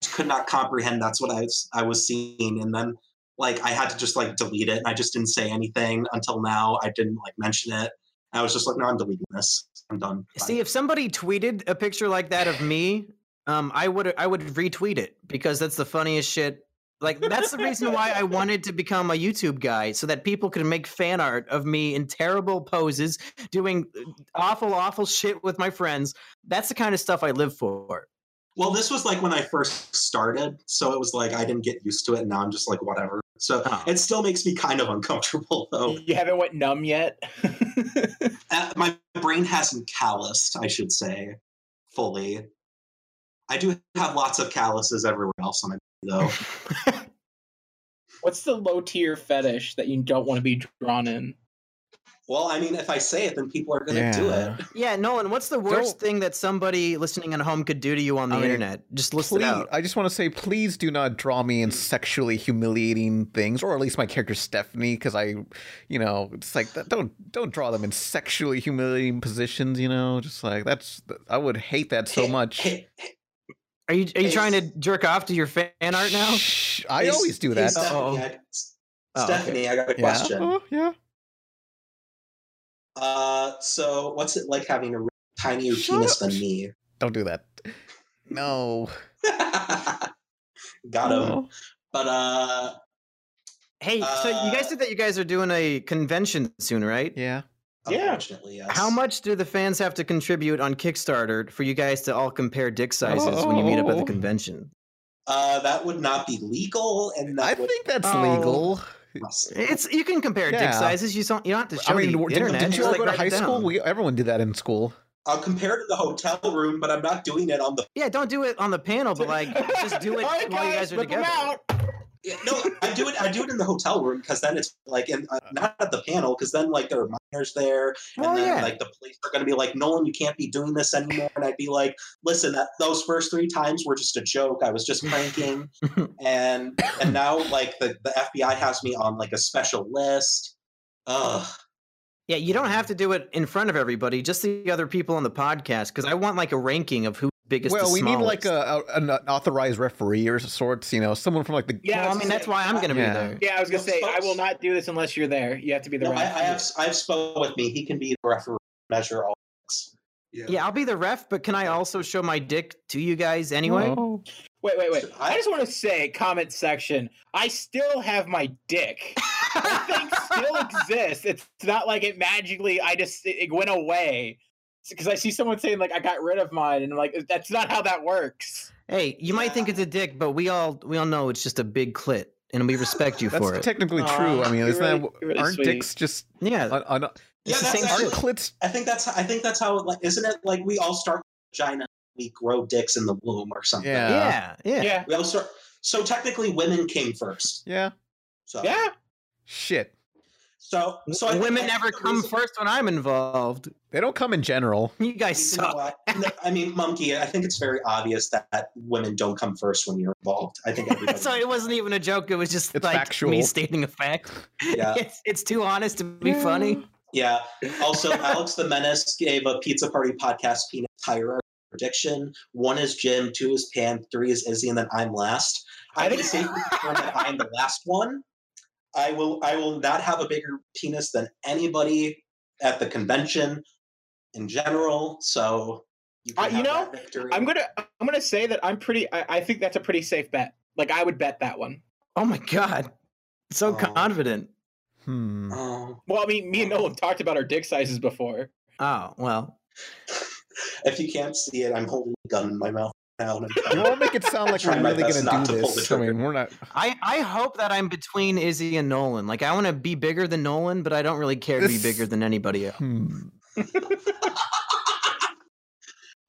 Speaker 3: Just could not comprehend that's what i was i was seeing and then like i had to just like delete it and i just didn't say anything until now i didn't like mention it i was just like no i'm deleting this i'm done Bye.
Speaker 2: See, if somebody tweeted a picture like that of me, um, I would I would retweet it because that's the funniest shit. Like that's the reason why I wanted to become a YouTube guy so that people could make fan art of me in terrible poses, doing uh, awful, awful shit with my friends. That's the kind of stuff I live for.
Speaker 3: well this was like when i first started so it was like i didn't get used to it and now i'm just like whatever so
Speaker 2: Oh.
Speaker 3: it still makes me kind of uncomfortable though
Speaker 7: You haven't went numb yet. *laughs*
Speaker 3: uh, my brain hasn't calloused, I should say, fully. I do have lots of calluses everywhere else on my body,
Speaker 1: *laughs*
Speaker 3: though.
Speaker 7: What's the low tier fetish that you don't want to be drawn in?
Speaker 3: Well, I mean, if I say it, then people are going to do
Speaker 1: Yeah.
Speaker 3: it.
Speaker 2: Yeah, Nolan, what's the worst
Speaker 1: Don't-
Speaker 2: thing that somebody listening at home could do to you on the
Speaker 1: I mean,
Speaker 2: internet? Just list
Speaker 1: Please,
Speaker 2: it out.
Speaker 1: I just want to say, please do not draw me in sexually humiliating things, or at least my character Stephanie, because I, you know, it's like that, don't don't draw them in sexually humiliating positions. You know, just like that's I would hate that so
Speaker 3: Hey,
Speaker 1: much.
Speaker 3: *laughs* hey,
Speaker 2: Are you are you
Speaker 3: Hey,
Speaker 2: trying to jerk off to your fan art now?
Speaker 1: Shh, I
Speaker 3: hey,
Speaker 1: always do
Speaker 3: hey,
Speaker 1: that.
Speaker 3: Stephanie,
Speaker 2: Uh-oh.
Speaker 3: I,
Speaker 2: Oh, okay.
Speaker 3: Stephanie, I got a
Speaker 1: yeah,
Speaker 3: question.
Speaker 2: Uh-huh,
Speaker 1: Oh, yeah.
Speaker 3: Uh, so what's it like having a tinier
Speaker 1: Shut
Speaker 3: penis
Speaker 1: up.
Speaker 3: than me? *laughs*
Speaker 1: Don't do that. No.
Speaker 3: Got him.
Speaker 1: No.
Speaker 3: But uh,
Speaker 2: Hey, so you guys
Speaker 3: Uh,
Speaker 2: said that you guys are doing a convention soon, right?
Speaker 1: Yeah.
Speaker 7: Yeah.
Speaker 3: unfortunately, yes.
Speaker 2: How much do the fans have to contribute on Kickstarter for you guys to all compare dick sizes when you meet up at
Speaker 1: Oh.
Speaker 2: the convention?
Speaker 3: Uh, that would not be legal, and that
Speaker 1: I
Speaker 3: would
Speaker 1: think that's
Speaker 2: Oh.
Speaker 1: legal.
Speaker 3: cost-
Speaker 2: It's you can compare dick
Speaker 1: Yeah.
Speaker 2: sizes. You don't you don't have to show
Speaker 1: I mean,
Speaker 2: the
Speaker 1: did,
Speaker 2: internet.
Speaker 1: did you
Speaker 2: Just,
Speaker 1: all
Speaker 2: like,
Speaker 1: go to
Speaker 2: write
Speaker 1: high
Speaker 2: it
Speaker 1: school?
Speaker 2: down.
Speaker 1: We, everyone did that in school.
Speaker 3: I'll compare to the hotel room, but I'm not doing it on the.
Speaker 2: Yeah, don't do it on the panel, but like just
Speaker 1: *laughs*
Speaker 2: do it
Speaker 7: All right,
Speaker 2: while you guys are
Speaker 7: whip 'em
Speaker 2: together.
Speaker 7: out.
Speaker 3: Yeah, No, I do it. I do it in the hotel room because then it's like, and uh, not at the panel because then like there are minors there, and
Speaker 2: Well,
Speaker 3: then
Speaker 2: yeah.
Speaker 3: like the police are going to be like, Nolan, you can't be doing this anymore. And I'd be like, listen, that, those first three times were just a joke. I was just pranking, and and now like the the FBI has me on like a special list. Ugh.
Speaker 2: Yeah, you don't have to do it in front of everybody, just the other people on the podcast, because I want like a ranking of who's biggest.
Speaker 1: well,
Speaker 2: to
Speaker 1: we need like
Speaker 2: smallest.
Speaker 1: a, a an authorized referee or sorts, you know, someone from like the
Speaker 7: Yeah,
Speaker 2: Well, I
Speaker 7: was
Speaker 2: mean,
Speaker 7: gonna
Speaker 2: that's
Speaker 7: say-
Speaker 2: why I'm gonna
Speaker 1: Yeah.
Speaker 2: be there.
Speaker 7: Yeah, I was gonna
Speaker 3: No,
Speaker 7: say I will
Speaker 3: folks.
Speaker 7: not do this unless you're there. You have to be the
Speaker 3: No, I,
Speaker 7: right.
Speaker 3: I have I have spoke with me. He can be the referee measure all. things.
Speaker 2: Yeah, I'll be the ref, but can I also show my dick to you guys anyway?
Speaker 1: Oh.
Speaker 7: Wait, wait, wait.
Speaker 3: I-
Speaker 7: I just want to say, comment section. I still have my
Speaker 2: *laughs*
Speaker 7: dick. that thing still exists. It's not like it magically. I just it, it went away because I see someone saying like I got rid of mine, and I'm like that's not how that works.
Speaker 2: hey, you might think
Speaker 3: Yeah.
Speaker 2: it's a dick, but we all we all know it's just a big clit, and we respect
Speaker 1: *laughs*
Speaker 2: you
Speaker 1: That's
Speaker 2: for it.
Speaker 1: technically
Speaker 7: Aw,
Speaker 1: true. I mean,
Speaker 7: you're
Speaker 1: isn't
Speaker 7: really-
Speaker 1: that
Speaker 7: you're really
Speaker 1: aren't
Speaker 7: sweet.
Speaker 1: dicks just
Speaker 2: yeah,
Speaker 1: on, on,
Speaker 3: Yeah,
Speaker 2: It's the
Speaker 3: that's
Speaker 2: same
Speaker 1: aren't
Speaker 3: actually,
Speaker 2: shit.
Speaker 1: clits?
Speaker 3: I think that's I think that's how it, like isn't it like we all start with vagina we grow dicks in the womb or something.
Speaker 1: Yeah.
Speaker 2: yeah, yeah.
Speaker 7: Yeah,
Speaker 3: We all start so technically women came first.
Speaker 1: Yeah.
Speaker 3: So
Speaker 7: yeah.
Speaker 1: Shit,
Speaker 3: So so I think-
Speaker 2: Women
Speaker 3: I think
Speaker 2: never
Speaker 3: the
Speaker 2: come
Speaker 3: reason-
Speaker 2: first when I'm involved.
Speaker 1: they don't come in general.
Speaker 2: You
Speaker 3: the
Speaker 2: guys
Speaker 3: reason
Speaker 2: suck.
Speaker 3: why- no, I mean, monkey. I think it's very obvious that, that women don't come first when you're involved.
Speaker 2: *laughs*
Speaker 3: I think everybody.
Speaker 2: so it wasn't even a joke. It was just
Speaker 1: It's
Speaker 2: like
Speaker 1: factual.
Speaker 2: me stating a fact.
Speaker 3: Yeah.
Speaker 2: *laughs* it's, it's too honest to be
Speaker 1: Yeah.
Speaker 2: funny.
Speaker 3: Yeah.
Speaker 7: *laughs*
Speaker 3: Also, Alex the Menace gave a pizza party podcast peanut hierarchy prediction. One is Jim, two is Pan, three is Izzy, and then I'm last. I,
Speaker 7: I
Speaker 3: think
Speaker 7: think- *laughs*
Speaker 3: safely confirm that I am the last one. I will. I will not have a bigger penis than anybody at the convention in general. So you,
Speaker 7: Uh, you know,
Speaker 3: that victory.
Speaker 7: I'm gonna I'm gonna say that I'm pretty. I, I think that's a pretty safe bet. Like I would bet that one.
Speaker 2: Oh my god, so
Speaker 3: Oh.
Speaker 2: confident.
Speaker 3: *laughs*
Speaker 1: Hmm.
Speaker 3: Oh.
Speaker 7: Well, I mean, me and Nolan talked about our dick sizes before.
Speaker 2: Oh well,
Speaker 3: If you can't see it, I'm holding a gun in my mouth now.
Speaker 7: *laughs*
Speaker 3: and I'm-
Speaker 1: You won't make it sound like
Speaker 3: Try
Speaker 1: we're
Speaker 3: my
Speaker 1: really
Speaker 3: best
Speaker 1: gonna
Speaker 3: not
Speaker 1: do
Speaker 3: to pull the
Speaker 1: this. I mean, we're not.
Speaker 2: I I hope that I'm between Izzy and Nolan. Like I want to be bigger than Nolan, but I don't really care to
Speaker 1: This-
Speaker 2: be bigger than anybody else.
Speaker 1: Hmm.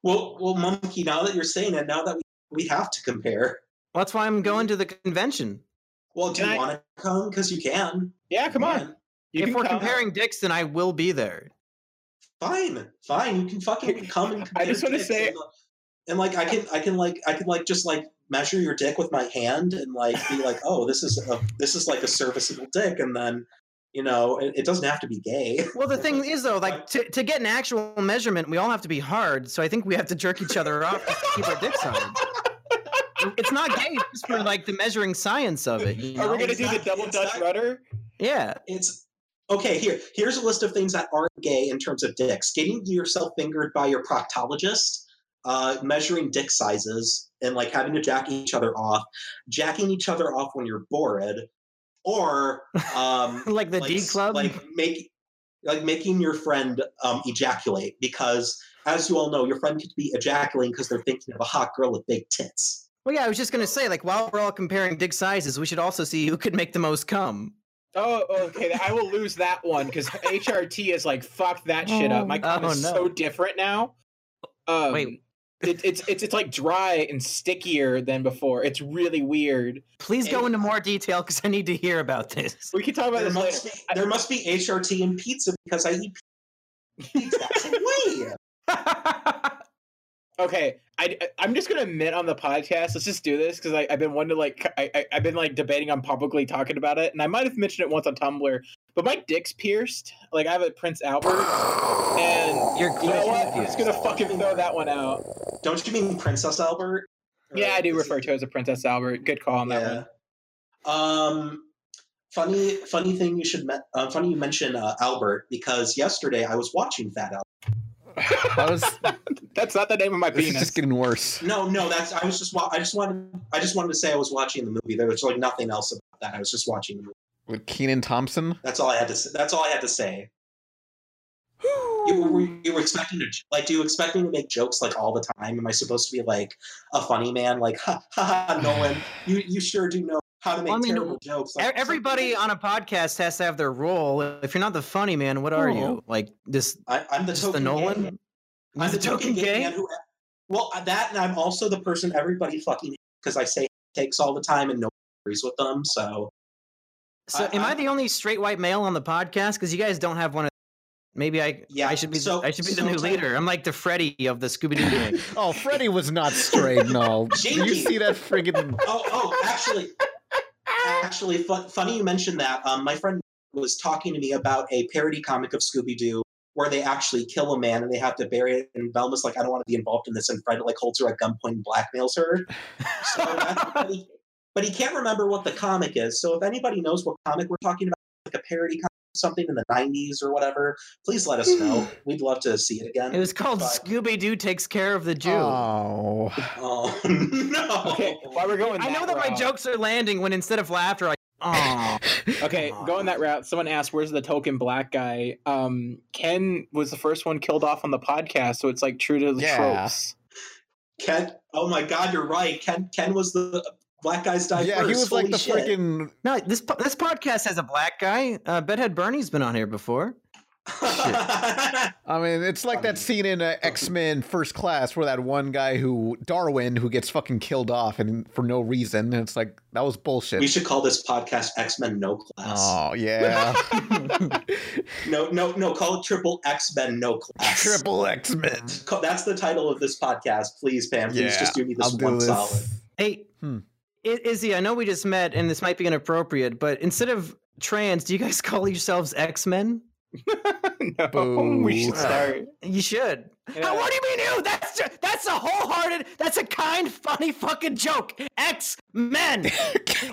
Speaker 3: well, well, monkey. Now that you're saying it, now that we, we have to compare.
Speaker 2: Well, that's why I'm going to the convention.
Speaker 3: Well, do
Speaker 7: Can
Speaker 3: you
Speaker 7: I-
Speaker 3: want to come? Because you can.
Speaker 7: Yeah, come on. You
Speaker 2: if
Speaker 7: can
Speaker 2: we're
Speaker 7: come.
Speaker 2: comparing dicks, then I will be there.
Speaker 3: Fine, fine. You can
Speaker 7: *laughs*
Speaker 3: fucking come and.
Speaker 7: I just
Speaker 3: compare
Speaker 7: wanna
Speaker 3: dicks
Speaker 7: say-
Speaker 3: and, uh, and like I can, I can like, I can like just like measure your dick with my hand and like be like,
Speaker 7: *laughs*
Speaker 3: oh, this is a, this is like a serviceable dick, and then, you know, it, it doesn't have to be gay.
Speaker 2: Well, the thing is though, like to, to get an actual measurement, we all have to be hard. So I think we have to jerk each other off just to keep our dicks hard. It's not gay it's just for like the measuring science of it. You
Speaker 7: Are
Speaker 2: know?
Speaker 7: we gonna do the
Speaker 3: Exactly,
Speaker 7: double Dutch
Speaker 3: exactly.
Speaker 7: rudder?
Speaker 2: yeah.
Speaker 3: It's okay. Here, here's a list of things that aren't gay in terms of dicks: getting yourself fingered by your proctologist, uh, measuring dick sizes, and like having to jack each other off, jacking each other off when you're bored,
Speaker 2: *laughs*
Speaker 3: or um,
Speaker 2: Like the
Speaker 3: like,
Speaker 2: D
Speaker 3: s-
Speaker 2: club.
Speaker 3: like make like making your friend um, ejaculate because as you all know your friend could be ejaculating because they're thinking of a hot girl with big tits
Speaker 2: Well, yeah, I was just gonna say, like, while we're all comparing dick sizes, we should also see who could make the most cum.
Speaker 7: Oh, okay. I will lose that one because HRT is like fuck that shit up. My
Speaker 2: Oh,
Speaker 7: cum is
Speaker 2: no.
Speaker 7: so different now. Um,
Speaker 2: Wait,
Speaker 7: It, it's it's it's like dry and stickier than before. It's really weird.
Speaker 2: Please go into more detail because I need to hear about this.
Speaker 7: We can talk about
Speaker 3: There
Speaker 7: this later.
Speaker 3: must, be, there must be HRT in pizza because I eat *laughs* pizza. That's way.
Speaker 7: Okay, I I- I'm just gonna admit on the podcast. Let's just do this because I've been one to like I, I I've been like debating on publicly talking about it, and I might have mentioned it once on Tumblr. But my dick's pierced. Like I have a Prince Albert, and
Speaker 2: You're
Speaker 7: you know what? I'm just gonna fucking throw that one out.
Speaker 3: Don't you mean Princess Albert? Or
Speaker 7: Yeah, I do
Speaker 3: is
Speaker 7: refer
Speaker 3: it-
Speaker 7: to it as a Princess Albert. Good call on that one.
Speaker 3: Yeah. Um, funny, funny thing you should. Me- uh, funny you mention uh, Albert because yesterday I was watching Fat Albert.
Speaker 1: I was,
Speaker 7: *laughs* That's not the name of my
Speaker 1: this is
Speaker 7: penis.
Speaker 1: just getting worse.
Speaker 3: No, no, that's. I was just. Wa- I just wanted. I just wanted to say I was watching the movie. There was like nothing else about that. I was just watching the movie.
Speaker 1: With Keenan Thompson?
Speaker 3: That's all I had to. Say. That's all I had to say. You
Speaker 2: *sighs*
Speaker 3: were, were- you were expecting to like? Do you expect me to make jokes like all the time? Am I supposed to be like a funny man? Like, ha ha, ha
Speaker 2: *sighs*
Speaker 3: Nolan, you you sure do know how to make
Speaker 2: Well, I mean,
Speaker 3: terrible jokes.
Speaker 2: E-
Speaker 3: Like,
Speaker 2: Everybody on a podcast has to have their role. If you're not the funny man, what are you? Like this,
Speaker 3: I, I'm the
Speaker 2: just the
Speaker 3: token
Speaker 2: Nolan?
Speaker 3: gay.
Speaker 2: I'm the token gay?
Speaker 3: man who- well, uh, that and I'm also the person everybody fucking because I say takes all the time and no one agrees with them. So
Speaker 2: So,
Speaker 3: I-
Speaker 2: am I,
Speaker 3: I-
Speaker 2: the only straight white male on the podcast? Because you guys don't have one. of Maybe I.
Speaker 3: Yeah,
Speaker 2: I should be.
Speaker 3: so-
Speaker 2: the, I should be
Speaker 3: so
Speaker 2: the new
Speaker 3: tell-
Speaker 2: leader. I'm like the Freddy of the Scooby Doo gang.
Speaker 1: Oh, Freddy was not straight,
Speaker 3: *laughs*
Speaker 1: no. Did you
Speaker 3: Jinky.
Speaker 1: see that *laughs* friggin'
Speaker 3: oh oh actually actually fu- funny you mentioned that. Um, my friend was talking to me about a parody comic of Scooby Doo where they actually kill a man and they have to bury it, and Velma's like, I don't want to be involved in this, and Fred like holds her at gunpoint and blackmails her. So that's, but, he, but he can't remember what the comic is. So if anybody knows what comic we're talking about, like a parody comic. Something in the '90s or whatever. Please let us know. We'd love to see it again.
Speaker 2: Hmm. It was called
Speaker 3: But-
Speaker 2: Scooby Doo takes care of the Jew.
Speaker 1: Oh.
Speaker 3: Oh *laughs* no!
Speaker 7: *laughs* Okay, while we're going,
Speaker 2: I know that my
Speaker 7: route-
Speaker 2: jokes are landing when instead of laughter, I. Oh,
Speaker 7: Okay,
Speaker 2: Come
Speaker 7: going that route. Someone asked, "Where's the token black guy?" Um, Ken was the first one killed off on the podcast, so it's like true to the
Speaker 1: Yeah.
Speaker 7: tropes.
Speaker 3: Ken. Oh my God, you're right. Ken. Ken was the uh, black guys die
Speaker 1: Yeah,
Speaker 3: first.
Speaker 1: he was like
Speaker 3: Holy
Speaker 1: the
Speaker 3: shit. *laughs*
Speaker 1: friggin'
Speaker 2: no! This po- this podcast has a black guy. Uh, Bedhead Bernie's been on here before.
Speaker 1: I mean, it's like that scene in uh, X Men First Class where that one guy who Darwin who gets fucking killed off and for no reason, and it's like that was bullshit.
Speaker 3: we should call this podcast X Men No Class.
Speaker 1: oh
Speaker 3: *laughs*
Speaker 1: yeah,
Speaker 3: No, no, no. Call it Triple X Men No
Speaker 1: *laughs*
Speaker 3: Class.
Speaker 1: triple X Men.
Speaker 3: Ca- That's the title of this podcast. Please, Pam. Please
Speaker 1: Yeah,
Speaker 3: just do me this
Speaker 1: I'll
Speaker 3: one
Speaker 1: do this.
Speaker 3: solid.
Speaker 2: Hey,
Speaker 1: Hmm.
Speaker 2: I- Izzy, I know we just met, and this might be inappropriate, but instead of trans, do you guys *laughs* call yourselves X Men? *laughs*
Speaker 7: no, we should
Speaker 1: Boo.
Speaker 7: start.
Speaker 2: You should.
Speaker 7: Yeah.
Speaker 2: How, what do you mean you? That's ju- that's a wholehearted, that's a kind, funny fucking joke. X Men.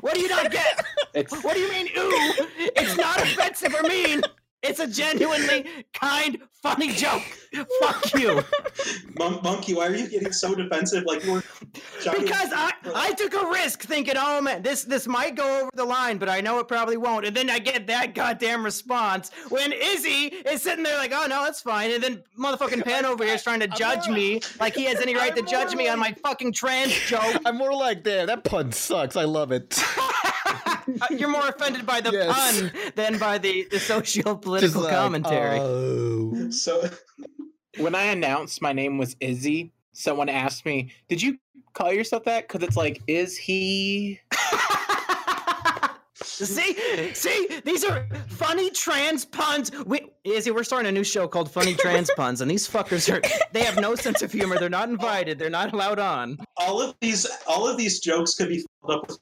Speaker 2: what do you not get?
Speaker 7: It's
Speaker 2: What do you mean ooh? It's not offensive or mean. It's a genuinely kind, funny joke. Fuck you.
Speaker 3: Mon- Monkey, why are you getting so defensive? Like you were. Johnny-
Speaker 2: Because I, I took a risk thinking, oh man, this this might go over the line, but I know it probably won't. And then I get that goddamn response when Izzy is sitting there like, oh no, that's fine. And then
Speaker 1: *laughs*
Speaker 2: motherfucking Pan over here is trying to judge me like he has any right to judge me on my fucking trans joke.
Speaker 1: I'm more like there. That pun sucks. I love it.
Speaker 2: Uh, You're more offended by the
Speaker 1: *laughs* Yes.
Speaker 2: pun than by the the socio
Speaker 1: Just
Speaker 2: political
Speaker 1: like,
Speaker 2: commentary.
Speaker 1: Oh.
Speaker 3: So
Speaker 7: when I announced my name was Izzy. Someone asked me, "Did you call yourself that?" Because it's like, is he?
Speaker 2: see, see, these are funny trans puns. We, Izzy, we're starting a new show called
Speaker 1: *laughs*
Speaker 2: Funny Trans Puns, and these fuckers are—they have no sense of humor. They're not invited. They're not allowed on.
Speaker 3: all of these, all of these jokes could be filled up with.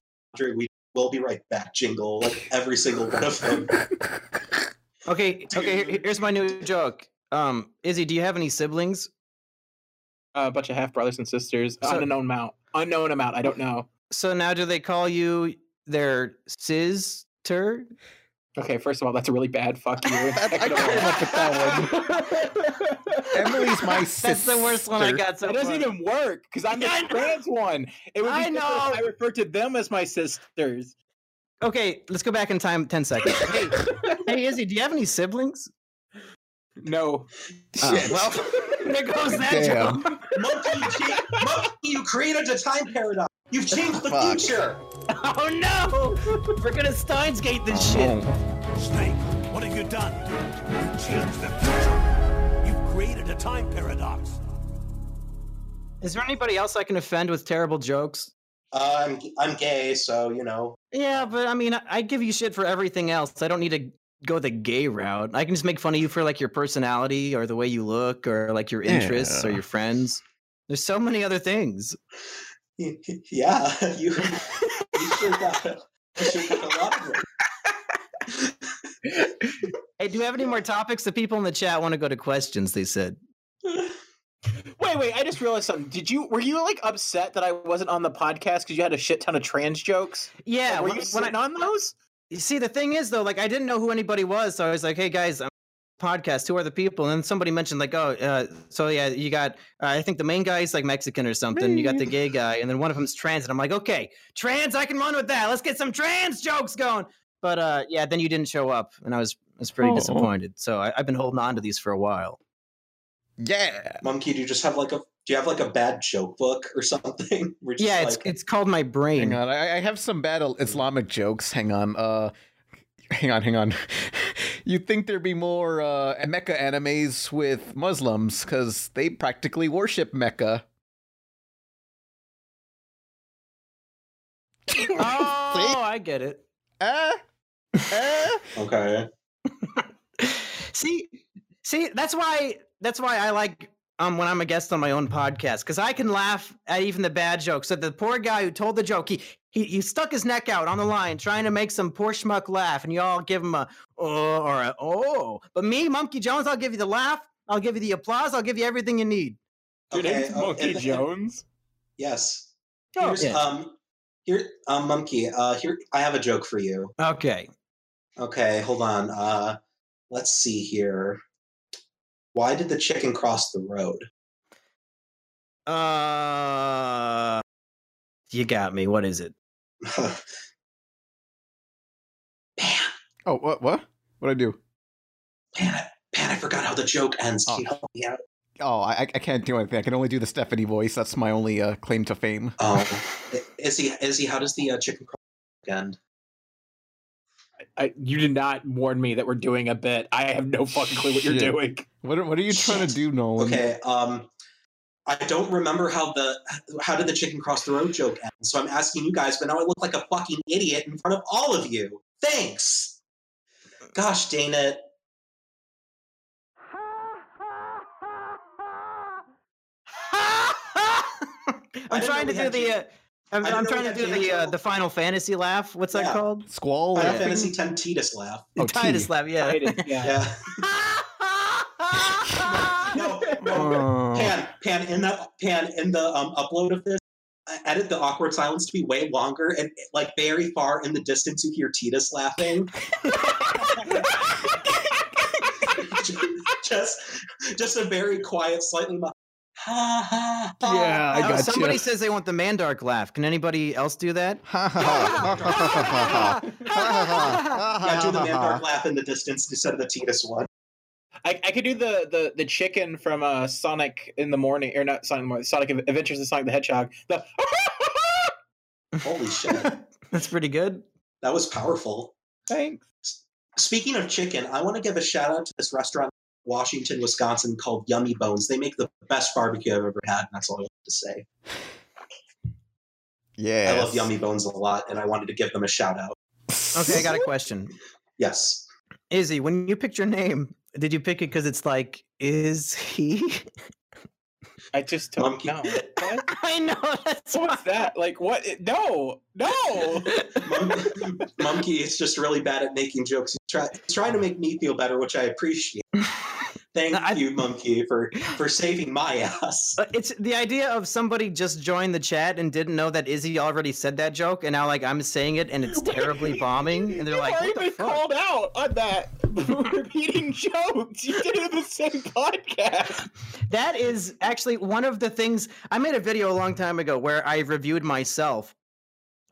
Speaker 3: We will be right back. Jingle like every single one of them.
Speaker 2: Okay, okay. here- here's my new joke. Um, Izzy, do you have any siblings?
Speaker 7: A bunch of half brothers and sisters,
Speaker 2: So-
Speaker 7: unknown amount, unknown amount. I don't know.
Speaker 2: So now, do they call you their sister?
Speaker 7: Okay, first of all, that's a really bad
Speaker 2: *laughs*
Speaker 7: fuck you. And
Speaker 1: That- I
Speaker 7: second of
Speaker 1: came
Speaker 7: all,
Speaker 1: up with that one. *laughs* Emily's my sister.
Speaker 2: *laughs* That's the worst one I got so
Speaker 7: It doesn't
Speaker 2: far.
Speaker 7: even work because I'm the
Speaker 2: Yeah, *laughs* I know.
Speaker 7: trans one. It would be
Speaker 2: I
Speaker 7: different
Speaker 2: know.
Speaker 7: If I refer to them as my sisters.
Speaker 2: Okay, let's go back in time ten seconds.
Speaker 1: *laughs*
Speaker 2: Hey, hey, Izzy, do you have any siblings? *laughs*
Speaker 7: No, Um,
Speaker 2: Oh, well, there goes that
Speaker 1: Damn.
Speaker 2: joke.
Speaker 3: Monkey, you cha- monkey, you created a time paradox. You've changed the
Speaker 1: Fuck.
Speaker 3: future.
Speaker 2: Oh no! *laughs* We're gonna Steins Gate
Speaker 1: Oh.
Speaker 2: this shit.
Speaker 8: Snake, what have you done? You changed the future. You've created a time paradox.
Speaker 2: Is there anybody else I can offend with terrible jokes?
Speaker 3: Uh, I'm I'm gay, so you know. *laughs*
Speaker 2: Yeah, but I mean, I, I give you shit for everything else. I don't need to go the gay route. I can just make fun of you for like your personality or the way you look or like your interests or
Speaker 1: Yeah.
Speaker 2: your friends. There's so many other things.
Speaker 3: Yeah, *laughs* you. you sure got a, you sure got a lot of it.
Speaker 2: Hey, do you have any more topics? The people in the chat want to go to questions. They said.
Speaker 7: Wait, wait! I just realized something. Did you were you like upset that I wasn't on the podcast because you had a shit ton of trans jokes?
Speaker 2: Yeah,
Speaker 7: Like, were
Speaker 2: when,
Speaker 7: you
Speaker 2: when I,
Speaker 7: sitting on those?
Speaker 2: You see, the thing is, though, like I didn't know who anybody was, so I was like, "Hey guys, I'm podcast. Who are the people?" And somebody mentioned, like, "Oh, uh, so yeah, you got. Uh, I think the main guy is like Mexican or something. You got the gay guy, and then one of them's trans." And I'm like, "Okay, trans, I can run with that. Let's get some trans jokes going." But uh, yeah, then you didn't show up, and I was I was pretty
Speaker 1: Oh.
Speaker 2: disappointed. So I, I've been holding on to these for a while.
Speaker 1: Yeah.
Speaker 3: Monkey, do you just have like a do you have like a bad joke book or something? *laughs* We're just
Speaker 2: Yeah, it's
Speaker 3: like,
Speaker 2: it's called my brain.
Speaker 1: Hang *laughs* on. I, I have some bad Al- Islamic jokes. Hang on. Uh, hang on. Hang on. *laughs* You'd think there'd be more uh, Mecca animes with Muslims because they practically worship Mecca.
Speaker 2: Oh, I get it.
Speaker 1: Uh, uh.
Speaker 3: okay.
Speaker 2: see see that's why that's why i like um when i'm a guest on my own podcast because i can laugh at even the bad jokes so the poor guy who told the joke he, he he stuck his neck out on the line trying to make some poor schmuck laugh and you all give him a oh or a oh but me monkey jones i'll give you the laugh i'll give you the applause i'll give you everything you need
Speaker 9: Your name's
Speaker 3: oh,
Speaker 9: Monkey
Speaker 3: and-
Speaker 9: Jones.
Speaker 3: Yes.
Speaker 2: Oh,
Speaker 3: Here's
Speaker 2: yeah.
Speaker 3: um here um monkey, uh here I have a joke for you.
Speaker 2: okay
Speaker 3: Okay, hold on. Uh let's see here. Why did the chicken cross the road?
Speaker 2: uh you got me what is it
Speaker 1: Oh, what? What? What I do?
Speaker 3: Man, I, man, I forgot how the joke ends. Can you help me out?
Speaker 1: Oh, I, I can't do anything. I can only do the Stephanie voice. That's my only uh, claim to fame.
Speaker 3: Um, is he? Is he? How does the uh, chicken cross the road end?
Speaker 7: I, you did not warn me that we're doing a bit. I have no fucking clue what you're
Speaker 1: Shit.
Speaker 7: *laughs* doing.
Speaker 1: What are, What are you trying to
Speaker 3: Shit.
Speaker 1: do, Nolan?
Speaker 3: Okay. Um, I don't remember how the how did the chicken cross the road joke end. So I'm asking you guys, but now I look like a fucking idiot in front of all of you. Thanks. Gosh, dang it.
Speaker 2: *laughs* I'm
Speaker 3: didn't
Speaker 2: trying to
Speaker 3: know we
Speaker 2: do
Speaker 3: had
Speaker 2: the. Uh,
Speaker 3: Jim-
Speaker 2: I'm,
Speaker 3: I didn't
Speaker 2: I'm
Speaker 3: know we
Speaker 2: trying to
Speaker 3: had
Speaker 2: do
Speaker 3: Jimmy
Speaker 2: the uh,
Speaker 3: Kimmel.
Speaker 2: the Final Fantasy laugh. What's that
Speaker 3: Yeah.
Speaker 2: called?
Speaker 1: Squall.
Speaker 3: Final
Speaker 2: yeah.
Speaker 3: Fantasy Ten Titus laugh.
Speaker 1: Oh,
Speaker 2: Titus
Speaker 1: T.
Speaker 2: laugh. Yeah. *laughs*
Speaker 7: yeah.
Speaker 3: Yeah. *laughs* No.
Speaker 2: Oh.
Speaker 3: no. Pan, pan in the pan in the um, upload of this. I edit the awkward silence to be way longer and like very far in the distance you hear Titus laughing. *laughs* just just a very quiet, slightly mo- ha ha ha.
Speaker 1: Yeah, I
Speaker 2: Oh,
Speaker 1: got
Speaker 2: somebody
Speaker 1: you.
Speaker 2: says they want the Mandark laugh. Can anybody else do
Speaker 3: *laughs*
Speaker 2: that?
Speaker 1: Ha ha ha ha ha ha ha
Speaker 3: Yeah, do the
Speaker 1: ha, ha.
Speaker 3: Mandark laugh in the distance instead of the Titus one.
Speaker 7: I, I could do the, the the chicken from uh, Sonic in the morning, or not Sonic in the morning, Sonic Ad- Adventures of Sonic the Hedgehog. The *laughs*
Speaker 3: Holy shit,
Speaker 2: *laughs* That's pretty good.
Speaker 3: that was powerful.
Speaker 7: thanks.
Speaker 3: Speaking of chicken, I want to give a shout out to this restaurant in Washington, Wisconsin called Yummy Bones. They make the best barbecue I've ever had, and that's all I have to say.
Speaker 1: Yes.
Speaker 3: I love Yummy Bones a lot, and I wanted to give them a shout out.
Speaker 2: Okay, I got a question.
Speaker 3: Yes.
Speaker 2: Izzy, when you picked your name, did you pick it because it's like, is he? *laughs*
Speaker 7: I just don't
Speaker 3: Monkey. *laughs*
Speaker 7: know. What?
Speaker 2: I know. That's
Speaker 7: What's that? Like what? No, no.
Speaker 3: Mom- Monkey is just really bad at making jokes. He's, try, he's trying to make me feel better, which I
Speaker 7: *laughs*
Speaker 3: appreciate. Thank
Speaker 2: I-
Speaker 3: you, Monkey, for for saving my *laughs* ass.
Speaker 2: Uh, It's the idea of somebody just joined the chat and didn't know that Izzy already said that joke, and now like I'm saying it and it's terribly bombing, and they're
Speaker 7: You've
Speaker 2: like,
Speaker 7: already
Speaker 2: "What the
Speaker 7: been
Speaker 2: fuck?"
Speaker 7: called out on that *laughs* repeating jokes. You did it in the same
Speaker 2: *laughs*
Speaker 7: podcast.
Speaker 2: That is actually one of the things I made a video a long time ago where I reviewed myself,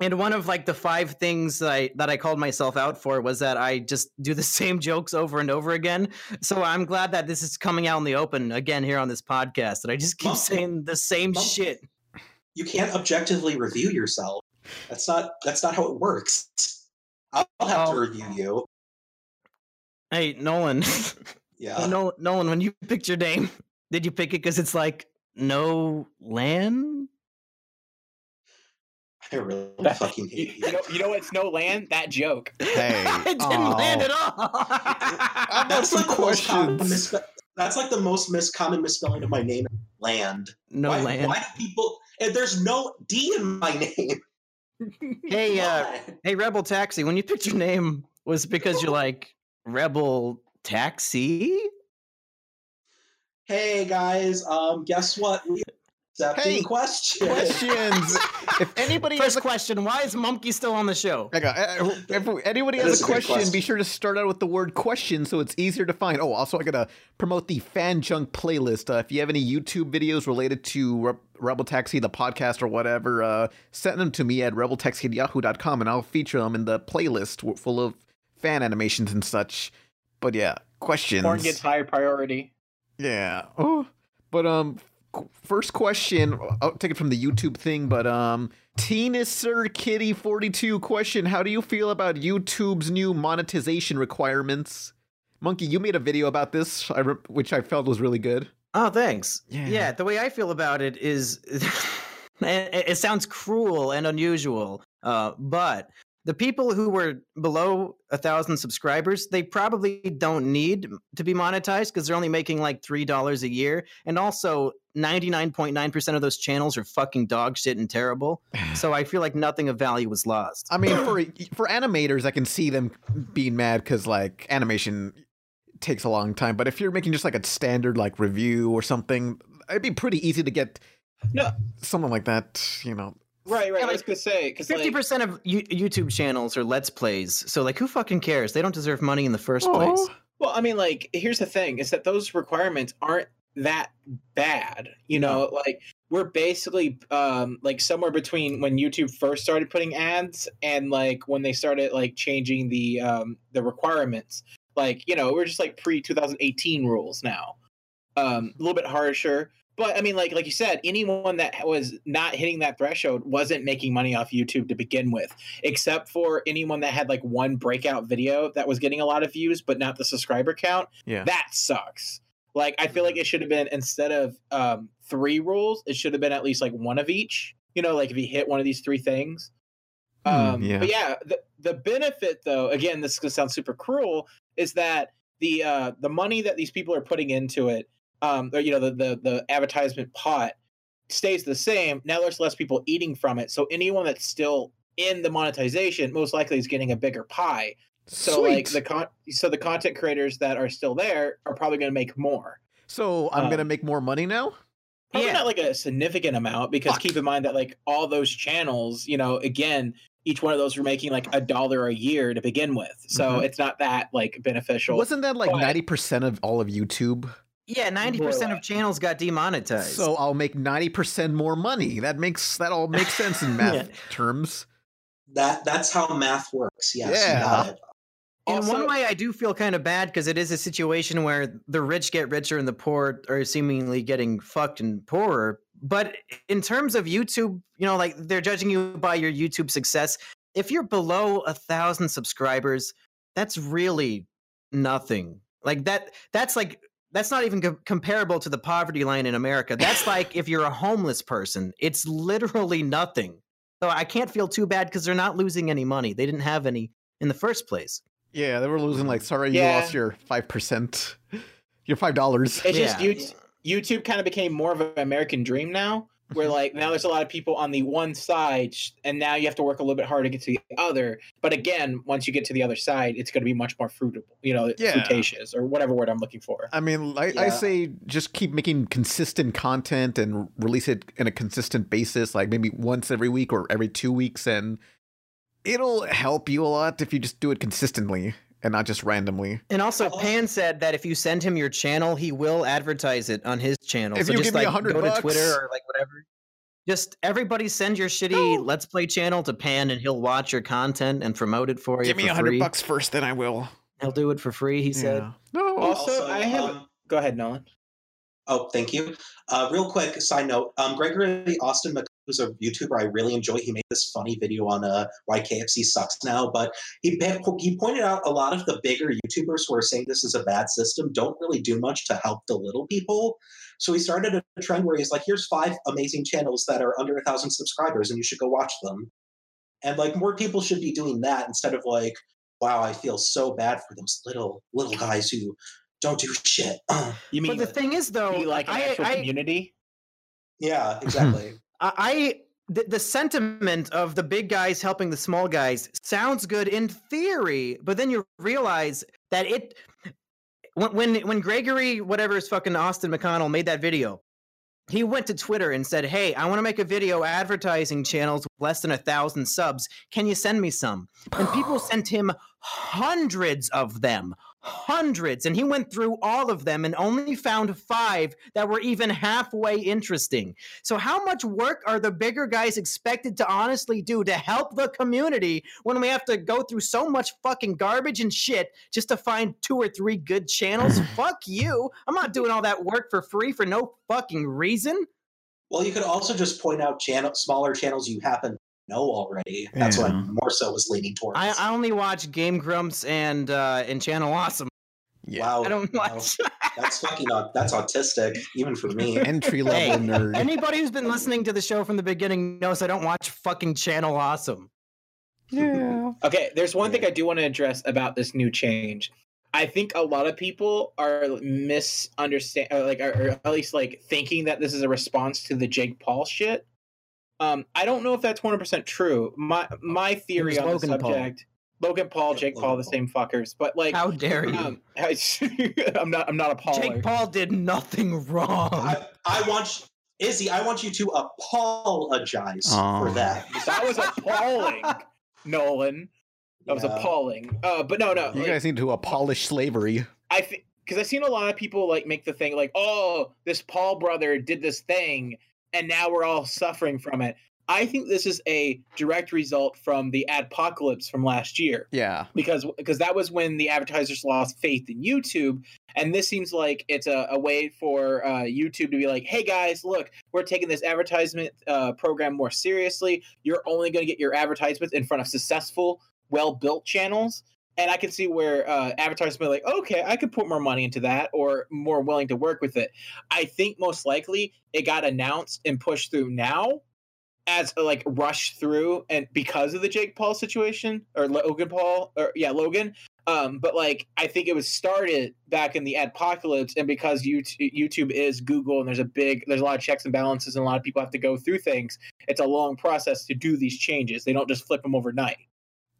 Speaker 2: and one of like the five things that I that I called myself out for was that I just do the *laughs* same jokes over and over again. So I'm glad that this is coming out in the open again here on this podcast that I just keep
Speaker 3: Monkey.
Speaker 2: saying the same
Speaker 3: Monkey.
Speaker 2: shit.
Speaker 3: You can't objectively review yourself. That's not that's not how it works. I'll have
Speaker 2: Oh.
Speaker 3: to review you.
Speaker 2: Hey Nolan.
Speaker 3: Yeah.
Speaker 2: *laughs*
Speaker 3: Uh,
Speaker 2: Oh, Nolan, Nolan, when you picked your name, did you pick it because it's like, No Land?
Speaker 3: I really fucking
Speaker 7: *laughs* You,
Speaker 3: hate
Speaker 7: you know, you know what's no land? That joke.
Speaker 2: *laughs*
Speaker 1: Hey.
Speaker 2: I didn't land
Speaker 3: oh.
Speaker 2: at all. *laughs*
Speaker 3: That's like the most common
Speaker 1: questions.
Speaker 3: misspell- That's like the most mis- common misspelling of my name. Land.
Speaker 2: no
Speaker 3: why,
Speaker 2: land.
Speaker 3: Why do people? And there's no D in my *laughs* name.
Speaker 2: Hey, uh,
Speaker 3: Why?
Speaker 2: hey, Rebel Taxi. When you picked your name, was it because you're like Rebel Taxi?
Speaker 3: Hey guys, um, guess what? We accepting
Speaker 1: Hey,
Speaker 3: questions.
Speaker 1: questions. if anybody has
Speaker 2: First
Speaker 1: a
Speaker 2: question: Why is Monkey still on the show?
Speaker 1: Hang on, uh, if anybody
Speaker 3: That
Speaker 1: has
Speaker 3: is
Speaker 1: a
Speaker 3: a good
Speaker 1: question, be
Speaker 3: question.
Speaker 1: sure to start out with the word question so it's easier to find. Oh, also, I gotta promote the Fan Junk playlist. Uh, if you have any YouTube videos related to Re- Rebel Taxi, the podcast, or whatever, uh, send them to me at rebeltaxi@yahoo.com, and I'll feature them in the playlist w- full of fan animations and such. But yeah, questions.
Speaker 7: Porn gets higher priority.
Speaker 1: Yeah. Oh, but um, qu- first question. I'll take it from the YouTube thing. But um, Tina Sir Kitty forty two question. How do you feel about YouTube's new monetization requirements? Monkey, you made a video about this, I re- which I felt was really good.
Speaker 2: Oh, thanks.
Speaker 1: Yeah.
Speaker 2: yeah the way I feel about it is, *laughs* and it it sounds cruel and unusual, uh, but the people who were below a thousand subscribers, they probably don't need to be monetized because they're only making like three dollars a year, and also ninety nine point nine percent of those channels are fucking dog shit and terrible. so I feel like nothing of value was lost.
Speaker 1: I mean, *coughs* for for animators, I can see them being mad because like animation takes a long time. But if you're making just like a standard like review or something, it'd be pretty easy to get
Speaker 7: No.
Speaker 1: someone like that. You know,
Speaker 7: Right, right.
Speaker 2: Yeah,
Speaker 7: I was
Speaker 2: like,
Speaker 7: gonna say because
Speaker 2: Fifty percent of you YouTube channels are let's plays, so like who fucking cares? They don't deserve money in the first place.
Speaker 7: Well, I mean, like, here's the thing is that those requirements aren't that bad. You know, like, we're basically um, like somewhere between when YouTube first started putting ads and like when they started like changing the um, the requirements. Like, you know, we're just like pre 2018 rules now. Um, a little bit harsher. But I mean, like like you said, anyone that was not hitting that threshold wasn't making money off YouTube to begin with except for anyone that had like one breakout video that was getting a lot of views but not the subscriber count
Speaker 1: Yeah.
Speaker 7: that sucks like i feel like it should have been instead of um, three rules it should have been at least like one of each you know like if you hit one of these three things
Speaker 1: Hmm,
Speaker 7: um,
Speaker 1: yeah.
Speaker 7: but yeah the, the benefit though again this is going to sound super cruel is that the uh, the money that these people are putting into it um, or you know the, the the advertisement pot stays the same now there's less people eating from it so anyone that's still in the monetization most likely is getting a bigger pie so like the con- so the content creators that are still there are probably going to make more
Speaker 1: So I'm
Speaker 7: Um,
Speaker 1: gonna make more money now.
Speaker 7: probably
Speaker 2: Yeah.
Speaker 7: not like a significant amount because
Speaker 1: Fuck.
Speaker 7: keep in mind that like all those channels you know again each one of those were making like a dollar a year to begin with so
Speaker 1: Mhm.
Speaker 7: it's not that like beneficial
Speaker 1: Wasn't that like
Speaker 7: But-
Speaker 1: ninety percent of all of YouTube?
Speaker 2: Yeah, ninety
Speaker 7: More or
Speaker 2: percent of
Speaker 7: less.
Speaker 2: channels got demonetized.
Speaker 1: So I'll make ninety percent more money. That makes that all makes sense in math terms.
Speaker 3: That that's how math works. Yes, you
Speaker 1: Yeah.
Speaker 3: got it.
Speaker 2: in one
Speaker 7: Also-
Speaker 2: way, I do feel kind of bad because it is a situation where the rich get richer and the poor are seemingly getting fucked and poorer. But in terms of YouTube, you know, like they're judging you by your YouTube success. If you're below a thousand subscribers, that's really nothing. Like that. That's like that's not even co- comparable to the poverty line in America. That's like if you're a homeless person. It's literally nothing. So I can't feel too bad because they're not losing any money. They didn't have any in the first place.
Speaker 1: Yeah, they were losing like sorry you
Speaker 7: Yeah.
Speaker 1: lost your five percent, your five dollars.
Speaker 7: it's just
Speaker 2: Yeah.
Speaker 7: YouTube, YouTube kind of became more of an American dream now, where
Speaker 2: Mm-hmm.
Speaker 7: like now there's a lot of people on the one side, sh- and now you have to work a little bit harder to get to the other. But again, once you get to the other side, it's going to be much more fruitable, you know,
Speaker 1: Yeah.
Speaker 7: fruitaceous or whatever word I'm looking for.
Speaker 1: I mean, I, I
Speaker 3: Yeah.
Speaker 1: say just keep making consistent content and release it in a consistent basis, like maybe once every week or every two weeks, and it'll help you a lot if you just do it consistently and not just randomly.
Speaker 2: And also,
Speaker 3: Oh.
Speaker 2: Pan said that if you send him your channel, he will advertise it on his channel.
Speaker 1: If
Speaker 2: so
Speaker 1: you
Speaker 2: just
Speaker 1: give me
Speaker 2: like
Speaker 1: 100
Speaker 2: go
Speaker 1: bucks.
Speaker 2: to Twitter or like whatever. Just everybody send your shitty Let's Play channel to Pan, and he'll watch your content and promote it for you.
Speaker 1: Give me
Speaker 2: for
Speaker 1: a hundred
Speaker 2: free.
Speaker 1: bucks first, then I will.
Speaker 2: He'll do it for free. He said.
Speaker 1: Yeah. No.
Speaker 7: Also, I have-
Speaker 3: um,
Speaker 7: Go ahead, Nolan.
Speaker 3: Oh, thank you. Uh, real quick side note: um, Gregory Austin McCullough who's a YouTuber I really enjoy. He made this funny video on uh, why KFC sucks now, but he po- he pointed out a lot of the bigger YouTubers who are saying this is a bad system don't really do much to help the little people. So he started a trend where he's like, "Here's five amazing channels that are under a thousand subscribers, and you should go watch them." And like more people should be doing that instead of like, "Wow, I feel so bad for those little little guys who don't do shit." *clears throat*
Speaker 7: You mean
Speaker 2: But the thing is, though,
Speaker 7: be like an
Speaker 2: I,
Speaker 7: actual
Speaker 2: I,
Speaker 7: community?
Speaker 3: yeah, exactly.
Speaker 2: I the, the sentiment of the big guys helping the small guys sounds good in theory, but then you realize that it when when, when Gregory whatever is fucking Austin McConnell made that video. He went to Twitter and said, "Hey, I want to make a video advertising channels with less than a thousand subs. Can you send me some?" And people sent him hundreds of them, hundreds, and he went through all of them and only found five that were even halfway interesting. So, how much work are the bigger guys expected to honestly do to help the community when we have to go through so much fucking garbage and shit just to find two or three good *laughs* channels? Fuck you. I'm not doing all that work for free for no fucking reason.
Speaker 3: Well, you could also just point out channel smaller channels you happen to know already. That's what I more so was leaning towards.
Speaker 2: I, I only watch Game Grumps and uh, and Channel Awesome.
Speaker 1: Yeah.
Speaker 3: wow,
Speaker 2: I don't
Speaker 3: wow.
Speaker 2: watch
Speaker 3: that's fucking au- that's autistic, even for me.
Speaker 1: Entry level
Speaker 2: Hey,
Speaker 1: nerd.
Speaker 2: *laughs* Anybody who's been listening to the show from the beginning knows I don't watch fucking Channel Awesome.
Speaker 7: Okay, there's one thing I do want to address about this new change. I think a lot of people are misunderstand, or like, are, or at least like thinking that this is a response to the Jake Paul shit. Um, I don't know if that's 100 percent true. My my theory
Speaker 2: Who's
Speaker 7: on the
Speaker 2: Logan Paul?
Speaker 7: subject: Logan Paul, Jake Paul, the same fuckers. But like,
Speaker 2: How dare you?
Speaker 7: um, *laughs* I'm not. I'm not a Paul.
Speaker 2: Jake Paul did nothing wrong.
Speaker 3: *laughs* I, I want you- Izzy. I want you to apologize for
Speaker 1: Aw.
Speaker 3: that.
Speaker 7: That was appalling, Nolan. That was
Speaker 3: Yeah.
Speaker 7: appalling. Uh, but no, no.
Speaker 1: You
Speaker 7: like-
Speaker 1: guys need to abolish slavery.
Speaker 7: I think because I've seen a lot of people like make the thing like, oh, this Paul brother did this thing, and now we're all suffering from it. I think this is a direct result from the adpocalypse from last year
Speaker 1: Yeah.
Speaker 7: because because that was when the advertisers lost faith in YouTube, and this seems like it's a, a way for uh, YouTube to be like, hey guys, look, we're taking this advertisement uh, program more seriously. You're only going to get your advertisements in front of successful, well built channels. And I can see where uh, advertisers may be like, okay, I could put more money into that, or more willing to work with it. I think most likely it got announced and pushed through now as uh, like rushed through and because of the Jake Paul situation or Logan Paul or yeah Logan um but like I think it was started back in the apocalypse and because YouTube, YouTube is Google and there's a big there's a lot of checks and balances and a lot of people have to go through things it's a long process to do these changes they don't just flip them overnight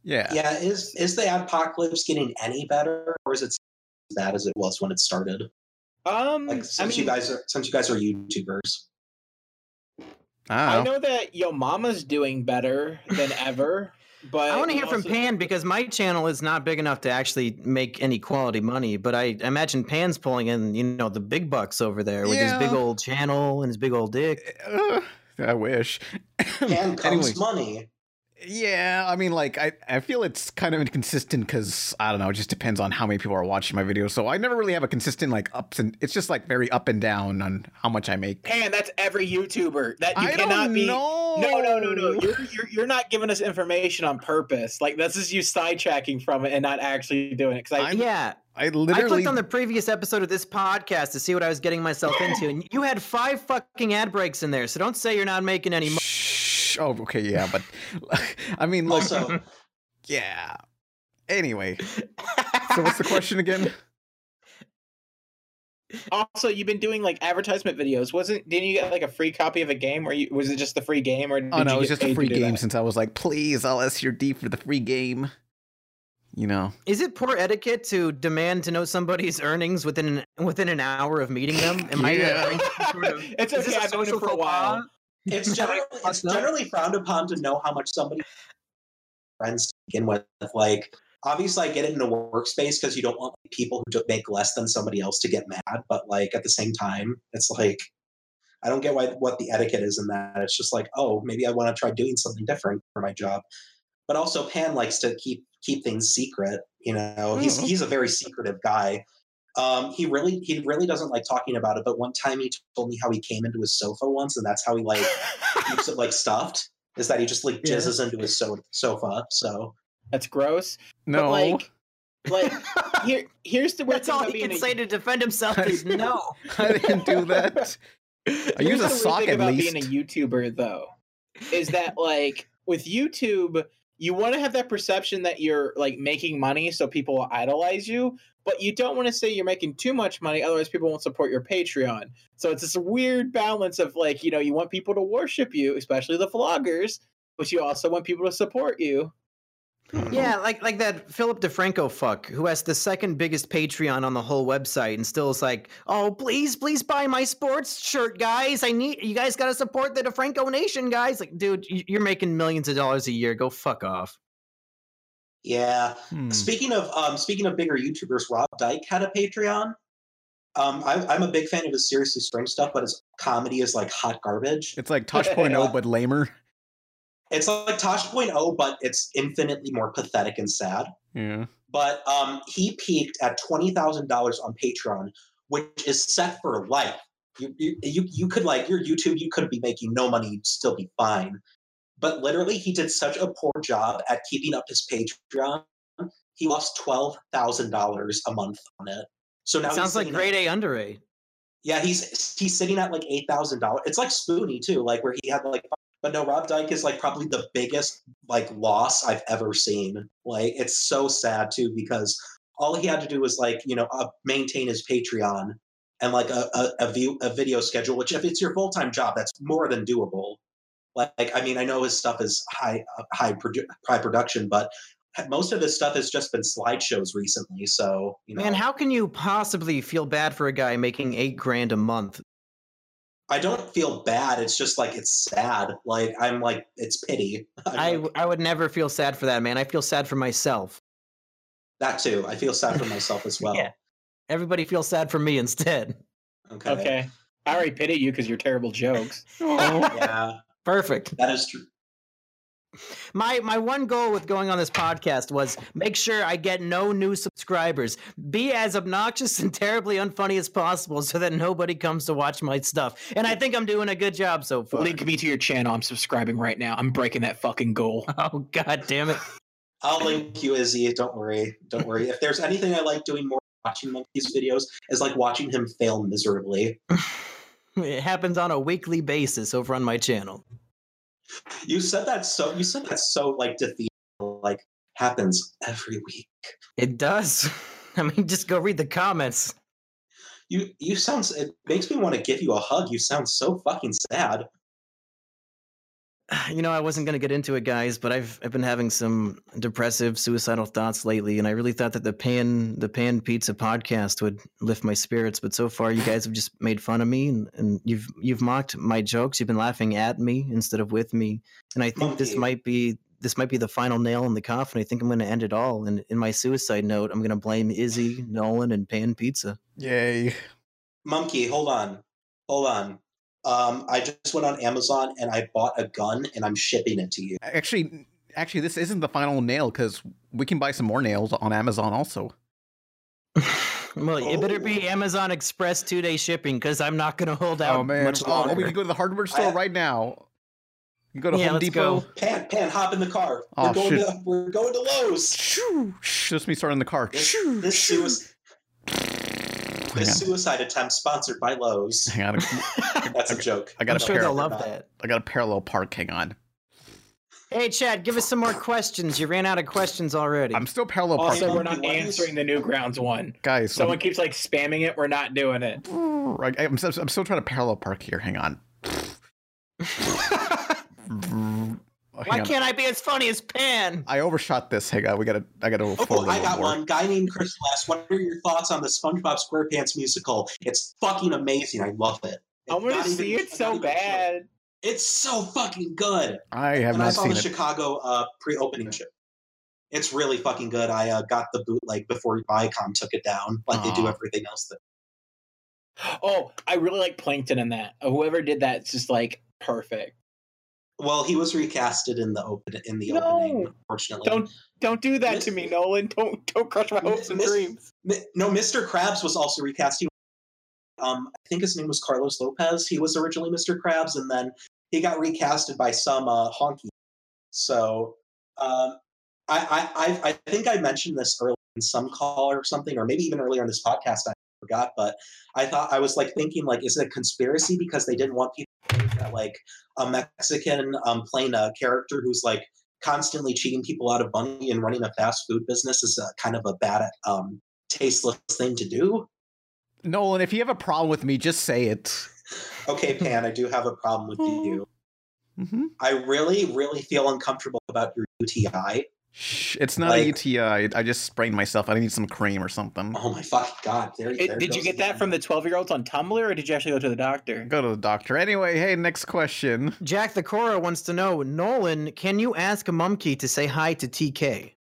Speaker 1: Yeah.
Speaker 3: Yeah, is is the apocalypse getting any better, or is it as bad as it was when it started?
Speaker 7: um
Speaker 2: Mm,
Speaker 3: Like
Speaker 7: I
Speaker 3: since
Speaker 7: mean
Speaker 3: you guys are since you guys are
Speaker 2: *laughs*
Speaker 3: YouTubers,
Speaker 1: I
Speaker 7: I
Speaker 1: don't know.
Speaker 7: know that Yo Mama's doing better
Speaker 1: *laughs*
Speaker 7: than ever but
Speaker 2: I want to
Speaker 7: we
Speaker 2: hear from
Speaker 7: also-
Speaker 2: Pan because my channel is not big enough to actually make any quality money. But I imagine Pan's pulling in, you know, the big bucks over there with his big
Speaker 1: Yeah.
Speaker 2: old channel and his big old dick.
Speaker 1: Uh, I wish.
Speaker 3: and comes
Speaker 1: anyway,
Speaker 3: money.
Speaker 1: yeah, I mean, like, I, I feel it's kind of inconsistent because I don't know. It just depends on how many people are watching my videos. So I never really have a consistent like ups and it's just like very up and down on how much I make.
Speaker 7: Pan that's every YouTuber that you
Speaker 1: I
Speaker 7: cannot
Speaker 1: don't
Speaker 7: be
Speaker 1: know.
Speaker 7: No, no, no,
Speaker 1: Oh.
Speaker 7: no. You're, you're, you're not giving us information on purpose. Like, this is you sidetracking from it and not actually doing it. Because I,
Speaker 1: I'm-
Speaker 2: yeah,
Speaker 1: I
Speaker 2: I
Speaker 1: literally
Speaker 2: clicked on the previous episode of this podcast to see what I was getting myself into, and you had five fucking ad breaks in there. So don't say you're not making any money.
Speaker 1: Shh. Oh, okay, yeah, but *laughs* I mean, like,
Speaker 7: *laughs*
Speaker 3: Also,
Speaker 1: yeah. Anyway, *laughs* so what's the question again?
Speaker 7: also, you've been doing like advertisement videos. Wasn't didn't you get like a free copy of a game, or you, was it just the free game? Or did
Speaker 1: Oh no,
Speaker 7: you
Speaker 1: it was
Speaker 7: get
Speaker 1: just a
Speaker 7: paid to
Speaker 1: free
Speaker 7: do
Speaker 1: game
Speaker 2: *laughs*
Speaker 7: that?
Speaker 1: since I was like, please, I'll SURD for the free game. You know,
Speaker 2: *laughs* Is it poor etiquette to demand to know somebody's earnings within an, within an hour of meeting them? Am
Speaker 1: Yeah.
Speaker 2: I? uh, sort of-
Speaker 7: *laughs* it's
Speaker 2: is this a
Speaker 7: okay. I've known
Speaker 2: social
Speaker 7: it for a
Speaker 2: faux
Speaker 7: while.
Speaker 2: pas?
Speaker 3: it's generally it's
Speaker 2: Fucked up.
Speaker 3: generally frowned upon to know how much somebody friends to begin with. Like, obviously, I get it in a workspace because you don't want people who don't make less than somebody else to get mad. But like at the same time, it's like I don't get why what the etiquette is in that. It's just like, oh, maybe I want to try doing something different for my job. But also, Pan likes to keep keep things secret. You know, he's he's a very secretive guy. Um, he really he really doesn't like talking about it, but one time he told me how he came into his sofa once, and that's how he like keeps it like stuffed. Is that he just like
Speaker 1: Yeah.
Speaker 3: jizzes into his so- sofa? So
Speaker 7: That's gross.
Speaker 1: No.
Speaker 7: But like, like here, here's the weird
Speaker 2: That's
Speaker 7: thing
Speaker 2: all
Speaker 7: about
Speaker 2: he
Speaker 7: being
Speaker 2: can
Speaker 7: a-
Speaker 2: say to defend himself is no.
Speaker 1: *laughs* I didn't do that. I use
Speaker 7: Here's the
Speaker 1: a
Speaker 7: weird
Speaker 1: sock
Speaker 7: thing
Speaker 1: at
Speaker 7: about
Speaker 1: least.
Speaker 7: being a YouTuber though, is that like with YouTube, you want to have that perception that you're like making money, so people will idolize you, but you don't want to say you're making too much money, otherwise people won't support your Patreon. So it's this weird balance of like you know you want people to worship you, especially the vloggers, but you also want people to support you.
Speaker 2: Yeah, like like that Philip DeFranco fuck who has the second biggest Patreon on the whole website and still is like, oh please, please buy my sports shirt, guys. I need you guys got to support the DeFranco Nation, guys. Like, dude, y- you're making millions of dollars a year. Go fuck off.
Speaker 3: yeah.
Speaker 1: *laughs* Hmm.
Speaker 3: Speaking of um, speaking of bigger YouTubers, Rob Dyke had a Patreon. Um, I, I'm a big fan of his seriously strange stuff, but his comedy is like hot garbage.
Speaker 1: It's like Tosh.0, but lamer.
Speaker 3: It's like Tosh.0, but it's infinitely more pathetic and sad.
Speaker 1: Yeah.
Speaker 3: But um, he peaked at twenty thousand dollars on Patreon, which is set for life. You, you you you could like your YouTube, you could be making no money, you'd still be fine. But literally, he did such a poor job at keeping up his Patreon. He lost twelve thousand dollars a month on it. So now
Speaker 2: It
Speaker 3: he's
Speaker 2: sounds like
Speaker 3: sitting at-
Speaker 2: grade A under A.
Speaker 3: yeah, he's he's sitting at like eight thousand dollars. It's like Spoonie too, like where he had like. But no, Rob Dyke is like probably the biggest like loss I've ever seen. Like it's so sad too because all he had to do was like you know uh, maintain his Patreon and like a a, a, view, a video schedule, which if it's your full time job, that's more than doable. Like, I mean, I know his stuff is high uh, high produ- high production, but most of his stuff has just been slideshows recently. So you know,
Speaker 2: Man, how can you possibly feel bad for a guy making eight grand a month?
Speaker 3: I don't feel bad. It's just like it's sad. Like I'm like it's pity. *laughs* I'm
Speaker 2: I,
Speaker 3: like,
Speaker 2: w- I would never feel sad for that man. I feel sad for myself.
Speaker 3: that too. I feel sad for myself
Speaker 2: *laughs*
Speaker 3: as well.
Speaker 2: Yeah. Everybody feels sad for me
Speaker 3: *laughs*
Speaker 2: instead.
Speaker 3: Okay.
Speaker 7: Okay, I already pity you because you're terrible jokes.
Speaker 3: Yeah,
Speaker 2: Perfect.
Speaker 3: that is true.
Speaker 2: My my one goal with going on this podcast was make sure I get no new subscribers. Be as obnoxious and terribly unfunny as possible so that nobody comes to watch my stuff. And I think I'm doing a good job so far.
Speaker 7: Link me to your channel. I'm subscribing right now. I'm breaking that fucking goal.
Speaker 2: *laughs* Oh god damn it.
Speaker 3: I'll link you, Izzy. Don't worry. Don't worry. If there's anything I like doing more than watching monkeys videos is like watching him fail miserably.
Speaker 2: It happens on a weekly basis over on my channel.
Speaker 3: You said that so. You said that so like defeat. Like happens every week.
Speaker 2: It does. *laughs* I mean just go read the comments.
Speaker 3: You you sounds. It makes me want to give you a hug. You sound so fucking sad.
Speaker 2: You know, I wasn't going to get into it guys, but I've I've been having some depressive suicidal thoughts lately and I really thought that the pan the pan pizza podcast would lift my spirits, but so far you guys have just made fun of me and, and you've you've mocked my jokes, you've been laughing at me instead of with me. And I think this
Speaker 3: Monkey.
Speaker 2: might be this might be the final nail in the coffin. I think I'm going to end it all and in my suicide note, I'm going to blame Izzy, Nolan and Pan Pizza.
Speaker 1: Yay.
Speaker 3: Monkey, hold on. Hold on. Um, I just went on Amazon and I bought a gun and I'm shipping it to you.
Speaker 1: Actually, actually, this isn't the final nail because we can buy some more nails on Amazon also.
Speaker 2: Well, it better be Amazon Express 2-day shipping cuz I'm not going to hold out much
Speaker 1: Oh,
Speaker 2: longer.
Speaker 1: we can go to the hardware store
Speaker 3: I-
Speaker 1: right now. You go to
Speaker 2: Yeah,
Speaker 1: Home
Speaker 2: let's
Speaker 1: Depot.
Speaker 2: go.
Speaker 3: Pan, Pan, hop in the car.
Speaker 1: Aw,
Speaker 3: we're, going
Speaker 1: shit.
Speaker 3: to, we're going to Lowe's.
Speaker 1: Shoo, shoo, that's me starting the car.
Speaker 3: This,
Speaker 1: Shoo,
Speaker 3: this,
Speaker 1: shoo. Oh
Speaker 3: sui-
Speaker 1: Hang
Speaker 3: this
Speaker 1: on.
Speaker 3: suicide attempt sponsored by
Speaker 1: *laughs*
Speaker 3: Lowe's.
Speaker 1: Hang on.
Speaker 3: That's a joke.
Speaker 1: I got
Speaker 2: I'm
Speaker 1: a
Speaker 2: sure they'll
Speaker 1: parallel.
Speaker 2: love that.
Speaker 1: I got a parallel park. Hang on.
Speaker 2: Hey, Chad, give us some more questions. You ran out of questions already.
Speaker 1: I'm still parallel parking,
Speaker 3: Also-
Speaker 7: Also, Oh, we're not answering the Newgrounds one.
Speaker 1: guys.
Speaker 7: Someone
Speaker 1: I'm-
Speaker 7: keeps like spamming it. We're not doing it.
Speaker 1: I- I'm, still- I'm still trying to parallel park here. Hang
Speaker 3: *laughs*
Speaker 1: on. Hang
Speaker 2: Why
Speaker 1: on.
Speaker 2: can't I be as funny as Pan?
Speaker 1: I overshot this. Hang on. We gotta. I gotta. go
Speaker 3: Oh,
Speaker 1: forward a
Speaker 3: I
Speaker 1: little
Speaker 3: got
Speaker 1: more.
Speaker 3: one. Guy named Chris Last. What are your thoughts on the SpongeBob SquarePants musical? It's fucking amazing. I love it.
Speaker 7: I want
Speaker 3: Not
Speaker 7: to
Speaker 3: even-
Speaker 7: see it
Speaker 3: not
Speaker 7: so
Speaker 3: even a joke.
Speaker 7: bad.
Speaker 3: It's so fucking good.
Speaker 1: I have
Speaker 3: and I
Speaker 1: not
Speaker 3: saw
Speaker 1: seen
Speaker 3: the
Speaker 1: it.
Speaker 3: Chicago uh, pre-opening show. It's really fucking good. I uh, got the bootleg before Viacom took it down, like they do
Speaker 1: Aw.
Speaker 3: everything else. That,
Speaker 7: Oh, I really like Plankton in that. Whoever did that, it's just like perfect.
Speaker 3: well, he was recasted in the open in the
Speaker 7: No!
Speaker 3: opening, unfortunately.
Speaker 7: Don't Don't do that to me, Nolan. Don't don't crush my hopes and
Speaker 3: Miss-
Speaker 7: dreams.
Speaker 3: Mi- No, Mr. Krabs was also recast. He, um, I think his name was Carlos Lopez. He was originally Mr. Krabs, and then he got recasted by some uh, honky. So, um, I, I, I, I think I mentioned this earlier in some call or something, or maybe even earlier in this podcast. I forgot, but I thought I was like thinking like, is it a conspiracy because they didn't want people to think that like a Mexican um, playing a character who's like constantly cheating people out of money and running a fast food business is a, kind of a bad um, tasteless thing to do.
Speaker 1: Nolan, if you have a problem with me, just say it.
Speaker 7: *laughs*
Speaker 3: Okay, Pan, I do have a problem with you.
Speaker 1: Mm-hmm.
Speaker 3: I really, really feel uncomfortable about your UTI.
Speaker 1: Shh, it's not a
Speaker 3: Like-
Speaker 1: UTI. I just sprained myself. I need some cream or something.
Speaker 3: Oh my fucking god! There,
Speaker 7: It,
Speaker 3: there
Speaker 7: did you
Speaker 3: goes
Speaker 7: get that
Speaker 3: again.
Speaker 7: from the twelve year olds on Tumblr, or did you actually go to the doctor?
Speaker 1: Go to the doctor. Anyway, hey, next question.
Speaker 2: Jack the Cora wants to know, Nolan, can you ask Mumkey to say hi to TK?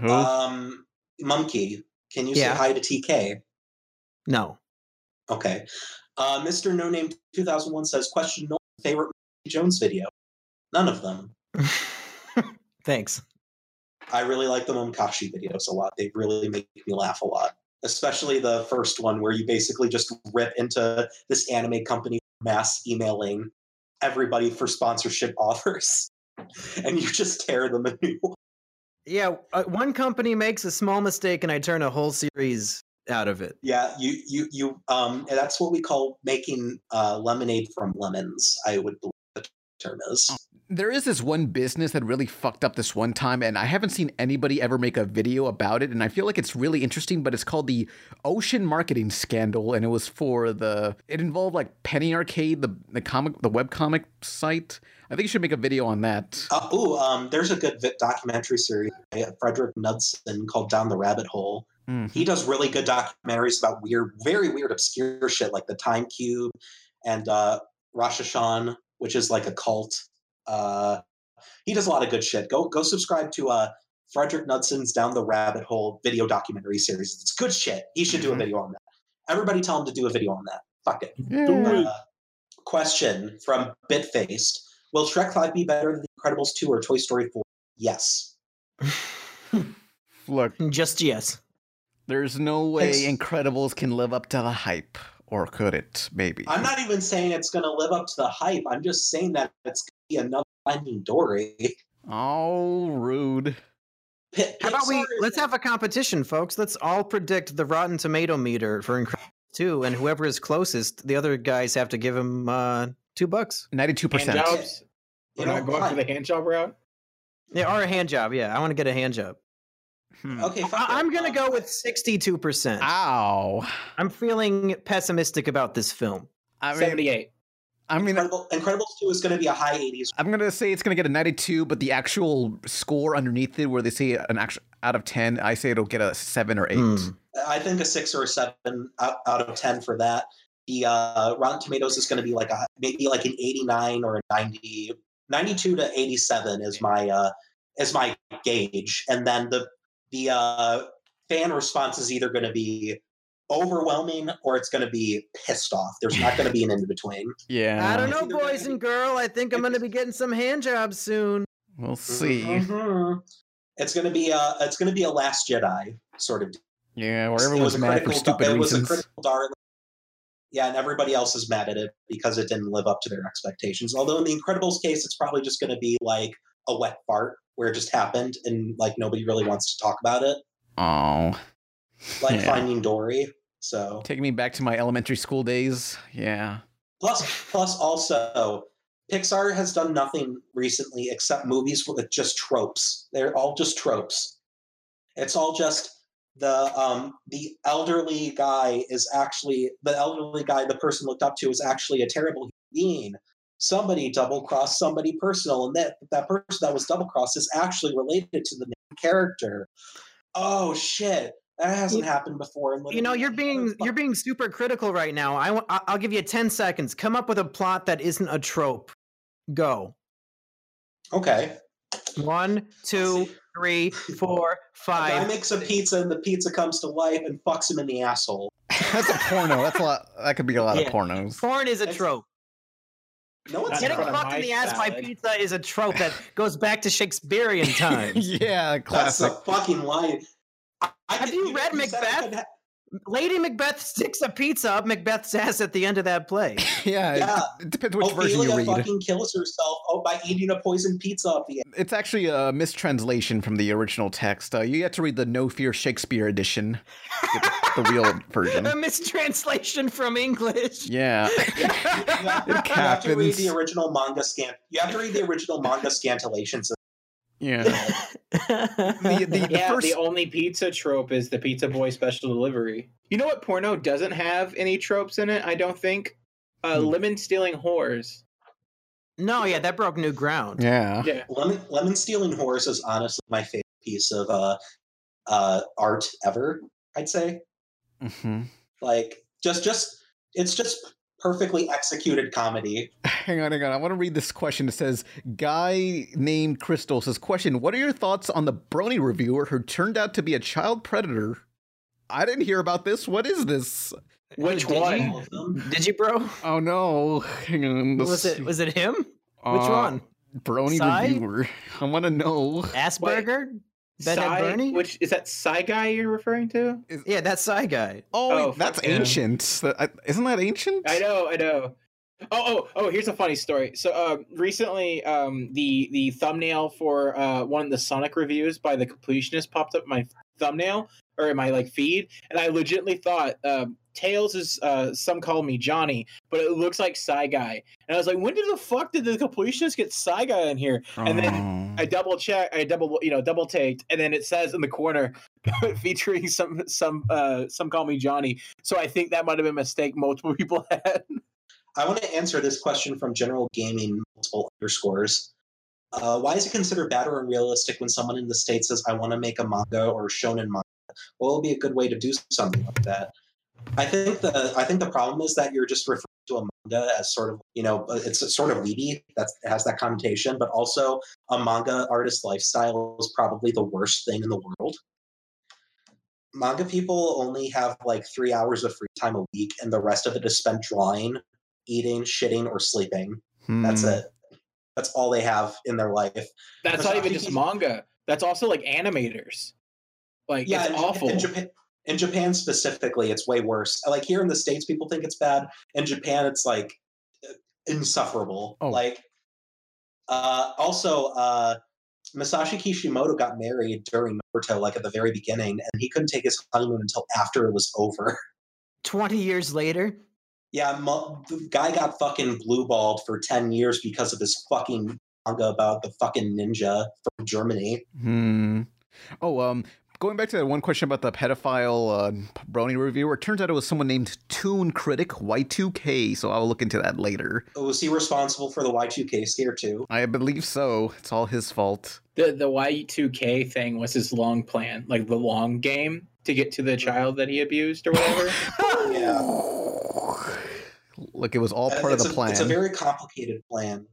Speaker 1: Who?
Speaker 3: um monkey? Can you
Speaker 2: Yeah.
Speaker 3: say hi to TK?
Speaker 2: No. *laughs*
Speaker 3: Okay, uh, Mr. No Name two thousand one says question: no favorite Monkey Jones video? None of them.
Speaker 2: Thanks.
Speaker 3: I really like the Momkashi videos a lot. They really make me laugh a lot, especially the first one where you basically just rip into this anime company mass emailing everybody for sponsorship *laughs* offers, and you just tear them a new one.
Speaker 2: Yeah, uh, one company makes a small mistake and I turn a whole series out of it.
Speaker 3: Yeah, you you you. Um, and that's what we call making uh, lemonade from lemons. I would believe the term is.
Speaker 1: There is this one business that really fucked up this one time, and I haven't seen anybody ever make a video about it. And I feel like it's really interesting, but it's called the Ocean Marketing Scandal, and it was for the. It involved like Penny Arcade, the the comic, the webcomic site. I think you should make a video on that.
Speaker 3: Uh, ooh, um, there's a good vi- documentary series by Frederick Knudsen called Down the Rabbit Hole.
Speaker 1: Mm.
Speaker 3: He does really good documentaries about weird, very weird, obscure shit like the Time Cube and uh, Rosh Hashan, which is like a cult. Uh, he does a lot of good shit. Go go subscribe to uh, Frederick Knudsen's Down the Rabbit Hole video documentary series. It's good shit. He should do a
Speaker 1: Mhm.
Speaker 3: video on that. Everybody tell him to do a video on that. Fuck it.
Speaker 1: Yeah.
Speaker 3: Uh, question from Bitfaced: Will Shrek Five be better than The Incredibles Two or Toy Story Four? Yes.
Speaker 1: Look,
Speaker 2: Just yes.
Speaker 1: there's no way
Speaker 3: Thanks.
Speaker 1: Incredibles can live up to the hype, or could it? Maybe.
Speaker 3: I'm not even saying it's going to live up to the hype. I'm just saying that it's going to be another Finding Dory.
Speaker 1: Oh, rude.
Speaker 3: Pit-
Speaker 2: How about we
Speaker 3: Pixar is-
Speaker 2: let's have a competition, folks. Let's all predict the Rotten Tomato meter for Incredibles 2 and whoever is closest, the other guys have to give him uh 2 bucks.
Speaker 1: Ninety-two
Speaker 7: Hand
Speaker 1: percent.
Speaker 3: uh,
Speaker 7: jobs.
Speaker 3: you
Speaker 7: We're
Speaker 3: know
Speaker 7: not going for
Speaker 3: what?
Speaker 7: the hand job route.
Speaker 2: Yeah, or a hand job. Yeah, I want to get a hand job.
Speaker 1: Hmm.
Speaker 3: Okay, fuck
Speaker 2: I-
Speaker 3: it.
Speaker 2: I'm going to
Speaker 3: Um,
Speaker 2: go with 62%.
Speaker 1: Ow.
Speaker 2: I'm feeling pessimistic about this film.
Speaker 1: I mean,
Speaker 7: Seventy eight.
Speaker 1: I mean,
Speaker 3: Incredible, Incredibles Two is going to be a high 80s.
Speaker 1: I'm gonna say it's gonna get a 92, but the actual score underneath it, where they say an actual out of 10, I say it'll get a seven or eight.
Speaker 2: Hmm.
Speaker 3: I think a six or a seven out, out of ten for that. The uh, Rotten Tomatoes is going to be like a maybe like an 89 or a 90, 92 to 87 is my uh, is my gauge, and then the the uh, fan response is either going to be overwhelming or it's going to be pissed off. There's not going to be an in between.
Speaker 1: Yeah,
Speaker 2: I don't know, boys and girl. I think I'm going to be getting some hand jobs soon.
Speaker 1: We'll see.
Speaker 3: Mhm. It's going to be a it's going to be a Last Jedi sort of
Speaker 1: Yeah, where
Speaker 3: It
Speaker 1: everyone's
Speaker 3: a
Speaker 1: mad for
Speaker 3: critical-
Speaker 1: stupid
Speaker 3: it was a
Speaker 1: reasons.
Speaker 3: critical darling. Yeah, and everybody else is mad at it because it didn't live up to their expectations. Although in the Incredibles case, it's probably just going to be like a wet fart where it just happened and like nobody really wants to talk about it,
Speaker 1: oh,
Speaker 3: like
Speaker 1: Yeah.
Speaker 3: Finding Dory. So
Speaker 1: taking me back to my elementary school days. Yeah,
Speaker 3: plus plus also Pixar has done nothing recently except movies with just tropes. They're all just tropes. It's all just the um the elderly guy is actually the elderly guy the person looked up to is actually a terrible human being. Somebody double crossed somebody personal, and that that person that was double crossed is actually related to the main character. Oh shit. That hasn't happened before. in
Speaker 2: You know,
Speaker 3: literally
Speaker 2: you're being you're being super critical right now. I w- I- I'll give you 10 seconds. Come up with a plot that isn't a trope. Go.
Speaker 3: okay.
Speaker 2: One, two, three, four,
Speaker 3: The guy
Speaker 2: five.
Speaker 3: makes a pizza and the pizza comes to life and fucks him in the asshole.
Speaker 1: that's a porno. That's a lot. That could be a lot
Speaker 2: Yeah.
Speaker 1: of pornos.
Speaker 2: Porn is a
Speaker 3: That's-
Speaker 2: trope.
Speaker 3: No one's
Speaker 7: That's
Speaker 3: getting
Speaker 7: not
Speaker 2: Getting
Speaker 7: a
Speaker 2: fucked in
Speaker 7: nice
Speaker 2: the ass by
Speaker 7: salad.
Speaker 2: pizza is a trope that goes back
Speaker 1: *laughs*
Speaker 2: to Shakespearean times.
Speaker 1: yeah,
Speaker 3: That's
Speaker 1: classic.
Speaker 3: a fucking lie. I, I
Speaker 2: Have
Speaker 3: could-
Speaker 2: you read
Speaker 3: said I
Speaker 2: Macbeth?
Speaker 3: could ha-
Speaker 2: Lady Macbeth sticks a pizza up Macbeth's ass at the end of that play.
Speaker 1: yeah, it-
Speaker 3: Yeah.
Speaker 1: It, depends which version you read.
Speaker 3: Ophelia fucking kills herself oh, by eating a poison pizza up the end.
Speaker 1: It's actually a mistranslation from the original text. Uh, you have to read the No Fear Shakespeare edition, Get the real
Speaker 3: *laughs*
Speaker 1: version.
Speaker 2: *laughs* a mistranslation from English.
Speaker 1: Yeah, *laughs*
Speaker 3: You have, you have to read
Speaker 1: happens.
Speaker 3: the original manga scant. You have to read the original manga scantillations.
Speaker 1: yeah. *laughs* The, the, the
Speaker 7: yeah,
Speaker 1: first
Speaker 7: the only pizza trope is the pizza boy special delivery. You know what porno doesn't have any tropes in it? I don't think. Uh,
Speaker 1: Hmm.
Speaker 7: Lemon stealing whores.
Speaker 2: No, yeah, that broke
Speaker 1: *laughs*
Speaker 2: new ground.
Speaker 1: yeah.
Speaker 7: Yeah.
Speaker 3: Lemon, lemon stealing horse is honestly my favorite piece of uh, uh, art ever. I'd say
Speaker 1: Mhm.
Speaker 3: like just just it's just perfectly executed comedy.
Speaker 1: Hang on, hang on. I want to read this question. It says, "Guy named Crystal says, question: What are your thoughts on the Brony reviewer who turned out to be a child predator? I didn't hear about this. What is this?
Speaker 7: Which
Speaker 2: Did
Speaker 7: one?
Speaker 3: All of them.
Speaker 2: you- Did you, bro?
Speaker 1: Oh no! Hang on. let's
Speaker 2: Was it
Speaker 1: see.
Speaker 2: was it him? Which
Speaker 1: Uh,
Speaker 2: one?
Speaker 1: Brony
Speaker 2: Psy?
Speaker 1: reviewer. I want to know.
Speaker 2: Asperger? Bedhead
Speaker 7: Psy-
Speaker 2: Bernie?
Speaker 7: Which is that Psy guy you're referring to?
Speaker 2: yeah, that side guy.
Speaker 1: Oh, wait,
Speaker 7: Oh,
Speaker 1: that's
Speaker 7: fuck yeah.
Speaker 1: ancient. That- I- Isn't that ancient?
Speaker 7: I know, I know. Oh, oh, oh! Here's a funny story. So, uh, recently, um, the the thumbnail for uh, one of the Sonic reviews by the completionist popped up in my thumbnail or in my like feed, and I legitimately thought um, Tails is uh, some call me Johnny, but it looks like Psy Guy, and I was like, when did the fuck did the completionist get Psy Guy in here? And then
Speaker 1: Oh.
Speaker 7: I double check, I double, you know, double taked, and then it says in the corner *laughs* featuring some some uh, some call me Johnny. So I think that might have been a mistake multiple *laughs* people had.
Speaker 3: I want to answer this question from General Gaming multiple underscores. Uh, why is it considered bad or unrealistic when someone in the state says, "I want to make a manga or shonen manga"? What would be a good way to do something like that? I think the I think the problem is that you're just referring to a manga as sort of you know uh, it's sort of weedy that has that connotation, but also a manga artist lifestyle is probably the worst thing in the world. Manga people only have like three hours of free time a week, and the rest of it is spent drawing eating, shitting, or sleeping.
Speaker 1: Hmm.
Speaker 3: That's it. That's all they have in their life.
Speaker 7: That's not even just manga. That's also like animators. Like
Speaker 3: in,
Speaker 7: it's
Speaker 3: Jap-
Speaker 7: awful.
Speaker 3: In Japan, in Japan specifically, it's way worse. Like here in the states, people think it's bad. In Japan, it's like insufferable.
Speaker 1: Oh.
Speaker 3: Like uh, also, uh, Masashi Kishimoto got married during Naruto, like at the very beginning, and he couldn't take his honeymoon until after it was over. *laughs*
Speaker 2: Twenty years later.
Speaker 3: Yeah, mo- the guy got fucking blue balled for 10 years because of his fucking manga about the fucking ninja from Germany.
Speaker 1: Hmm. Oh, um, going back to that one question about the pedophile uh, brony reviewer, it turns out it was someone named Toon Critic Y2K, so I'll look into that later.
Speaker 3: Was he responsible for the Y2K scare too?
Speaker 1: I believe so. It's all his fault.
Speaker 7: the the Y two K thing was his long plan, like the long game to get to the
Speaker 3: Mm-hmm.
Speaker 7: child that he abused or whatever.
Speaker 3: *laughs* Yeah.
Speaker 1: Look, it was all part of
Speaker 3: Uh, it's
Speaker 1: the
Speaker 3: a,
Speaker 1: plan.
Speaker 3: It's a very complicated plan.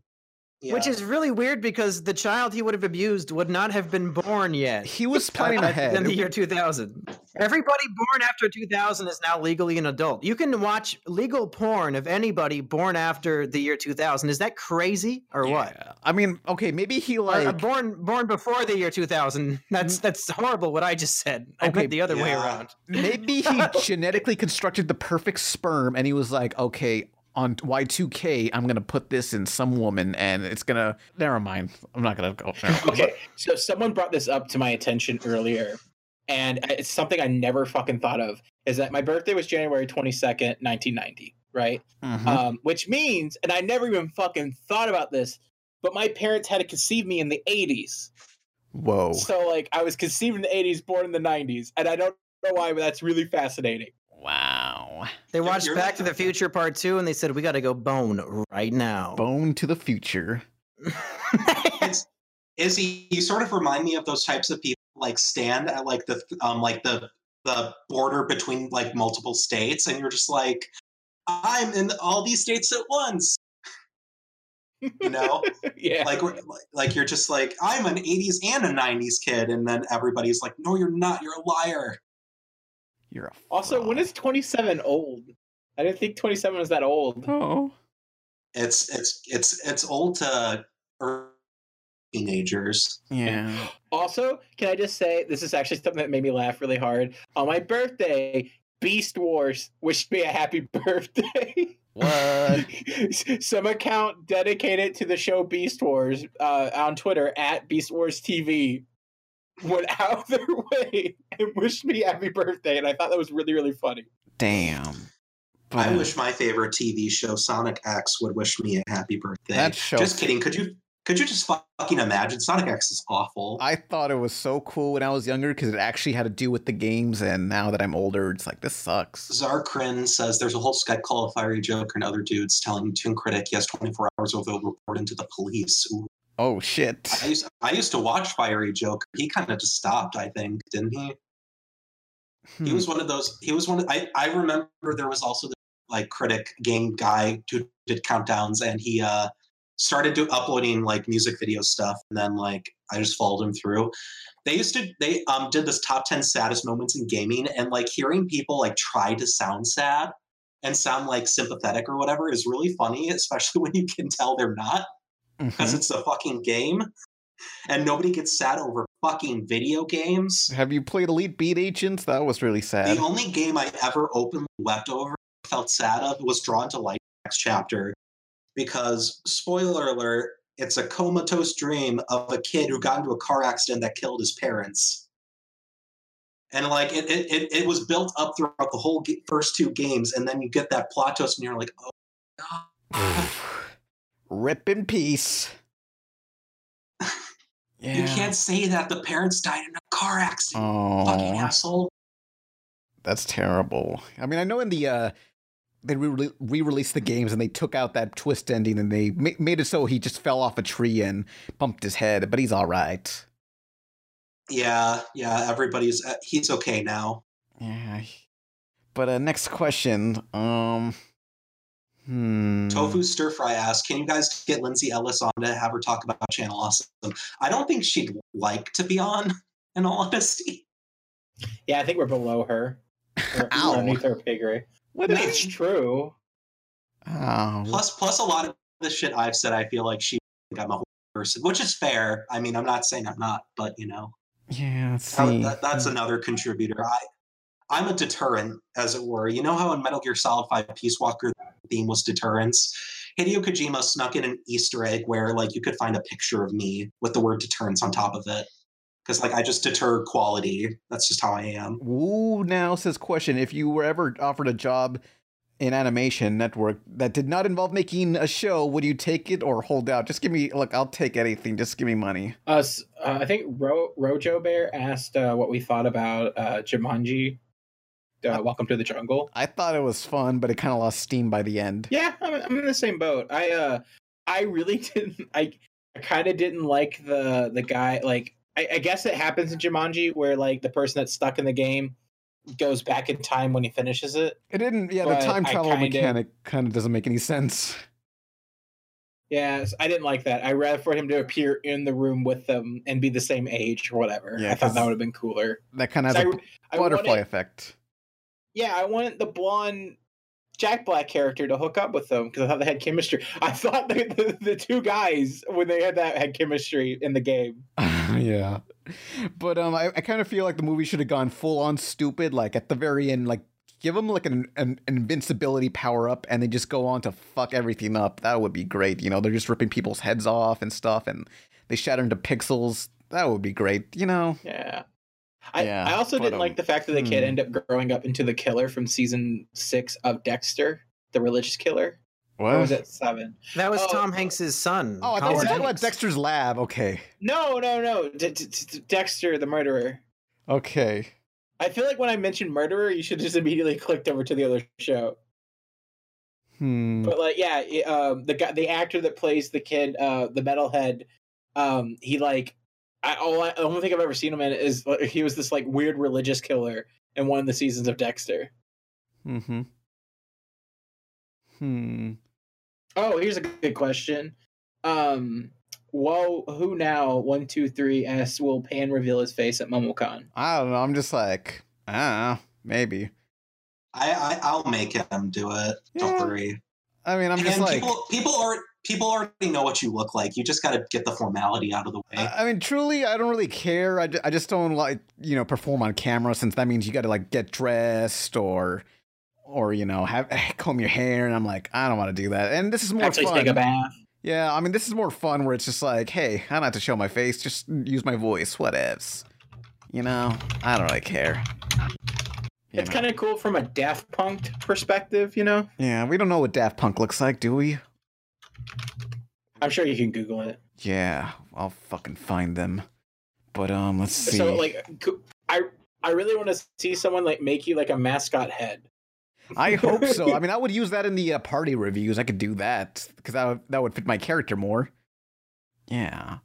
Speaker 3: Yeah.
Speaker 2: Which
Speaker 3: *laughs*
Speaker 2: is really weird because the child he would have abused would not have been born yet.
Speaker 1: he
Speaker 3: *laughs*
Speaker 1: was planning ahead.
Speaker 2: In the year 2000. Everybody born after 2000 is now legally an adult. You can watch legal porn of anybody born after the year 2000. Is that crazy or what?
Speaker 1: Yeah. I mean, okay, maybe he
Speaker 2: Or, uh,
Speaker 1: like
Speaker 3: *laughs*
Speaker 2: born born before the year 2000. That's that's horrible what I just said. I
Speaker 1: Okay,
Speaker 2: meant the other way
Speaker 3: yeah.
Speaker 2: around.
Speaker 1: Maybe he genetically constructed the perfect sperm and he was like, okay, on Y2K, I'm going to put this in some woman and it's going to. Never mind. I'm not going to go. never mind.
Speaker 7: okay, so someone brought this up to my attention earlier, and I- it's something I never fucking thought of. Is that my birthday was January twenty second, nineteen ninety, right?
Speaker 1: Mhm.
Speaker 7: Um, which means, and I never even fucking thought about this, but my parents had to conceive me in the eighties.
Speaker 1: Whoa.
Speaker 7: So like I was conceived in the eighties, born in the nineties, and I don't know why, but that's really fascinating. *laughs*
Speaker 1: Wow.
Speaker 2: They
Speaker 3: You're-
Speaker 2: watched
Speaker 3: you're
Speaker 2: Back
Speaker 3: right.
Speaker 2: to the Future Part 2 and they said we got to go bone right now.
Speaker 1: Bone to the future.
Speaker 3: is he? You sort of remind me of those types of people like stand at like the um like the the border between like multiple states, and you're just like, I'm in all these states at once.
Speaker 2: *laughs*
Speaker 3: You know.
Speaker 7: yeah.
Speaker 3: like we're- like- like you're just like I'm an 80s and a 90s kid and then everybody's like no you're not you're a liar.
Speaker 1: You're a.
Speaker 7: also, when
Speaker 1: fraud.
Speaker 7: is twenty seven old? I didn't think twenty seven was that old.
Speaker 1: Oh.
Speaker 3: It's it's it's it's old to early teenagers.
Speaker 9: Yeah.
Speaker 7: Also, can I just say this is actually something that made me laugh really hard on my birthday? Beast Wars wished me a happy *laughs* birthday.
Speaker 1: *laughs*
Speaker 9: What?
Speaker 7: Some account dedicated to the show Beast Wars uh, on Twitter at Beast Wars TV went *laughs* out of their way and wished me happy birthday, and I thought that was really really funny.
Speaker 9: Damn.
Speaker 3: I
Speaker 9: But
Speaker 3: wish my favorite TV show, Sonic X, would wish me a happy birthday.
Speaker 1: That show.
Speaker 3: Just kidding. Could you could you just fucking imagine? Sonic X is awful.
Speaker 1: I thought it was so cool when I was younger because it actually had to do with the games, and now that I'm older, it's like this sucks.
Speaker 3: Zarkrin says there's a whole Skype call of Fiery Joker and other dudes telling Toon Critic he has 24 hours or they'll report him to the police. Ooh.
Speaker 1: Oh shit!
Speaker 3: *laughs*
Speaker 1: *laughs*
Speaker 3: I used, I used to watch Fiery Joker. He kind of just stopped, I think, didn't he? He
Speaker 1: Hmm.
Speaker 3: was one of those. He was one. Of, I I remember there was also the like critic game guy who did countdowns, and he uh started to uploading like music video stuff, and then like I just followed him through. They used to they um did this top ten saddest moments in gaming, and like hearing people like try to sound sad and sound like sympathetic or whatever is really funny, *laughs* especially when you can tell they're not because
Speaker 1: Mhm.
Speaker 3: it's a fucking game, and nobody gets sad over fucking video games.
Speaker 1: Have you played Elite Beat Agents? That was really sad.
Speaker 3: The only game I ever openly wept over, felt sad of, was Drawn to Light next chapter. Because, spoiler alert, it's a comatose dream of a kid who got into a car accident that killed his parents. And like it, it, it, it was built up throughout the whole ga- first two games, and then you get that plot twist, and you're like, "Oh,
Speaker 1: Rip in peace. Yeah.
Speaker 3: *laughs* you can't say that the parents died in a car accident, you fucking
Speaker 1: Oh,
Speaker 3: asshole!"
Speaker 1: that's terrible. I mean, I know in the uh, they re- re-released the games and they took out that twist ending and they ma- made it so he just fell off a tree and bumped his head, but he's all right.
Speaker 3: Yeah, yeah, everybody's uh, he's okay now.
Speaker 1: Yeah. I- But uh, next question. Um. Hmm.
Speaker 3: Tofu Stir Fry asked, "Can you guys get Lindsay Ellis on to have her talk about Channel Awesome?" I don't think she'd like to be on, *laughs* in all honesty.
Speaker 7: Yeah, I think we're below her. We're
Speaker 1: Ow.
Speaker 7: underneath her pay grade.
Speaker 1: What is?
Speaker 7: That's true.
Speaker 1: Oh.
Speaker 3: Plus, plus a lot of the shit I've said, I feel like she think I'm a whole person, which is fair. I mean, I'm not saying I'm not, but you know,
Speaker 1: Yeah. Let's
Speaker 3: that-
Speaker 1: see. Hmm.
Speaker 3: that- that's another contributor. I, I'm a deterrent, as it were. You know how in Metal Gear Solid Five, Peace Walker the theme was deterrence. Hideo Kojima snuck in an Easter egg where, like, you could find a picture of me with the word deterrence on top of it. Because, like, I just deter quality. That's just how I am.
Speaker 1: Woo now says question if you were ever offered a job in animation network that did not involve making a show would you take it or hold out just give me look I'll take anything just give me money
Speaker 7: Uh, s- uh, I think Ro- Rojo Bear asked uh, what we thought about uh, Jumanji. Uh, Welcome to the Jungle.
Speaker 1: I thought it was fun but it kind of lost steam by the end
Speaker 7: Yeah, I'm, I'm in the same boat. I uh, I really *laughs* didn't. I, I kind of didn't like the the guy. Like, I, I guess it happens in Jumanji where like the person that's stuck in the game goes back in time when he finishes it.
Speaker 1: it didn't yeah
Speaker 7: But
Speaker 1: the time
Speaker 7: I
Speaker 1: travel
Speaker 7: kinda-
Speaker 1: mechanic kind of doesn't make any sense
Speaker 7: Yes, I didn't like that. I rather for him to appear in the room with them and be the same age or whatever.
Speaker 1: Yeah,
Speaker 7: I thought
Speaker 1: 'cause
Speaker 7: that would have been cooler.
Speaker 1: that kind of
Speaker 7: So
Speaker 1: has
Speaker 7: I-
Speaker 1: a bu-
Speaker 7: I
Speaker 1: butterfly
Speaker 7: wanted- *laughs*
Speaker 1: effect
Speaker 7: yeah, I wanted the blonde Jack Black character to hook up with them because I thought they had chemistry. I thought the, *laughs* the, the two guys when they had that had chemistry in the game.
Speaker 1: yeah but um I, I kind of feel like the movie should have gone full on stupid like at the very end like give him like an, an invincibility power up and then just go on to fuck everything up that would be great you know they're just ripping people's heads off and stuff and they shatter into pixels that would be great you know
Speaker 7: Yeah. I,
Speaker 1: Yeah,
Speaker 7: I also
Speaker 1: but,
Speaker 7: didn't
Speaker 1: um,
Speaker 7: like the fact that the kid
Speaker 1: hmm.
Speaker 7: ended up growing up into the killer from season six of Dexter, the religious killer.
Speaker 1: what
Speaker 7: Or was it seven?
Speaker 2: That was
Speaker 7: Oh.
Speaker 2: Tom Hanks's son.
Speaker 1: oh i thought
Speaker 2: Colin
Speaker 1: you were talking about
Speaker 2: Hanks.
Speaker 1: dexter's lab okay
Speaker 7: No, no, no. D- D- D- Dexter, the murderer.
Speaker 1: okay
Speaker 7: I feel like when I mentioned murderer, you should just immediately *laughs* clicked over to the other show.
Speaker 1: hmm
Speaker 7: But like, yeah, it, um, the guy, the actor that plays the kid, uh, the metalhead, um, he like, I all I, the only thing I've ever seen him in is like, he was this like weird religious killer in one of the seasons of Dexter.
Speaker 1: mm-hmm hmm
Speaker 7: Oh, here's a good question. Um, whoa, who now? One two three s will Pan reveal his face at MomoCon?
Speaker 1: i don't know i'm just like ah maybe
Speaker 3: I, I I'll make him do it.
Speaker 1: Yeah.
Speaker 3: Don't worry.
Speaker 1: I mean, I'm just
Speaker 3: and
Speaker 1: like,
Speaker 3: people, people are people already know what you look like. You just got to get the formality out of the way.
Speaker 1: I I mean, truly, I don't really care. I, ju- I just don't like you know perform on camera since that means you got to like get dressed or or you know have *laughs* comb your hair, and I'm like, I don't want to do that. And this is more
Speaker 7: Actually,
Speaker 1: fun.
Speaker 7: take a bath.
Speaker 1: Yeah, I mean, this is more fun where it's just like, hey, I don't have to show my face, just use my voice, whatevs. You know, I don't really care. You
Speaker 7: It's
Speaker 1: know.
Speaker 7: kind of cool from a Daft Punk perspective, you know.
Speaker 1: yeah, we don't know what Daft Punk looks like, do we?
Speaker 7: I'm sure you can Google it.
Speaker 1: Yeah, I'll fucking find them. But um, let's see.
Speaker 7: So like, co- I I really want to see someone like make you like a mascot head. *laughs*
Speaker 1: I hope so. I mean, I would use that in the uh, party reviews. I could do that because that would, that would fit my character more. Yeah.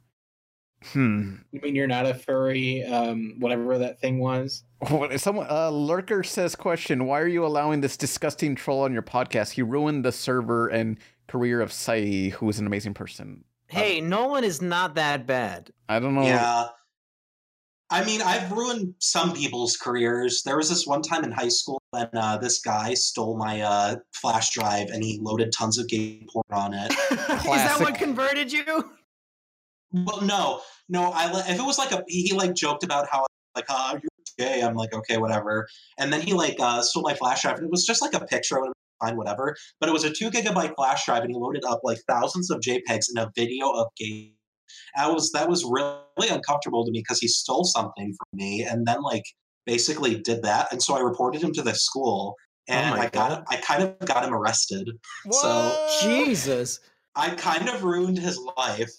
Speaker 1: Hmm.
Speaker 7: You mean you're not a furry, um, whatever that thing was?
Speaker 1: What- Someone uh, lurker says, "Question: Why are you allowing this disgusting troll on your podcast? He ruined the server and career of Sai, who is an amazing person.
Speaker 2: Hey, Nolan is not that bad.
Speaker 1: I don't know.
Speaker 3: Yeah. I mean, I've ruined some people's careers. There was this one time in high school when uh, this guy stole my uh, flash drive and he loaded tons of gay porn on it.
Speaker 2: Is that
Speaker 1: Classic.
Speaker 2: what converted you?
Speaker 3: well, no, no. I li- if it was like a he like joked about how like ah you're gay. I'm like okay whatever. And then he like uh, stole my flash drive and it was just like a picture. of Fine, whatever. But it was a two gigabyte flash drive, and he loaded up like thousands of JPEGs in a video of gay. I was that was really uncomfortable to me because he stole something from me, and then like basically did that, and so I reported him to the school, and
Speaker 2: my
Speaker 3: I got I kind of got him arrested. So
Speaker 2: Jesus.
Speaker 3: I kind of ruined his life.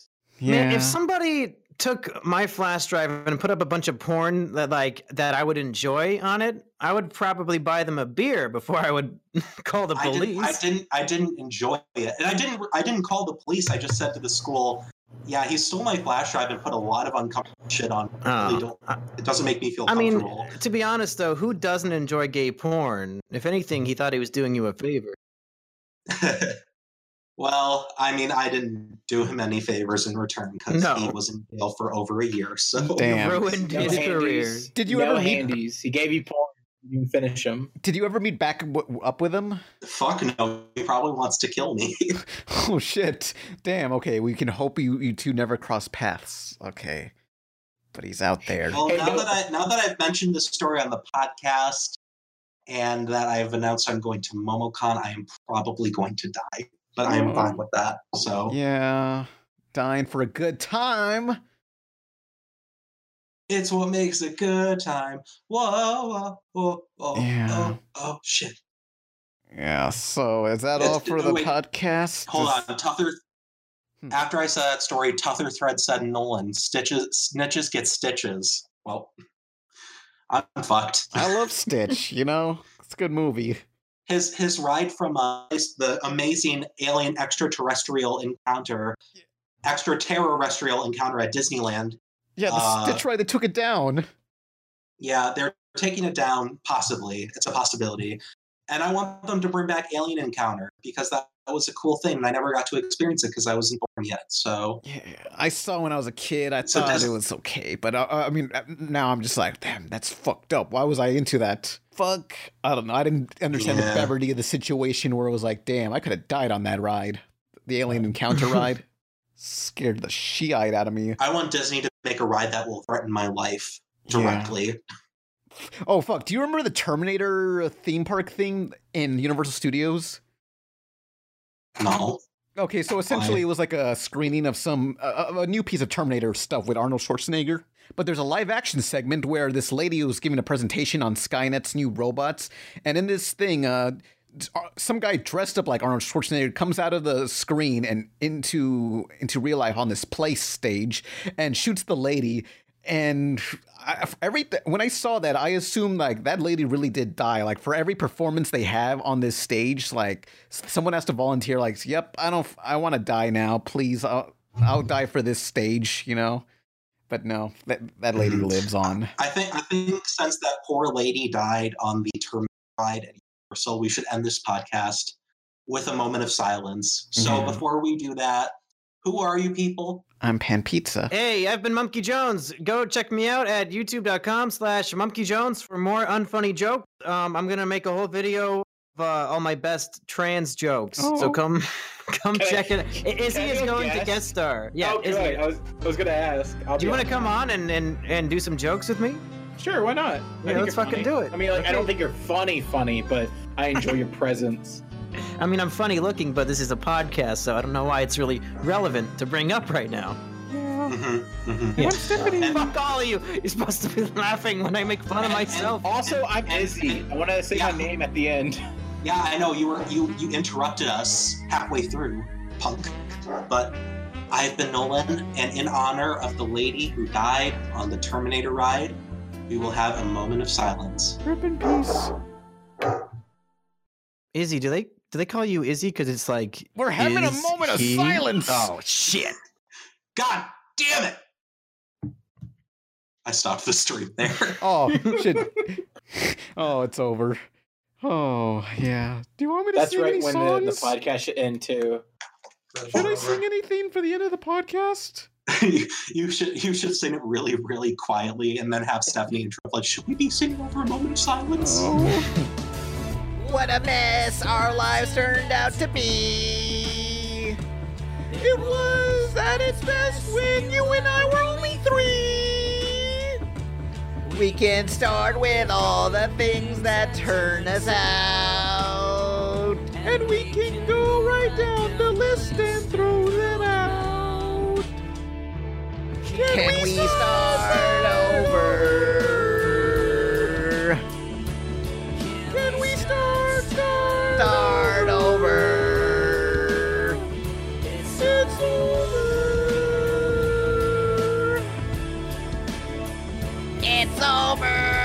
Speaker 2: Man, if somebody took my flash drive and put up a bunch of porn that like that I would enjoy on it, I would probably buy them a beer before I would *laughs* call the
Speaker 3: I didn't, I
Speaker 2: police.
Speaker 3: didn't. I didn't enjoy it, and I didn't. I didn't call the police. I just said to the school, "Yeah, he stole my flash drive and put a lot of uncomfortable shit on. me. I really
Speaker 2: Oh.
Speaker 3: don't- It doesn't make me feel
Speaker 2: I mean,
Speaker 3: comfortable."
Speaker 2: to be honest though, who doesn't enjoy gay porn? If anything, he thought he was doing you a favor.
Speaker 3: *laughs* well, I mean, I didn't do him any favors in return because
Speaker 2: No.
Speaker 3: he was in jail for over a year. So
Speaker 1: Damn.
Speaker 2: Ruined
Speaker 7: No
Speaker 2: his career.
Speaker 7: handies.
Speaker 1: Did you
Speaker 7: no
Speaker 1: ever meet-
Speaker 7: handies? He gave you porn. You didn't finish him.
Speaker 1: Did you ever meet back w- up with him?
Speaker 3: *laughs* fuck no, he probably wants to kill me.
Speaker 1: *laughs* Oh shit! Damn. Okay, we can hope you you two never cross paths. Okay, but he's out there.
Speaker 3: well,
Speaker 7: Hey,
Speaker 3: now
Speaker 7: no.
Speaker 3: that I now that I've mentioned this story on the podcast. And that I've announced I'm going to MomoCon, I am probably going to die, but I am
Speaker 1: Oh.
Speaker 3: fine with that. So
Speaker 1: Yeah, dying for a good time.
Speaker 3: It's what makes a good time. Whoa, whoa, whoa, whoa,
Speaker 1: Yeah.
Speaker 3: oh, oh, shit.
Speaker 1: Yeah. So is that
Speaker 3: Yes,
Speaker 1: all for
Speaker 3: no,
Speaker 1: the
Speaker 3: wait.
Speaker 1: podcast?
Speaker 3: Hold
Speaker 1: Is-
Speaker 3: on. Tougher.
Speaker 1: Hmm.
Speaker 3: After I said that story, Tougher Thread said Nolan, stitches, snitches get stitches. Well, I'm fucked.
Speaker 1: I love Stitch. You know, it's a good movie.
Speaker 3: His his ride from uh, is the amazing alien extraterrestrial encounter, extraterrestrial encounter at Disneyland
Speaker 1: Yeah, the
Speaker 3: Uh,
Speaker 1: Stitch ride. They took it down.
Speaker 3: Yeah, they're taking it down, possibly. It's a possibility. And I want them to bring back Alien Encounter because that, that was a cool thing, and I never got to experience it because I wasn't born yet. So
Speaker 1: Yeah, I saw when I was a kid. I
Speaker 3: So
Speaker 1: thought
Speaker 3: does-
Speaker 1: it was okay, but I, I mean, uh, now I'm just like, damn, that's fucked up. Why was I into that? Fuck, I don't know. I didn't understand the
Speaker 3: Yeah.
Speaker 1: brevity of the situation where it was like, damn, I could have died on that ride, the alien
Speaker 3: *laughs*
Speaker 1: encounter ride. Scared the shiite out of me.
Speaker 3: I want Disney to make a ride that will threaten my life
Speaker 1: Yeah.
Speaker 3: directly.
Speaker 1: Oh fuck! Do you remember the Terminator theme park thing in Universal Studios?
Speaker 3: No.
Speaker 1: Okay, so essentially it was like a screening of some uh, a new piece of Terminator stuff with Arnold Schwarzenegger. But there's a live action segment where this lady was giving a presentation on Skynet's new robots, and in this thing, uh, d- uh, some guy dressed up like Arnold Schwarzenegger comes out of the screen and into into real life on this place stage and shoots the lady. And I, f- every th- when I saw that, I assumed like that lady really did die. Like for every performance they have on this stage, like s- someone has to volunteer. Like, yep, I don't, f- I want to die now, please. I'll, I'll die for this stage, you know. But no, that that lady lives on.
Speaker 3: I think I think since that poor lady died on the Terminator ride at Universal, we should end this podcast with a moment of silence. So
Speaker 1: Yeah.
Speaker 3: before we do that, who are you people?
Speaker 1: I'm Pan Pizza.
Speaker 2: Hey, I've been Mumpkey Jones. Go check me out at youtube.com slash Mumpkey Jones for more unfunny jokes. Um, I'm going to make a whole video uh, all my best trans jokes. So
Speaker 4: Oh.
Speaker 2: come, *laughs* come
Speaker 7: Can I-
Speaker 2: check it. I- Izzy
Speaker 7: I
Speaker 2: is
Speaker 7: do a
Speaker 2: going to
Speaker 7: guess?
Speaker 2: guest star. Yeah,
Speaker 7: oh,
Speaker 2: Izzy.
Speaker 7: good. Oh, I was, I was gonna ask. I'll
Speaker 2: Do you
Speaker 7: be
Speaker 2: want to
Speaker 7: on.
Speaker 2: come on and, and, and do some jokes with me?
Speaker 7: Sure, why not?
Speaker 2: Yeah, let's fucking do it.
Speaker 7: I mean, like, I don't
Speaker 2: Okay.
Speaker 7: think you're funny, funny, but I enjoy your presence.
Speaker 2: I mean, I'm funny looking, but this is a podcast, so I don't know why it's really relevant to bring up right now.
Speaker 3: Mm-hmm, mm-hmm.
Speaker 2: Yeah.
Speaker 3: And-
Speaker 2: Fuck all of you. You're supposed to be *laughs* laughing when I make fun of myself.
Speaker 7: *laughs* Also, I'm
Speaker 3: and-
Speaker 7: Izzy.
Speaker 3: and-
Speaker 7: I want to say
Speaker 3: yeah.
Speaker 7: my name at the end.
Speaker 3: Yeah, I know you were you you interrupted us halfway through, punk. But I've been Nolan, and in honor of the lady who died on the Terminator ride, we will have a moment of silence.
Speaker 4: Rip in peace.
Speaker 2: Izzy, do they do they call you Izzy? Because it's like
Speaker 10: We're having a
Speaker 2: is
Speaker 10: moment of
Speaker 2: he-
Speaker 10: silence.
Speaker 2: Oh shit!
Speaker 3: God damn it! I stopped the stream there. *laughs*
Speaker 10: Oh shit! oh, it's over.
Speaker 4: Oh yeah. Do you want me to
Speaker 7: That's
Speaker 4: sing
Speaker 7: right
Speaker 4: any
Speaker 7: when the, the
Speaker 4: songs?
Speaker 7: podcast should end too.
Speaker 4: Should I sing anything for the end of the podcast?
Speaker 3: you, *laughs* you should you should sing it really really quietly, and then have Stephanie and Trip like, should we be singing over a moment of silence?
Speaker 4: Oh,
Speaker 1: What a mess our lives turned out to be. It was at its best when you and I were only three. We can start with all the things that turn us out. And we can go right down the list and throw them out. Can, we, start over? Can we start, start, start over? It's over. It's over.